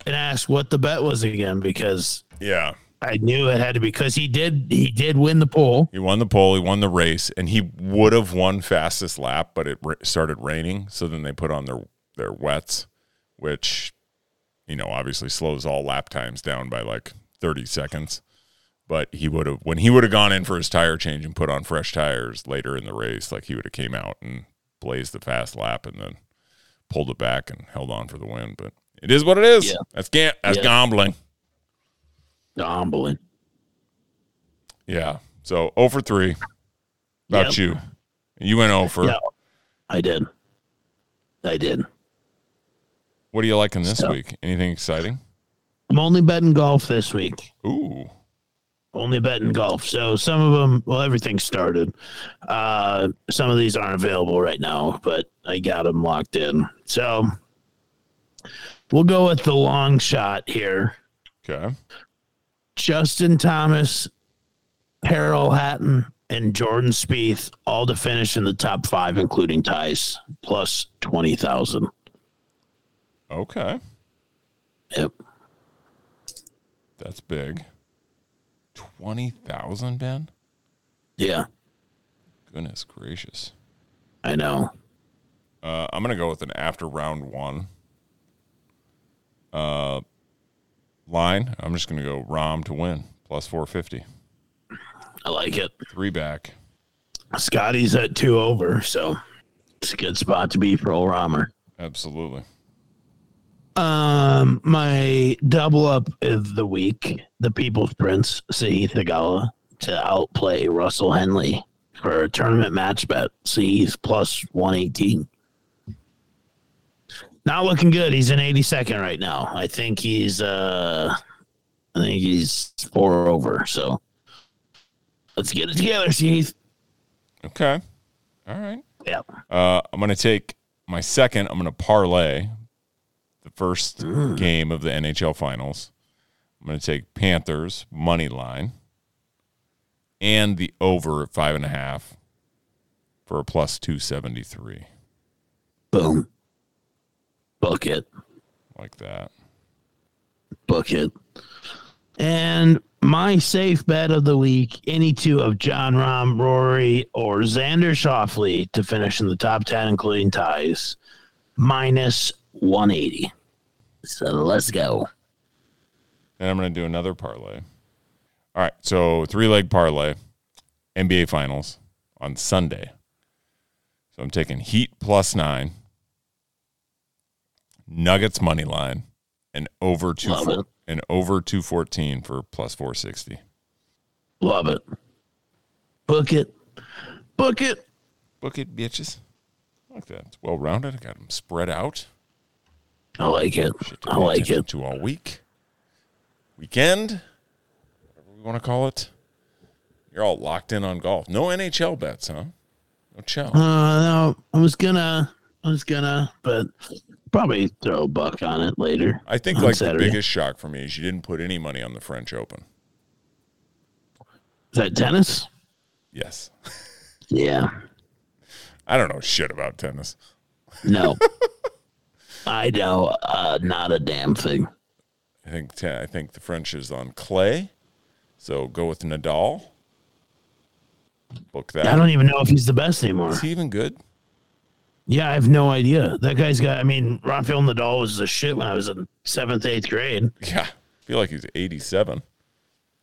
S5: and ask what the bet was again because
S2: Yeah.
S5: I knew it had to be because he did he did win the poll.
S2: He won the pole, he won the race, and he would have won fastest lap, but it ra- started raining, so then they put on their their wets, which you know, obviously slows all lap times down by like 30 seconds. But he would have when he would have gone in for his tire change and put on fresh tires later in the race, like he would have came out and blazed the fast lap and then pulled it back and held on for the win, but it is what it is.
S5: Yeah.
S2: That's ga- that's
S5: Yeah.
S2: gambling.
S5: Gambling.
S2: Yeah. So 0 for 3 about
S5: Yep.
S2: you. You went 0 for
S5: Yeah, I did. I did.
S2: What are you liking this
S5: So-
S2: week? Anything exciting?
S5: I'm only betting golf this week.
S2: Ooh.
S5: Only betting golf. So some of them, well, everything started. Uh, some of these aren't available right now, but I got them locked in. So we'll go with the long shot here.
S2: Okay.
S5: Justin Thomas, Harold Hatton, and Jordan Spieth all to finish in the top five, including ties, plus twenty thousand.
S2: Okay.
S5: Yep.
S2: That's big. 20,000, Ben?
S5: Yeah,
S2: Goodness gracious.
S5: I know.
S2: Uh, I'm going to go with an after round one uh, line. I'm just going to go ROM to win, plus 450.
S5: I like it.
S2: Three back.
S5: Scotty's at two over, so it's a good spot to be for old Romer.
S2: Absolutely.
S5: Um, my double up of the week, the People's Prince, Saeed Tagala, to outplay Russell Henley for a tournament match bet. Saeed's plus 118. Not looking good. He's in 82nd right now. I think he's, uh, I think he's four over. So let's get it together, Saeed.
S2: Okay. All right.
S5: Yeah.
S2: Uh, I'm going to take my second. I'm going to parlay the first game of the NHL Finals. I'm going to take Panthers money line and the over at five and a half for a plus two seventy three,
S5: Boom. Book it.
S2: like that.
S5: book it. And my safe bet of the week, any two of John Rahm, Rory, or Xander Shoffley to finish in the top 10, including ties, minus 180. So let's go.
S2: And I'm going to do another parlay. All right. So three leg parlay, NBA Finals on Sunday. So I'm taking Heat plus nine, Nuggets money line, and over two
S5: Love
S2: four,
S5: it.
S2: and over two fourteen for plus four sixty.
S5: Love it. Book it. Book it.
S2: Book it, bitches. I like that. It's well rounded. I got them spread out.
S5: I like it.
S2: Shit to
S5: I
S2: pay
S5: like
S2: attention
S5: it.
S2: To all week, weekend, whatever we want to call it. You're all locked in on golf. No NHL bets, huh? No chill.
S5: Uh, no, I was gonna, I was gonna, but probably throw a buck on it later.
S2: I think
S5: on
S2: like
S5: Saturday.
S2: the biggest shock for me is you didn't put any money on the French Open.
S5: is that tennis.
S2: Yes. [laughs]
S5: Yeah,
S2: I don't know shit about tennis.
S5: no, I know, uh, not a damn thing.
S2: I think te- I think the French is on clay. So go with Nadal. Book
S5: I
S2: that.
S5: don't even know if he's the best anymore.
S2: Is he even good? [laughs]
S5: Yeah, I have no idea. That guy's got. I mean, Rafael Nadal was the shit when I was in seventh, eighth grade.
S2: Yeah. I feel like he's 87.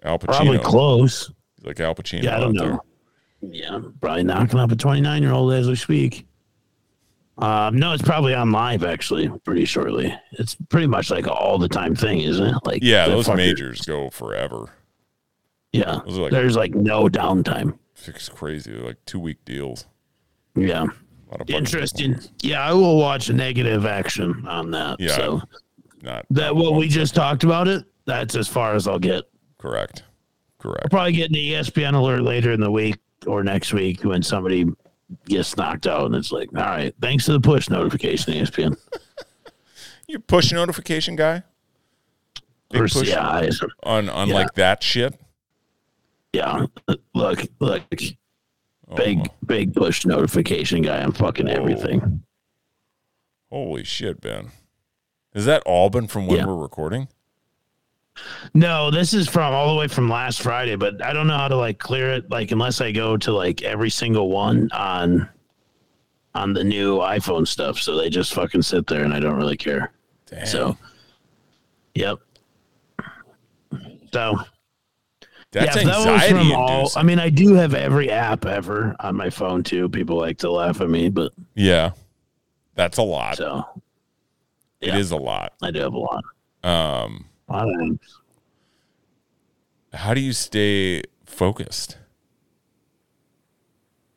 S2: Al Pacino.
S5: Probably close.
S2: He's like Al Pacino.
S5: Yeah, I don't
S2: out there.
S5: know. Yeah, probably knocking up a 29 year old as we speak. Um, no, it's probably on live actually, pretty shortly. It's pretty much like all the time thing, isn't it? Like
S2: Yeah,
S5: the
S2: those
S5: fucker-
S2: majors go forever.
S5: Yeah,
S2: those are like-
S5: there's like no downtime.
S2: It's crazy. They're like two week deals. A
S5: Yeah,
S2: lot of fucking-
S5: interesting. Yeah, I will watch negative action on that.
S2: Yeah.
S5: So
S2: Not
S5: that what we just talked about it. That's as far as I'll get.
S2: correct. Correct.
S5: Probably get an E ESPN alert later in the week or next week when somebody gets knocked out, and it's like, all right, thanks to the push notification, E ESPN.
S2: You push notification guy Big
S5: Or,
S2: push.
S5: yeah, I-
S2: on on like that shit.
S5: yeah. Look, look,
S2: Oh,
S5: big, big push notification guy on fucking everything.
S2: Holy shit, Ben. Is that all been from when
S5: Yeah.
S2: we're recording?
S5: No, this is from all the way from last Friday, but I don't know how to like clear it. Like unless I go to like every single one on on the new iPhone stuff, so they just fucking sit there, and I don't really care.
S2: Damn.
S5: So, yep. So
S2: That's
S5: if
S2: anxiety.
S5: all.
S2: inducing.
S5: I mean, I do have every app ever on my phone too. People like to laugh at me, but
S2: yeah. That's a lot.
S5: so
S2: It
S5: yeah.
S2: is a lot.
S5: I do have a lot.
S2: Um
S5: A lot of apps.
S2: how do you stay focused?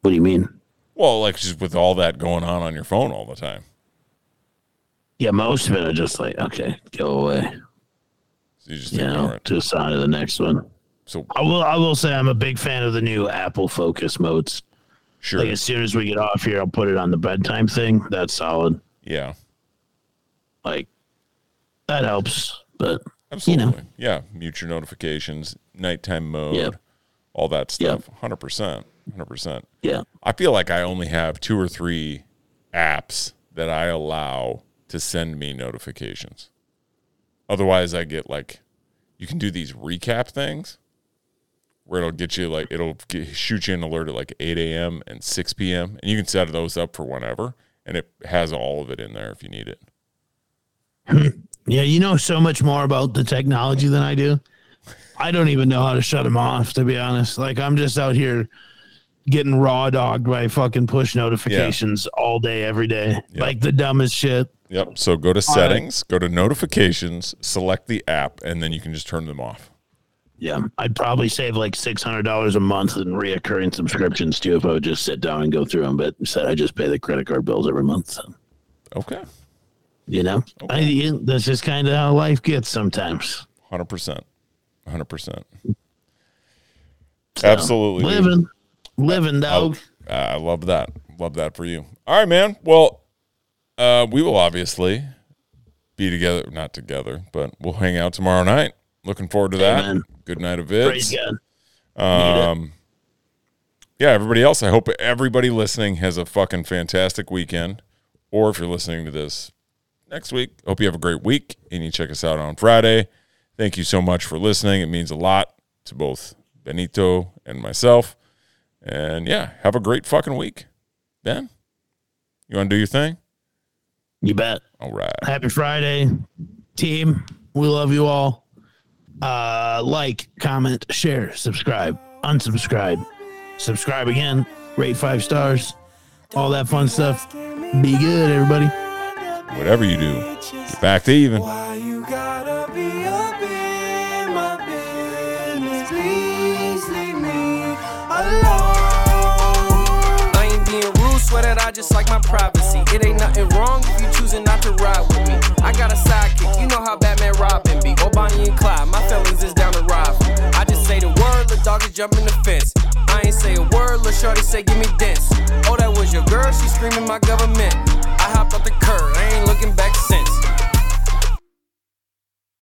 S5: What do you mean?
S2: Well, like just with all that going on on your phone all the time.
S5: Yeah, most of it are just like, okay, go away.
S2: So you just
S5: You
S2: ignore
S5: know,
S2: it.
S5: just on to the next one.
S2: So
S5: I will. I will say I'm a big fan of the new Apple Focus modes.
S2: sure.
S5: Like as soon as we get off here, I'll put it on the bedtime thing. That's solid.
S2: Yeah.
S5: Like that helps. But
S2: Absolutely. Yeah. Mute your notifications, nighttime mode,
S5: Yep.
S2: all that
S5: Yep.
S2: stuff. Hundred percent. Hundred percent.
S5: yeah,
S2: I feel like I only have two or three apps that I allow to send me notifications. Otherwise, I get like, you can do these recap things where it'll get you like, it'll get, shoot you an alert at like 8 a.m. and 6 p.m. And you can set those up for whenever. And it has all of it in there if you need it.
S5: yeah. You know so much more about the technology than I do. I don't even know how to shut them off. To be honest, like I'm just out here getting raw dogged by fucking push notifications all day, every day. Like the dumbest shit.
S2: Yep. So go to
S5: right.
S2: settings, go to notifications, select the app, and then you can just turn them off.
S5: Yeah, I'd probably save like six hundred dollars a month in reoccurring subscriptions too if I would just sit down and go through them. But instead, I just pay the credit card bills every month. So,
S2: Okay.
S5: you know, I, you- that's just kind of how life gets sometimes.
S2: Hundred percent, hundred percent. Absolutely, dude.
S5: Living, living, dog.
S2: Uh, I love that. Love that for you. All right, man. Well, uh, we will obviously be together, not together, but we'll hang out tomorrow night. Looking forward to that.
S5: Amen.
S2: Good night of
S5: Praise
S2: vids.
S5: God.
S2: Um, yeah, everybody else. I hope everybody listening has a fucking fantastic weekend. Or if you're listening to this next week, hope you have a great week and you check us out on Friday. Thank you so much for listening. It means a lot to both Benito and myself. And yeah, have a great fucking week. Ben, you want to do your thing?
S5: You bet.
S2: All right.
S5: Happy Friday, team. We love you all. Uh, like, comment, share, subscribe, unsubscribe, subscribe again, rate five stars, all that fun stuff. Be good, everybody.
S2: Whatever you do, get back to even.
S6: Why you gotta be up in my business? Please leave me alone.
S1: I ain't being rude, swear that I just like my privacy. It ain't nothing wrong if you choosing not to ride with me. I got a sidekick, you know how Batman Robin be. Or Bonnie and Clyde, my feelings is down to ride. I just say the word, the dog is jumping the fence. I ain't say a word, lil' shorty say give me dents. Oh, that was your girl, she screaming my government. I hopped off the curb, I ain't looking back since.